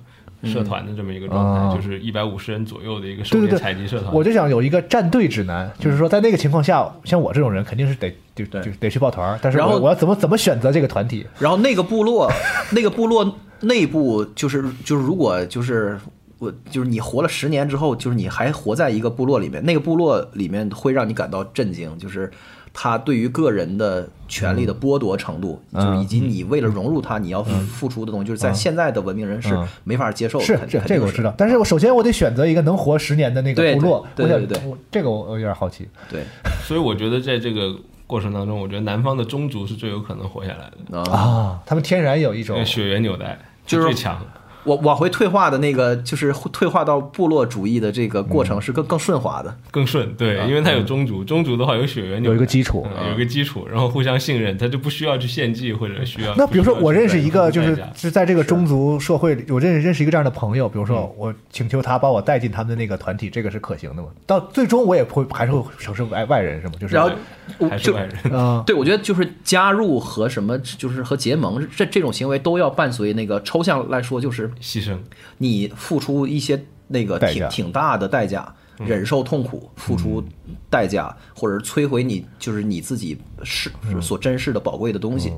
Speaker 5: 社团的这么一个状
Speaker 2: 啊
Speaker 5: 态，就是一百五十人左右的一个
Speaker 2: 对
Speaker 5: 狩
Speaker 2: 对
Speaker 5: 猎
Speaker 2: 对
Speaker 5: 采集社团。
Speaker 2: 我就想有一个战队指南，就是说在那个情况下，像我这种人肯定是得就
Speaker 3: 对
Speaker 2: 就得去抱团儿，但是
Speaker 3: 然后
Speaker 2: 我我要怎么怎么选择这个团体？
Speaker 3: 然后那个
Speaker 2: [laughs]
Speaker 3: 部落，那个部落内部就是就是如果就是。我就是你活了十年之后，就是你还活在一个部落里面，那个部落里面会让你感到震惊，就是他对于个人的权利的剥夺程度，
Speaker 2: 嗯
Speaker 3: 就是以及你为了融入他，你要付出的东西，就是在现在的文明人是没法接受的。
Speaker 2: 嗯是
Speaker 3: 肯
Speaker 2: 是
Speaker 3: 肯定
Speaker 2: 这个我知道，但是我首先我得选择一个能活十年的那个
Speaker 3: 对
Speaker 2: 部落，
Speaker 3: 对对对
Speaker 2: 我想我这个我我有点好奇，
Speaker 3: 对
Speaker 5: 所以我觉得在这个过程当中，我觉得南方的宗族是最有可能活下来的，
Speaker 3: 啊，
Speaker 2: 啊，他们天然有一种
Speaker 5: 因为血缘纽带
Speaker 3: 就是
Speaker 5: 最强。
Speaker 3: 我往回退化的那个，就是退化到部落主义的这个过
Speaker 2: 嗯
Speaker 3: 程是更更顺滑的。
Speaker 5: 更顺，对，
Speaker 3: 啊
Speaker 5: 因为它
Speaker 3: 嗯
Speaker 5: 有宗族，宗族的话有血缘纽带，
Speaker 6: 有一个基础
Speaker 2: 啊
Speaker 5: 嗯有一个基础，然后互相信任，他就不需要去献祭或者需要。
Speaker 2: 那比如说，
Speaker 5: 不需要
Speaker 2: 我
Speaker 5: 去
Speaker 2: 认识一个，
Speaker 5: 付出
Speaker 2: 就是
Speaker 5: 代价
Speaker 2: 是在这个宗族社会里，我认识认识一个这样的朋友。比如说，我请求他把我带进他们的那个团体，这个是可行的吗？到最终我也会还是会承受外外人是吗？就是
Speaker 3: 然后我
Speaker 5: 还是
Speaker 3: 就
Speaker 5: 外人， [laughs]
Speaker 2: 嗯，
Speaker 3: 对，我觉得就是加入和什么，就是和结盟这这种行为都要伴随那个抽象来说，就是
Speaker 5: 牺牲，
Speaker 3: 你付出一些那个
Speaker 2: 代
Speaker 3: 挺
Speaker 2: 价嗯
Speaker 3: 挺大的代价，忍受痛苦，付出代价，或者是摧毁你就是你自己是
Speaker 2: 嗯
Speaker 3: 所珍视的宝贵的东西，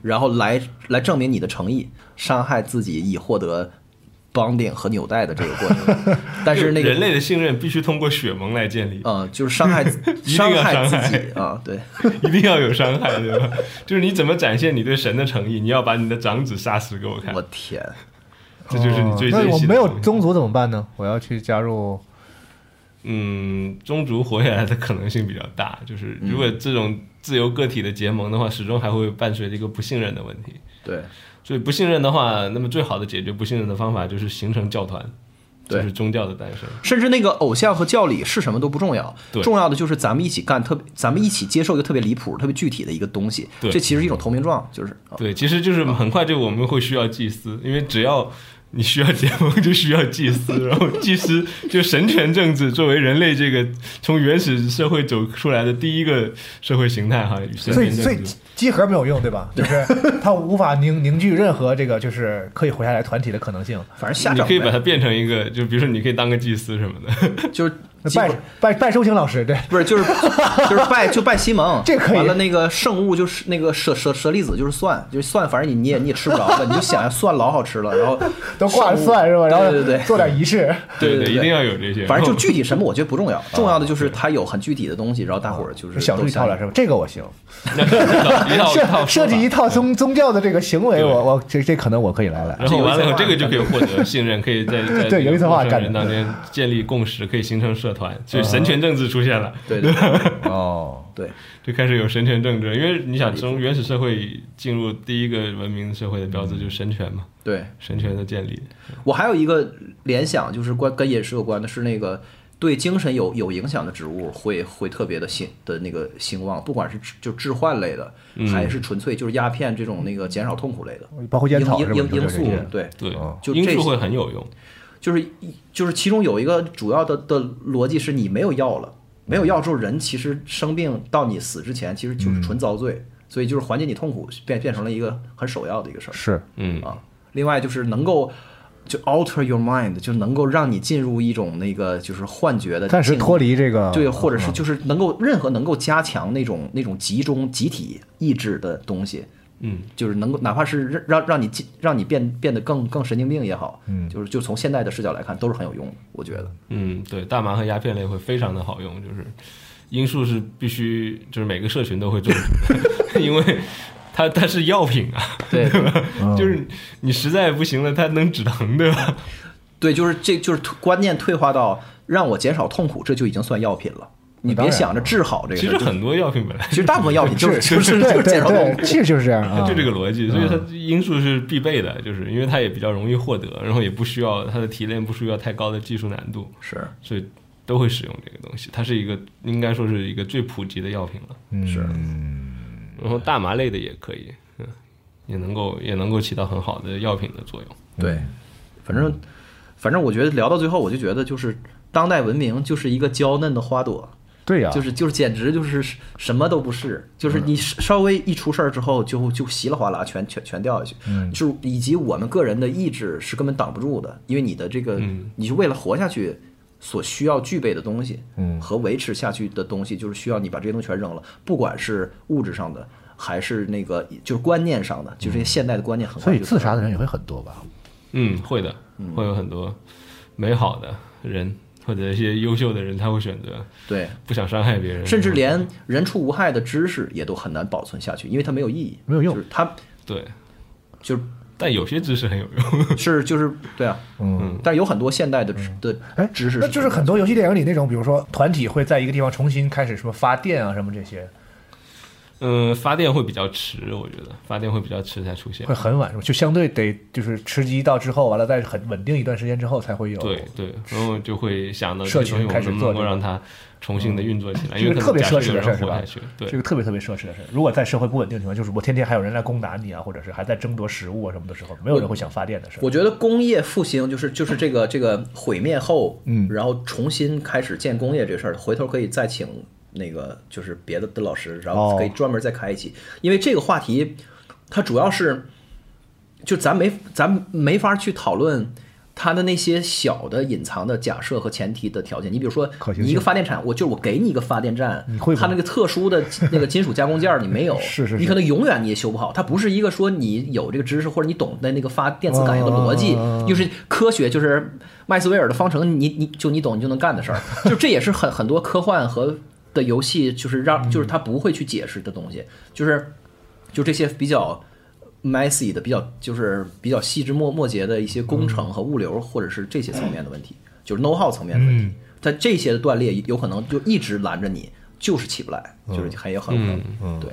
Speaker 3: 然后来来证明你的诚意，伤害自己以获得 bonding 和纽带的这个过程。但是那个
Speaker 5: 人类的信任必须通过血盟来建立， [laughs]
Speaker 3: 呃，就是伤害
Speaker 5: 定要
Speaker 3: 害
Speaker 5: 伤
Speaker 3: 自
Speaker 5: 害
Speaker 3: 己啊，
Speaker 2: [laughs]
Speaker 3: 对。
Speaker 5: 一定要有伤害，对吧？ [laughs] 就是你怎么展现你对神的诚意？你要把你的长子杀死给我看
Speaker 3: 我，天，
Speaker 5: 这就是你最
Speaker 2: 那
Speaker 5: 珍
Speaker 2: 我
Speaker 5: 惜的
Speaker 2: 没有
Speaker 5: 东西
Speaker 2: 宗族怎么办呢？我要去加入
Speaker 5: 嗯，宗族活下来的可能性比较大。就是
Speaker 3: 嗯
Speaker 5: 如果这种自由个体的结盟的话，始终还会伴随着一个不信任的问题。
Speaker 3: 对
Speaker 5: 所以不信任的话，那么最好的解决不信任的方法就是形成教团，
Speaker 3: 对
Speaker 5: 就是宗教的诞生。
Speaker 3: 甚至那个偶像和教理是什么都不重要
Speaker 5: 对，
Speaker 3: 重要的就是咱们一起干特别，咱们一起接受一个特别离谱、特别具体的一个东西。
Speaker 5: 对
Speaker 3: 这其实是一种投名状，就是啊
Speaker 5: 对，其实就是很快就我们会需要祭司，因为只要你需要结盟，就需要祭司，然后祭司就神权政治作为人类这个从原始社会走出来的第一个社会形态哈，神
Speaker 2: 所以
Speaker 5: 权
Speaker 2: 所
Speaker 5: 政
Speaker 2: 以
Speaker 5: 治。
Speaker 2: 集合没有用，对吧？就是他无法凝凝聚任何这个就是可以活下来团体的可能性。
Speaker 3: 反正下
Speaker 5: 你
Speaker 3: 整
Speaker 5: 可以把它
Speaker 3: 呗，
Speaker 5: 变成一个，就比如说你可以当个祭司什么的，
Speaker 3: 就是
Speaker 2: 那
Speaker 3: 基
Speaker 2: 拜
Speaker 3: 本
Speaker 2: 拜拜周星老师，对，
Speaker 3: 不是就是就是拜就拜西
Speaker 2: [laughs]
Speaker 3: 蒙，
Speaker 2: 这可以
Speaker 3: 完了那个圣物就是那个舍舍舍利子就是蒜，就是蒜，反正你你也你也吃不着了，你就想蒜老好吃了，然后
Speaker 2: [laughs] 都挂着蒜是吧？然后
Speaker 3: 对对对对
Speaker 2: 做点仪式。
Speaker 3: 对
Speaker 5: 对，
Speaker 3: 对
Speaker 5: 一定要有这些。
Speaker 3: 反正就
Speaker 5: 然后
Speaker 3: 具体什么我觉得不
Speaker 5: [laughs]
Speaker 3: 重要，重要的就是它有很具体的东西，然后大伙儿就
Speaker 2: [laughs]
Speaker 3: 是
Speaker 2: 小
Speaker 3: 都
Speaker 2: 猪一
Speaker 3: 相
Speaker 2: 套
Speaker 3: 信
Speaker 2: 了是吧？这个我行，
Speaker 5: 一套一套
Speaker 2: 设设计一
Speaker 5: 套
Speaker 2: 套宗宗教的这个行为，
Speaker 5: 对
Speaker 2: 我我这这可能我可以来来。
Speaker 5: 说法，然后完了以后，这个就可以获得信任，可以
Speaker 2: [laughs]
Speaker 5: 在在
Speaker 2: 对有一
Speaker 5: 个
Speaker 2: 策划
Speaker 5: 陌生
Speaker 2: 干
Speaker 5: 人
Speaker 2: 的
Speaker 5: 当间建立共识，可以形成社团，所以
Speaker 2: 啊
Speaker 5: 神权政治出现了，
Speaker 3: 对对对
Speaker 2: 哦，
Speaker 3: 对，
Speaker 5: 就开始有神权政治。因为你想，从原始社会进入第一个文明社会的标志就是神权嘛，
Speaker 3: 对
Speaker 5: 神权的建立。
Speaker 3: 我还有一个联想，就是关跟饮食有关的，是那个对精神有有影响的植物会会特别的兴的那个兴旺，不管是致就致幻类的，
Speaker 2: 嗯
Speaker 3: 还是纯粹就是鸦片这种那个减少痛苦类的，
Speaker 2: 包括烟
Speaker 3: 罂
Speaker 2: 草是吧
Speaker 3: 罂罂
Speaker 2: 就
Speaker 3: 罂
Speaker 2: 是
Speaker 3: 粟
Speaker 2: 这些，
Speaker 3: 对，
Speaker 5: 对
Speaker 2: 哦，
Speaker 3: 就
Speaker 5: 因
Speaker 3: 这
Speaker 5: 素
Speaker 3: 些
Speaker 5: 会很有用。
Speaker 3: 就是就是其中有一个主要的的逻辑是你没有药了，没有药之后，人其实生病到你死之前，其实
Speaker 2: 嗯
Speaker 3: 就是纯遭罪，所以就是缓解你痛苦变变成了一个很首要的一个事儿。
Speaker 2: 是
Speaker 5: 嗯，
Speaker 3: 啊。另外就是能够就 alter your mind，就能够让你进入一种那个就是幻觉的，
Speaker 2: 暂时脱。离嗯这个
Speaker 3: 呃对，或者是就是能够任何能够加强那种那种集中集体意志的东西，
Speaker 5: 嗯，
Speaker 3: 就是能够哪怕是让让让你进让你变变得更更神经病也好，
Speaker 2: 嗯
Speaker 3: 就是就从现在的视角来看都是很有用的，我觉
Speaker 2: [laughs]
Speaker 3: 得。
Speaker 5: 嗯，对，大麻和鸦片类会非常的好用，就是罂粟是必须，就是每个社群都会种， [laughs] 因为它它是药品啊，
Speaker 3: 对
Speaker 5: 对吧？
Speaker 3: 哦
Speaker 5: 就是你实在不行了，它能止疼，对吧？
Speaker 3: 对，就是这就是退观念退化到让我减少痛苦，这就已经算药品了。你别想着治好这个
Speaker 5: 其
Speaker 3: 事
Speaker 5: 实
Speaker 3: 儿，就
Speaker 5: 很多药品本来
Speaker 3: 其实大部分药品就是
Speaker 2: 是
Speaker 3: 就是是
Speaker 2: 对
Speaker 3: 就是
Speaker 2: 对
Speaker 3: 减少痛
Speaker 2: 对
Speaker 3: 苦，，
Speaker 2: 其实就是这样啊，
Speaker 5: 就这个逻辑，所以它罂粟是必备的，就是因为它也比较容易获得，然后也不需要它的提炼不需要太高的技术难度，
Speaker 3: 是
Speaker 5: 所以都会使用这个东西。它是一个应该说是一个最普及的药品了。
Speaker 3: 是。
Speaker 5: 然后大麻类的也可以，嗯，也能够也能够起到很好的药品的作用。
Speaker 3: 对，反
Speaker 2: 嗯
Speaker 3: 正反正我觉得聊到最后，我就觉得就是当代文明就是一个娇嫩的花朵，
Speaker 2: 对呀，
Speaker 3: 就是就是简直就是什么都不是，就是
Speaker 2: 嗯
Speaker 3: 你稍微一出事儿之后就就稀里哗啦全全全掉下去，
Speaker 2: 嗯
Speaker 3: 就是以及我们个人的意志是根本挡不住的，因为你的这个
Speaker 2: 嗯
Speaker 3: 你是为了活下去。所需要具备的东西，
Speaker 2: 嗯
Speaker 3: 和维持下去的东西，就是需要你把这些东西全扔了，不管是物质上的，还是那个就是观念上的，就是这些现代的观念很
Speaker 2: 嗯
Speaker 3: 快
Speaker 2: 所以
Speaker 3: 就
Speaker 2: 自杀的人也会很多吧？
Speaker 5: 嗯，会的，会有很多美好的人或者一些优秀的人，他会选择
Speaker 3: 对，
Speaker 5: 不想伤害别人，
Speaker 3: 甚至连人畜无害的知识也都很难保存下去，因为它没有意义，
Speaker 2: 没有用
Speaker 3: 就是它
Speaker 5: 对，
Speaker 3: 就是
Speaker 5: 但有些知识很有用。
Speaker 3: 是就是对啊，嗯，但是有很多现代的知的
Speaker 2: 哎，
Speaker 3: 知识，
Speaker 2: 那就是很多游戏电影里那种，比如说团体会在一个地方重新开始什么发电啊，什么这些，
Speaker 5: 嗯，发电会比较迟，我觉得发电会比较迟才出现
Speaker 2: 会。很晚是吧？就相对得就是吃鸡一道之后，完了再很稳定一段时间之后才会有。
Speaker 5: 对对，然后就会想到
Speaker 2: 社
Speaker 5: 这
Speaker 2: 群
Speaker 5: 个东西我
Speaker 2: 开始
Speaker 5: 们能
Speaker 2: 做
Speaker 5: 不
Speaker 2: 这个嗯
Speaker 5: 能让它重新的运作起来，因
Speaker 2: 这
Speaker 5: 为
Speaker 2: 个特
Speaker 5: 可能
Speaker 2: 别
Speaker 5: 假设
Speaker 2: 奢侈
Speaker 5: 有
Speaker 2: 的事儿
Speaker 5: 人
Speaker 2: 是
Speaker 5: 活
Speaker 2: 吧
Speaker 5: 下去，？对
Speaker 2: 这，个特别特别奢侈的事儿。如果在社会不稳定的情况，就是我天天还有人来攻打你啊，或者是还在争夺食物啊什么的时候，没有人会想发电的事儿。
Speaker 3: 我觉得工业复兴就是就是这个这个毁灭后，嗯，然后重新开始建工业这事儿，回头可以再请那个就是别的的老师，然
Speaker 2: 哦
Speaker 3: 后可以专门再开一期，因为这个话题它主要是就咱没咱没法去讨论。它的那些小的隐藏的假设和前提的条件，你比如说
Speaker 2: 可行性
Speaker 3: 你一个发电厂，我就是我给你一个发电站，
Speaker 2: 你会吗
Speaker 3: 它那个特殊的那个金属加工件儿你没
Speaker 2: [laughs]
Speaker 3: 有，
Speaker 2: 是是
Speaker 3: 你
Speaker 2: 是
Speaker 3: 可能永远你也修不好。它不是一个说你有这个知识或者你懂的那个发电磁感应的逻辑，又是科学，就是麦斯威尔的方程，你你就你懂你就能干的事儿，就这也是很很多科幻和的游戏，就是让就是它不会去解释的东西，就是就这些比较 messy 的、比较就是比较细枝末末节的一些工程和物流，或者是这些层面的问题，就是 know how 层面的问题，它这些的断裂有可能就一直拦着你，就是起不来，就是还有很有可能，对。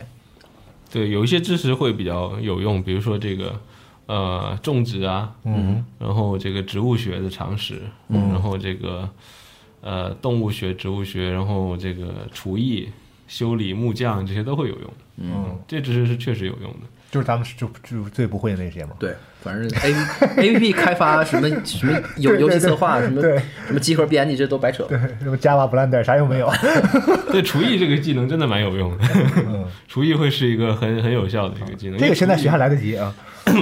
Speaker 5: 对，有一些知识会比较有用，比如说这个呃种植啊，嗯，然后这个植物学的常识，嗯，然后这个呃动物学、植物学，然后这个厨艺、修理、木匠这些都会有用。嗯，这知识是确实有用的。
Speaker 2: 就是咱们就就最不会的那些嘛。
Speaker 3: 对，反正
Speaker 5: [laughs]
Speaker 3: A A P P 开发什么什么游
Speaker 2: 对对
Speaker 3: 游戏策划什么
Speaker 2: 对
Speaker 3: 什么集合编辑，这都白扯。
Speaker 2: [laughs] 什么 Java、Blender 啥用没有？
Speaker 5: [laughs] 对，厨艺这个技能真的蛮有用的。 [laughs] 厨艺会是一个很很有效的一个技能。
Speaker 2: 嗯 [laughs] 这个现在学还
Speaker 5: 来，
Speaker 2: 来得及啊。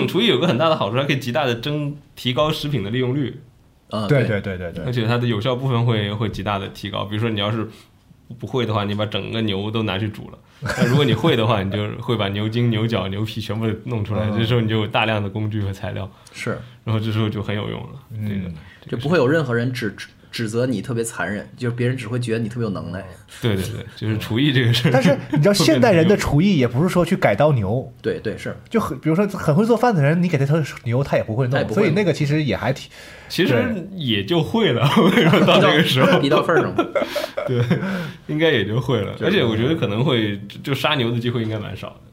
Speaker 5: 厨艺 [coughs] 有个很大的好处，它可以极大的增提高食品的利用率。
Speaker 3: 啊，
Speaker 2: 对
Speaker 3: 对
Speaker 2: 对对对对
Speaker 5: 而且它的有效部分会会极大的提高。比如说你要是不会的话，你把整个牛都拿去煮了；
Speaker 2: [laughs]
Speaker 5: 那如果你会的话，你就会把牛筋、牛角、牛皮全部弄出
Speaker 2: 嗯
Speaker 5: 来。这时候你就有大量的工具和材料，
Speaker 3: 是，
Speaker 5: 然后这时候就很有用了。这
Speaker 2: 嗯
Speaker 3: 就
Speaker 5: 个
Speaker 3: 不会有任何人指指指责你特别残忍，就是别人只会觉得你特别有能
Speaker 5: 哦
Speaker 3: 耐。
Speaker 5: 对对对，就是厨艺这个事儿。
Speaker 2: 但是你知道
Speaker 5: 会变
Speaker 2: 现
Speaker 5: 得
Speaker 2: 代人的
Speaker 5: 很有
Speaker 2: 厨艺也不是说去改刀牛，
Speaker 3: 对对是，
Speaker 2: 就很比如说很会做饭的人，你给他头牛他也不会
Speaker 3: 他也
Speaker 2: 弄，
Speaker 3: 不会
Speaker 2: 所以
Speaker 3: 弄
Speaker 2: 那个其实也还挺
Speaker 5: 其实也就会了，我跟你说到那个时候
Speaker 3: 逼到份儿上嘛。
Speaker 5: 对， [laughs] 应该也就会了。而且我觉得可能会就就杀牛的机会应该蛮少的， [laughs]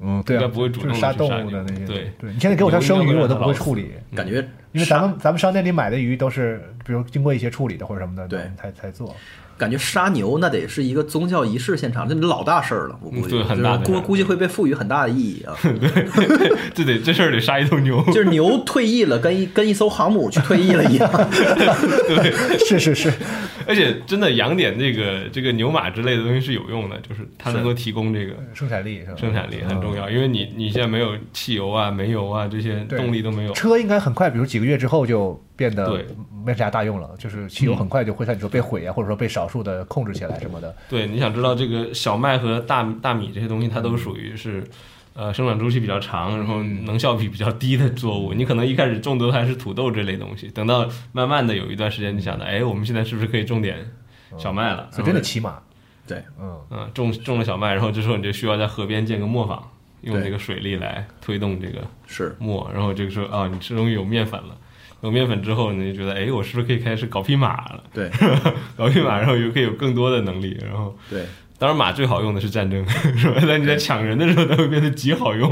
Speaker 2: 嗯对啊，
Speaker 5: 应该不会主
Speaker 2: 就是
Speaker 5: 动地
Speaker 2: 杀
Speaker 5: 去
Speaker 2: 动
Speaker 5: 杀
Speaker 2: 物的那些。
Speaker 5: 牛对
Speaker 2: 对你现在给我条生
Speaker 5: 牛
Speaker 2: 鱼
Speaker 5: 应该
Speaker 2: 我都
Speaker 5: 会
Speaker 2: 不会
Speaker 5: 让它
Speaker 2: 处
Speaker 5: 老
Speaker 2: 理，
Speaker 3: 感觉
Speaker 2: 因为咱们咱们商店里买的鱼都是比如经过一些处理的或者什么的，
Speaker 3: 对
Speaker 2: 才才做。
Speaker 3: 感觉杀牛那得是一个宗教仪式现场，那老大事儿了，我估计
Speaker 5: 嗯对很大的
Speaker 3: 就是
Speaker 5: 事
Speaker 3: 估
Speaker 5: 儿
Speaker 3: 估计会被赋予很大的意义
Speaker 5: [laughs]
Speaker 3: 啊。
Speaker 5: 这得这事儿得杀一头牛。
Speaker 3: 就是牛退役了，跟一跟一艘航母去退役了一样。 [laughs]
Speaker 2: 是是是，
Speaker 5: 而且真的养点这个这个牛马之类的东西是有用的，就是它能够提供这个
Speaker 2: 生产力是吧？
Speaker 5: 生产力很重要，因为你你现在没有汽油啊、煤油啊这些
Speaker 2: 对
Speaker 5: 动力都没有，
Speaker 2: 车应该很快，比如几个月之后就变得
Speaker 5: 对
Speaker 2: 没啥大用了，就是汽油很快就会像你说被毁啊，或者说被少数的控制起来什么的。
Speaker 5: 对，你想知道这个小麦和大大米这些东西，它都属于是。呃，生长周期比较长，然后能效比比较低的作物，你可能一开始种的还是土豆这类东西，等到慢慢的有一段时间，你想的，哎，我们现在是不是可以种点小麦了？
Speaker 2: 啊所以真的骑马，
Speaker 3: 对，
Speaker 2: 嗯，
Speaker 5: 嗯，种种了小麦，然后这时候你就需要在河边建个磨坊，用
Speaker 3: 对
Speaker 5: 这个水力来推动这个
Speaker 3: 是
Speaker 5: 磨，然后这个时候啊，你吃东西有面粉了，有面粉之后，你就觉得，哎，我是不是可以开始搞匹马了？
Speaker 3: 对
Speaker 5: 搞匹马，然后又可以有更多的能力，然后。
Speaker 3: 对，
Speaker 5: 当然，马最好用的是战争， [laughs] 是吧？但你在抢人的时候，它会变得极好用。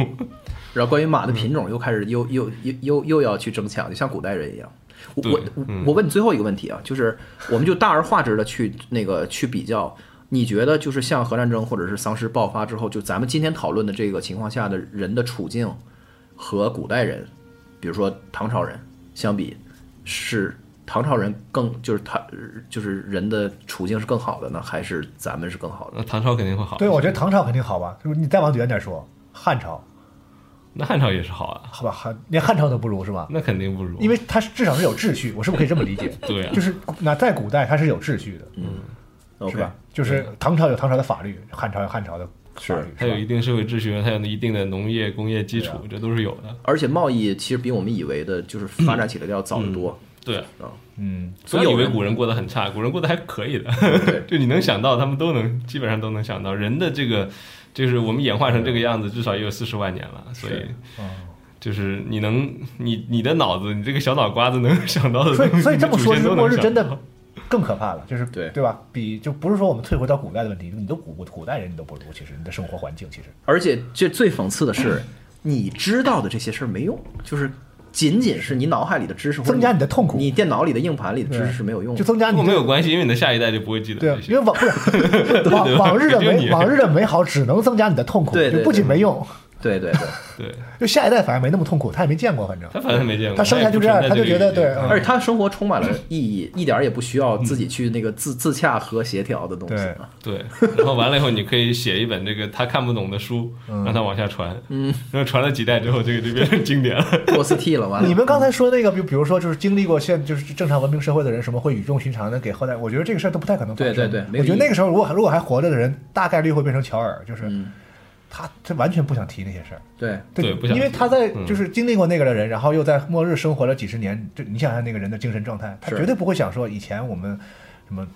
Speaker 3: 然后关于马的品种又开始又又又又又要去争抢，就像古代人一样。我
Speaker 5: 对
Speaker 3: 我我问你最后一个问题啊，就是我们就大而化之的去那个 [laughs] 去比较，你觉得就是像核战争或者是丧尸爆发之后，就咱们今天讨论的这个情况下的人的处境和古代人，比如说唐朝人相比，是唐朝人更就是他就是人的处境是更好的呢，还是咱们是更好的？
Speaker 5: 那 [laughs] 唐朝肯定会好，
Speaker 2: 对，我觉得唐朝肯定好吧，就是你再往远点说，汉朝，
Speaker 5: 那汉朝也是好啊，
Speaker 2: 好吧，汉连汉朝都不如是吧？
Speaker 5: 那肯定不如。啊
Speaker 2: 因为它是至少是有秩序，我是不是可以这么理解？
Speaker 5: 嗯 [laughs] 对啊嗯
Speaker 2: 就是那在古代它是有秩序的，是
Speaker 3: OK，
Speaker 2: 吧？就是唐朝有唐朝的法律，汉朝有汉朝的法律，
Speaker 5: 它
Speaker 2: 是
Speaker 5: 有
Speaker 2: 吧
Speaker 5: 一定社会秩序，它有一定的农业、工业基
Speaker 2: 啊
Speaker 5: 础，这都是有的。
Speaker 3: 而且贸易其实比我们以为的就是发展起来的要早得多。
Speaker 5: 对啊，
Speaker 3: 啊，
Speaker 5: [laughs]
Speaker 2: 嗯，
Speaker 5: 不
Speaker 3: 所以
Speaker 5: 要以
Speaker 3: 有
Speaker 5: 为
Speaker 3: 人
Speaker 5: 古人过得很差，古人过得还可 [laughs] 以的
Speaker 3: 对，
Speaker 5: 就你能想到，他们都能基本上都能想到，人的这个就是我们演化成这个样子，至少也有四十万年了，所以就是你能你你的脑子，你这个小脑瓜子能想到的
Speaker 2: 所
Speaker 5: 东
Speaker 2: 以
Speaker 5: 西，
Speaker 2: 所以这么说，
Speaker 5: 你的祖先
Speaker 2: 如
Speaker 5: 都
Speaker 2: 果
Speaker 5: 能
Speaker 2: 是
Speaker 5: 想
Speaker 2: 真
Speaker 5: 到
Speaker 2: 的更可怕了，就是
Speaker 3: 对
Speaker 2: 对吧？比就不是说我们退回到古代的问题，你都古不古代人你都不如，其实你的生活环境其实
Speaker 3: 而且这最讽刺的是，你知道的这些事儿没用，就是仅仅是你脑海里的知识或者
Speaker 2: 增加你的痛苦
Speaker 3: 你电脑里的硬盘里的知识是没有用的。
Speaker 2: 就增加
Speaker 5: [laughs] 跟
Speaker 2: 你
Speaker 5: 我
Speaker 2: 对
Speaker 5: 没有关系，因为你的下一代就不会记得
Speaker 2: 对啊
Speaker 5: 这，些
Speaker 2: 因为。往
Speaker 5: [laughs]
Speaker 2: 不是往往日的
Speaker 5: 对对
Speaker 2: 美
Speaker 5: 对
Speaker 2: 往日的美好只能增加你的痛苦，
Speaker 3: 对对
Speaker 2: 就不仅
Speaker 3: 对
Speaker 2: 没用，
Speaker 3: 对对
Speaker 2: [laughs]
Speaker 3: 对，
Speaker 5: 对
Speaker 2: 就下一代反而没那么痛苦，他也没见过，反正
Speaker 5: 他反正没见过，
Speaker 2: 他生下
Speaker 5: 也不
Speaker 2: 就这样
Speaker 5: 存在
Speaker 2: 他就
Speaker 5: 这
Speaker 2: 觉
Speaker 5: 个
Speaker 2: 得
Speaker 5: 世界
Speaker 2: 对嗯
Speaker 3: 而且他生活充满了意义，一点儿也不需要自己去那个自自洽和协调的东西
Speaker 2: 对
Speaker 3: 啊。
Speaker 5: 嗯对，然后完了以后，你可以写一本这个他看不懂
Speaker 2: [laughs]
Speaker 5: 的书，让他往下传，嗯，然后传了几代之后，这个就变成经典了。 [laughs]
Speaker 3: 波斯 T 了，完
Speaker 5: 啊
Speaker 3: 了。
Speaker 2: 你们刚才说那个，比比如说，就是经历过现就是正常文明社会的人，什么会语重心长的给后代，我觉得这个事儿都不太可能发生。
Speaker 3: 对对对没有
Speaker 2: 我觉得
Speaker 3: 意义
Speaker 2: 那个时候如果如果还活着的人，大概率会变成乔尔，就是、他他完全不想提那些事儿。
Speaker 3: 对
Speaker 5: 嗯对不想
Speaker 2: 因为
Speaker 5: 提
Speaker 2: 他在
Speaker 5: 嗯
Speaker 2: 就是经历过那个的人，然后又在末日生活了几十年，就你想想那个人的精神状态，他
Speaker 3: 是
Speaker 2: 绝对不会想说以前我们什么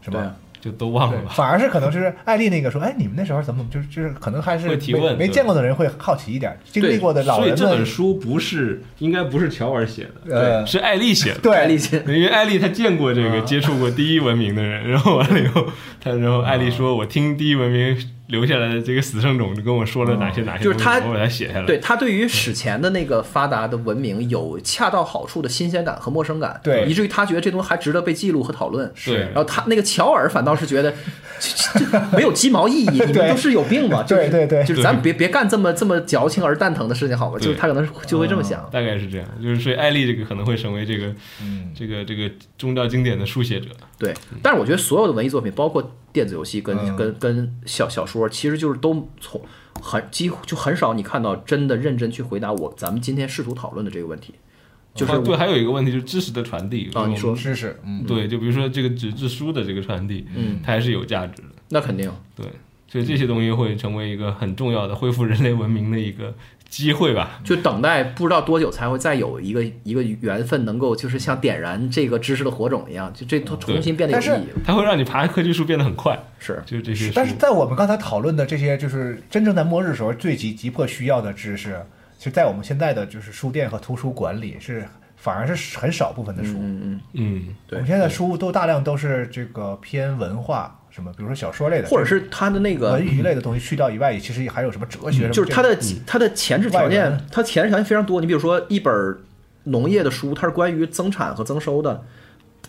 Speaker 2: 什
Speaker 3: 对
Speaker 2: 么
Speaker 3: 啊。
Speaker 5: 就都忘了
Speaker 2: 对，
Speaker 5: 吧。
Speaker 2: 反而是可能就是艾丽那个说，哎，你们那时候怎么就是就是可能还是
Speaker 5: 会提
Speaker 2: 没
Speaker 5: 问
Speaker 2: 没
Speaker 5: 对
Speaker 2: 见过的人会好奇一点，经
Speaker 3: 对
Speaker 2: 历过的老
Speaker 5: 所以
Speaker 2: 人
Speaker 5: 这
Speaker 2: 们
Speaker 5: 本，书不是，应该不是乔尔写的，
Speaker 2: 呃，
Speaker 5: [laughs] 是艾丽写的。
Speaker 2: 对
Speaker 3: 艾丽姐，
Speaker 5: 因为艾丽她见过这
Speaker 2: 啊
Speaker 5: 个，接触过第一文明的人，然后完了以后，她然后艾丽说：“我听第一文明留下来的这个死剩种，就跟我说了
Speaker 2: 啊
Speaker 5: 哪些哪些
Speaker 3: 就
Speaker 5: 东
Speaker 3: 是
Speaker 5: 西，
Speaker 3: 他
Speaker 5: 哎我把它写下来。”
Speaker 3: 对，他对于史前的那个发达的文明有恰到好处的新鲜感和陌生感，
Speaker 2: 对
Speaker 3: 以至于他觉得这东西还值得被记录和讨论。
Speaker 5: 是
Speaker 3: 然后他那个乔尔反倒是觉得这这这没有鸡毛意义，你们
Speaker 2: 对
Speaker 3: 都是有病吧？
Speaker 2: 对对对
Speaker 3: 就是就是咱们别别干这么这么矫情而蛋疼的事情好吗？
Speaker 5: 对嗯
Speaker 3: 就是他可能就会这么想。
Speaker 5: 大概是这样，就是所以艾丽这个可能会成为这个，
Speaker 3: 嗯
Speaker 5: 这个这个宗教经典的书写者，
Speaker 3: 对，
Speaker 5: 嗯
Speaker 3: 但是我觉得所有的文艺作品，包括电子游戏跟、
Speaker 2: 嗯
Speaker 3: 跟跟小小说，其实就是都从很几乎就很少你看到真的认真去回答我咱们今天试图讨论的这个问题，就是
Speaker 5: 啊对，还有一个问题就是知识的传递
Speaker 3: 啊你说
Speaker 2: 知识，嗯，
Speaker 5: 对，就比如说这个纸质书的这个传递，嗯，它还是有价值的，
Speaker 3: 那肯定。
Speaker 5: 对，所以这些东西会成为一个很重要的恢复人类文明的一个机会吧。
Speaker 3: 就等待不知道多久才会再有一个一个缘分，能够就是像点燃这个知识的火种一样，就这重新变得有
Speaker 2: 但是
Speaker 3: 意义了。
Speaker 5: 它会让你爬科技树变得很快，
Speaker 3: 是
Speaker 5: 就是这些书。
Speaker 2: 但是在我们刚才讨论的这些，就是真正在末日时候最急急迫需要的知识，其实在我们现在的就是书店和图书馆里是反而是很少部分的书。
Speaker 5: 嗯，
Speaker 2: 我
Speaker 3: 对
Speaker 2: 们现在的书都大量都是这个偏文化什么，比如说小说类的，
Speaker 3: 或者嗯是它的那个
Speaker 2: 文，娱类的东西去掉以外，其实还有什么哲学什么，
Speaker 3: 嗯
Speaker 2: 嗯
Speaker 3: 就是它的它的前置条
Speaker 2: 外
Speaker 3: 件
Speaker 2: 文，
Speaker 3: 它前置条件非常多。你比如说一本农业的书，它是关于增产和增收的。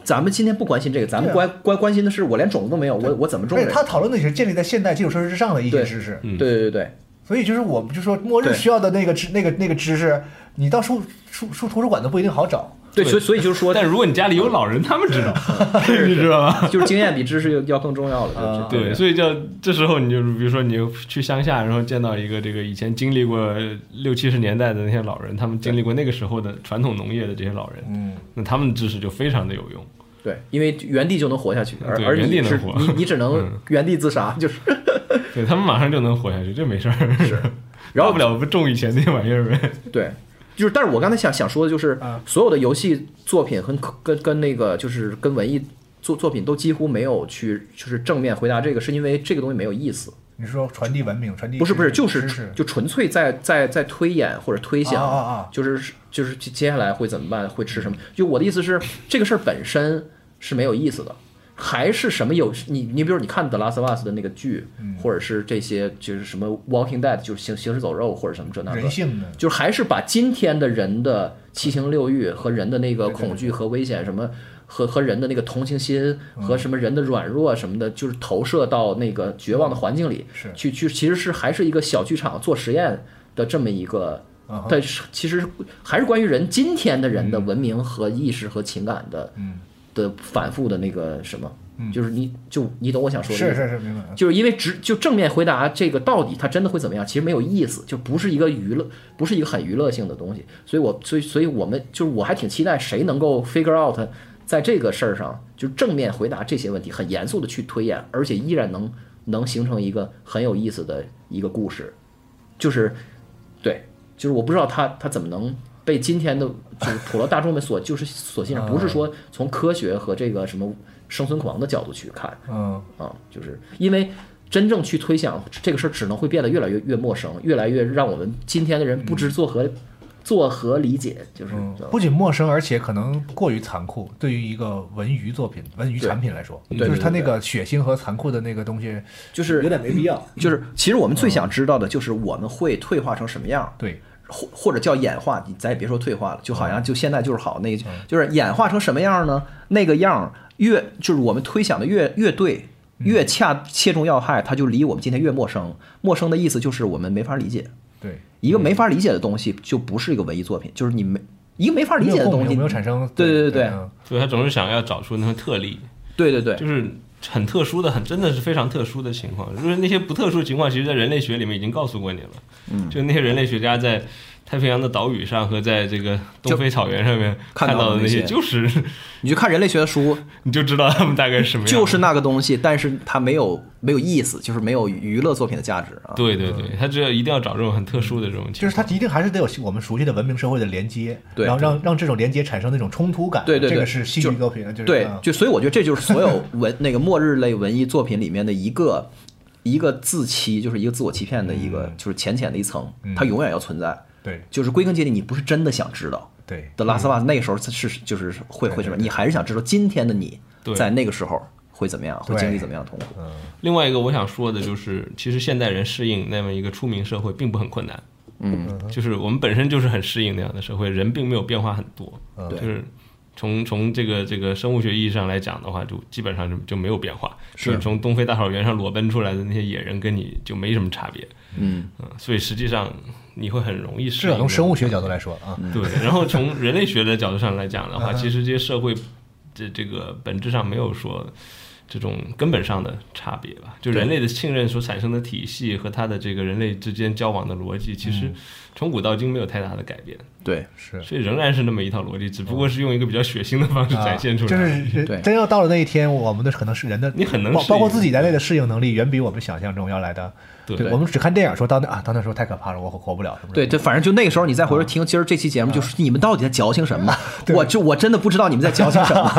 Speaker 3: 咱们今天不关心这个，咱
Speaker 2: 对
Speaker 3: 们
Speaker 2: 啊
Speaker 3: 关关关心的是我连种子都没有，我我怎么种
Speaker 2: 而
Speaker 3: 这
Speaker 2: 且
Speaker 3: 个？
Speaker 2: 他讨论的也是建立在现代基础设施之上的一些
Speaker 3: 对
Speaker 2: 知识。
Speaker 3: 对对对对，
Speaker 2: 所以就是我们就说末日
Speaker 3: 对
Speaker 2: 需要的那个知那个那个知识，你到书书书图书馆都不一定好找。
Speaker 3: 对，所以所以就是说，
Speaker 5: 但如果你家里有老人，他们知道， [laughs] 你知道
Speaker 3: [laughs]
Speaker 5: 吗？
Speaker 3: 就是经验比知识要要更重
Speaker 2: [laughs]
Speaker 3: 要
Speaker 2: 啊
Speaker 3: 了。就
Speaker 5: 对，所以叫这时候你就比如说你去乡下，然后见到一个这个以前经历过六七十年代的那些老人，他们经历过那个时候的传统农业的这些老人，嗯，那他们的知识就非常的有用。
Speaker 3: 对，因为原地就能活下去，而
Speaker 5: 对
Speaker 3: 而
Speaker 5: 原
Speaker 3: 你
Speaker 5: 地能
Speaker 3: 只
Speaker 5: 活嗯
Speaker 3: 你你只能原地自杀，就是
Speaker 5: 对他们马上就能活下去，这没事儿。是，要不了不种以前那些玩意儿呗。
Speaker 3: 对，就是，但是我刚才想想说的就是，所有的游戏作品和跟跟那个就是跟文艺作作品都几乎没有去就是正面回答这个，是因为这个东西没有意思，
Speaker 2: 你说传递文明，传递
Speaker 3: 不是不是，
Speaker 2: 知
Speaker 3: 就
Speaker 2: 知
Speaker 3: 是
Speaker 2: 识
Speaker 3: 就纯粹在在在推演或者推想，
Speaker 2: 啊啊啊
Speaker 3: 就是就是接下来会怎么办，会吃什么？就我的意思是，这个事儿本身是没有意思的。还是什么有你你比如你看《The Last of Us》的那个剧，或者是这些就是什么《Walking Dead》，就是行行尸走肉或者什么这那个，
Speaker 2: 人性的
Speaker 3: 就是还是把今天的人的七情六欲和人的那个恐惧和危险什么，和和人的那个同情心
Speaker 2: 嗯
Speaker 3: 和什么人的软弱什么的，就是投射到那个绝望的环境里，
Speaker 2: 是
Speaker 3: 去去其实是还是一个小剧场做实验的这么一个。
Speaker 2: 嗯
Speaker 3: 但是其实还是关于人今天的人的文明和意识和情感的，
Speaker 2: 嗯
Speaker 3: 的反复的那个什么，就是你就你懂我想说的意
Speaker 2: 是
Speaker 3: 思，
Speaker 2: 是是，明白。
Speaker 3: 就是因为直就正面回答这个到底它真的会怎么样，其实没有意思，就不是一个娱乐，不是一个很娱乐性的东西。所以我所以所以我们就是我还挺期待谁能够 figure out 在这个事儿上就正面回答这些问题，很严肃的去推演，而且依然能能形成一个很有意思的一个故事。就是对，就是我不知道他他怎么能。被今天的就是普罗大众们所就是所信任，不是说从科学和这个什么生存狂的角度去看，
Speaker 2: 嗯，
Speaker 3: 啊，就是因为真正去
Speaker 6: 嗯
Speaker 3: 推想这个事儿，只能会变得越来越越陌生，越来越让我们今天的人不知作何
Speaker 7: 做和理解，就是
Speaker 2: 嗯
Speaker 7: 就，
Speaker 2: 不仅陌生，而且可能过于残酷。对于一个文娱作品、文娱产品来说，
Speaker 3: 对
Speaker 2: 就是它那个血腥和残酷的那个东西，
Speaker 3: 就是嗯
Speaker 6: 有点没必要。嗯
Speaker 3: 就是，其实我们最想知道的就是我们会退化成什么样，
Speaker 2: 对，
Speaker 3: 或或者叫演化，你咱也别说退化了，就好
Speaker 6: 嗯
Speaker 3: 像就现在就是好，那个就是演化成什么样呢？那个样儿越就是我们推想的越越对，
Speaker 6: 嗯
Speaker 3: 越恰切中要害，它就离我们今天越陌生。陌生的意思就是我们没法理解，
Speaker 2: 对，
Speaker 3: 一个没法理解的东西就不是一个文艺作品，就是你没一个没法理解的
Speaker 2: 没有
Speaker 3: 东
Speaker 2: 共鸣
Speaker 3: 西，
Speaker 2: 没有产生，
Speaker 3: 对对对对
Speaker 2: 嗯
Speaker 5: [laughs] 所以他总是想要找出那种特例，
Speaker 3: 对对对
Speaker 5: 就，是很特殊的，很真的是非常特殊的情况。就是那些不特殊的情况，其实，在人类学里面已经告诉过你了。嗯，就那些人类学家在太平洋的岛屿上和在这个东非草原上面
Speaker 3: 看
Speaker 5: 看
Speaker 3: 到
Speaker 5: 到
Speaker 3: 的
Speaker 5: 的
Speaker 3: 那
Speaker 5: 些，
Speaker 3: 些
Speaker 5: 就是
Speaker 3: 你去看人类学的书，
Speaker 5: 你就知道他们大概是什么样的。
Speaker 3: 就是那个东西，但是它没有没有意思，就是没有娱乐作品的价值啊。
Speaker 5: 对对对，他只有一定要找这种很特殊的这种情
Speaker 2: 就是它
Speaker 5: 况。
Speaker 2: 一定还是得有我们熟悉的文明社会的连接，
Speaker 3: 对
Speaker 2: 然后让让这种连接产生那种冲突感，
Speaker 3: 对对对
Speaker 2: 这个是戏剧作品，就是
Speaker 3: 对
Speaker 2: 嗯，
Speaker 3: 就所以我觉得这就是所有文那个末日类文艺作品里面的一个一个自欺，就是一个自我欺骗的一个，就是浅浅的一层，它永远要存在。
Speaker 2: 嗯对嗯
Speaker 3: 就是归根结底，你不是真的想知道。
Speaker 2: 对
Speaker 3: 的拉斯瓦那个时候是是就是会会什么，你还是想知道今天的你
Speaker 5: 对
Speaker 3: 在那个时候会怎么样，会
Speaker 2: 对
Speaker 3: 经历怎么样的痛苦。
Speaker 5: 另外一个我想说的就是，其实现代人适应那么一个出名社会并不很困难。嗯，就是我们本身就是很适应那样的社会，人并没有变化很多。
Speaker 3: 对
Speaker 5: 就是从从这个这个生物学意义上来讲的话，就基本上就就没有变化。是从东非大草原上裸奔出来的那些野人，跟你就没什么差别。
Speaker 3: 嗯，
Speaker 5: 嗯，所以实际上你会很容易适
Speaker 2: 至
Speaker 5: 应
Speaker 2: 少从
Speaker 5: 这种
Speaker 2: 啊生物学角度来说
Speaker 3: 嗯
Speaker 2: 啊，
Speaker 5: 对， [laughs] 然后从人类学的角度上来讲的话，其实这些社会这这个本质上没有说这种根本上的差别吧。就人类的信任所产生的体系和它的这个人类之间交往的逻辑，其实从古到今没有太大的改变，
Speaker 3: 对，
Speaker 2: 是。
Speaker 5: 所以仍然是那么一套逻辑，只不过是用一个比较血腥的方式展现出来。
Speaker 2: 啊就是
Speaker 3: 啊对
Speaker 2: 真要到了那一天，我们的可能是人的，
Speaker 5: 你很能
Speaker 2: 包
Speaker 5: 适应
Speaker 2: 包括自己在内的适应能力，远比我们想象中要来的。
Speaker 5: 对
Speaker 2: 我们只看电影说到那啊，到那时候太可怕了，我活活不了什么。
Speaker 3: 对，，这反正就那个时候，你再回头听今儿这期节目，就是你们到底在矫情什 [laughs] 么？我就我真的不知道你们在矫情什 [laughs] 么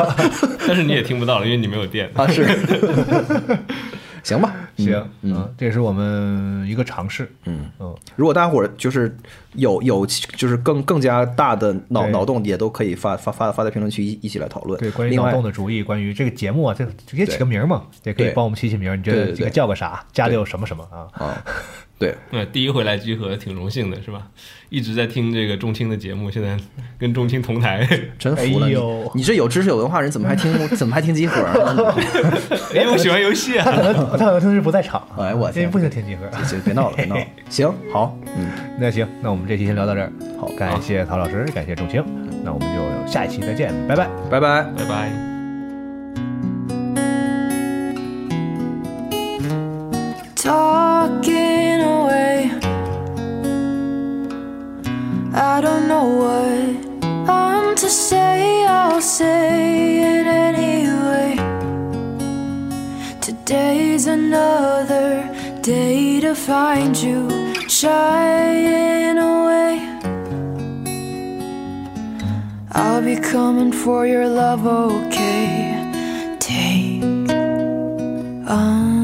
Speaker 5: 但是你也听不到了，因为你没有电。
Speaker 3: 啊！是， [laughs] 行吧，嗯
Speaker 2: 行，嗯，这也是我们一个尝试，嗯嗯，
Speaker 3: 如果大家伙儿就是有有就是更更加大的脑
Speaker 2: 对
Speaker 3: 脑洞，也都可以发发发发在评论区一一起来讨论。
Speaker 2: 对，关于
Speaker 3: 另
Speaker 2: 脑
Speaker 3: 外
Speaker 2: 洞的主意，关于这个节目啊，就直接起个名儿嘛，也可以
Speaker 3: 对
Speaker 2: 帮我们起起名儿。你觉
Speaker 3: 对
Speaker 2: 得
Speaker 3: 对
Speaker 2: 这个
Speaker 3: 对
Speaker 2: 叫个啥？家里有什么什么啊？
Speaker 3: 啊，对，
Speaker 5: 对，第一回来集合挺荣幸的，是吧？一直在听这个仲青的节目，现在跟仲青同台， [laughs]
Speaker 3: 真服
Speaker 2: 哎
Speaker 3: 了你
Speaker 2: 呦！
Speaker 3: 你这有知识有文化人，怎么还听怎么还听集合啊 [laughs] 呢？
Speaker 5: 因为我喜欢游戏啊。
Speaker 2: [laughs] 他可能他可能平时不在场，
Speaker 3: 哎我
Speaker 2: 因为
Speaker 3: 天
Speaker 2: 不行听集合。
Speaker 3: 就别闹了，别闹了。行，好，嗯，
Speaker 2: 那行，那我们这期先聊到这儿。
Speaker 3: 好
Speaker 2: 感谢曹老师，感谢仲青，那我们就下一期再见，拜拜。
Speaker 3: 拜拜。
Speaker 5: 拜拜。
Speaker 8: talking away. I don't know what I'm to say, I'll say it anyway. Today's another day to find you shying away. I'll be coming for your love, okay? Take on.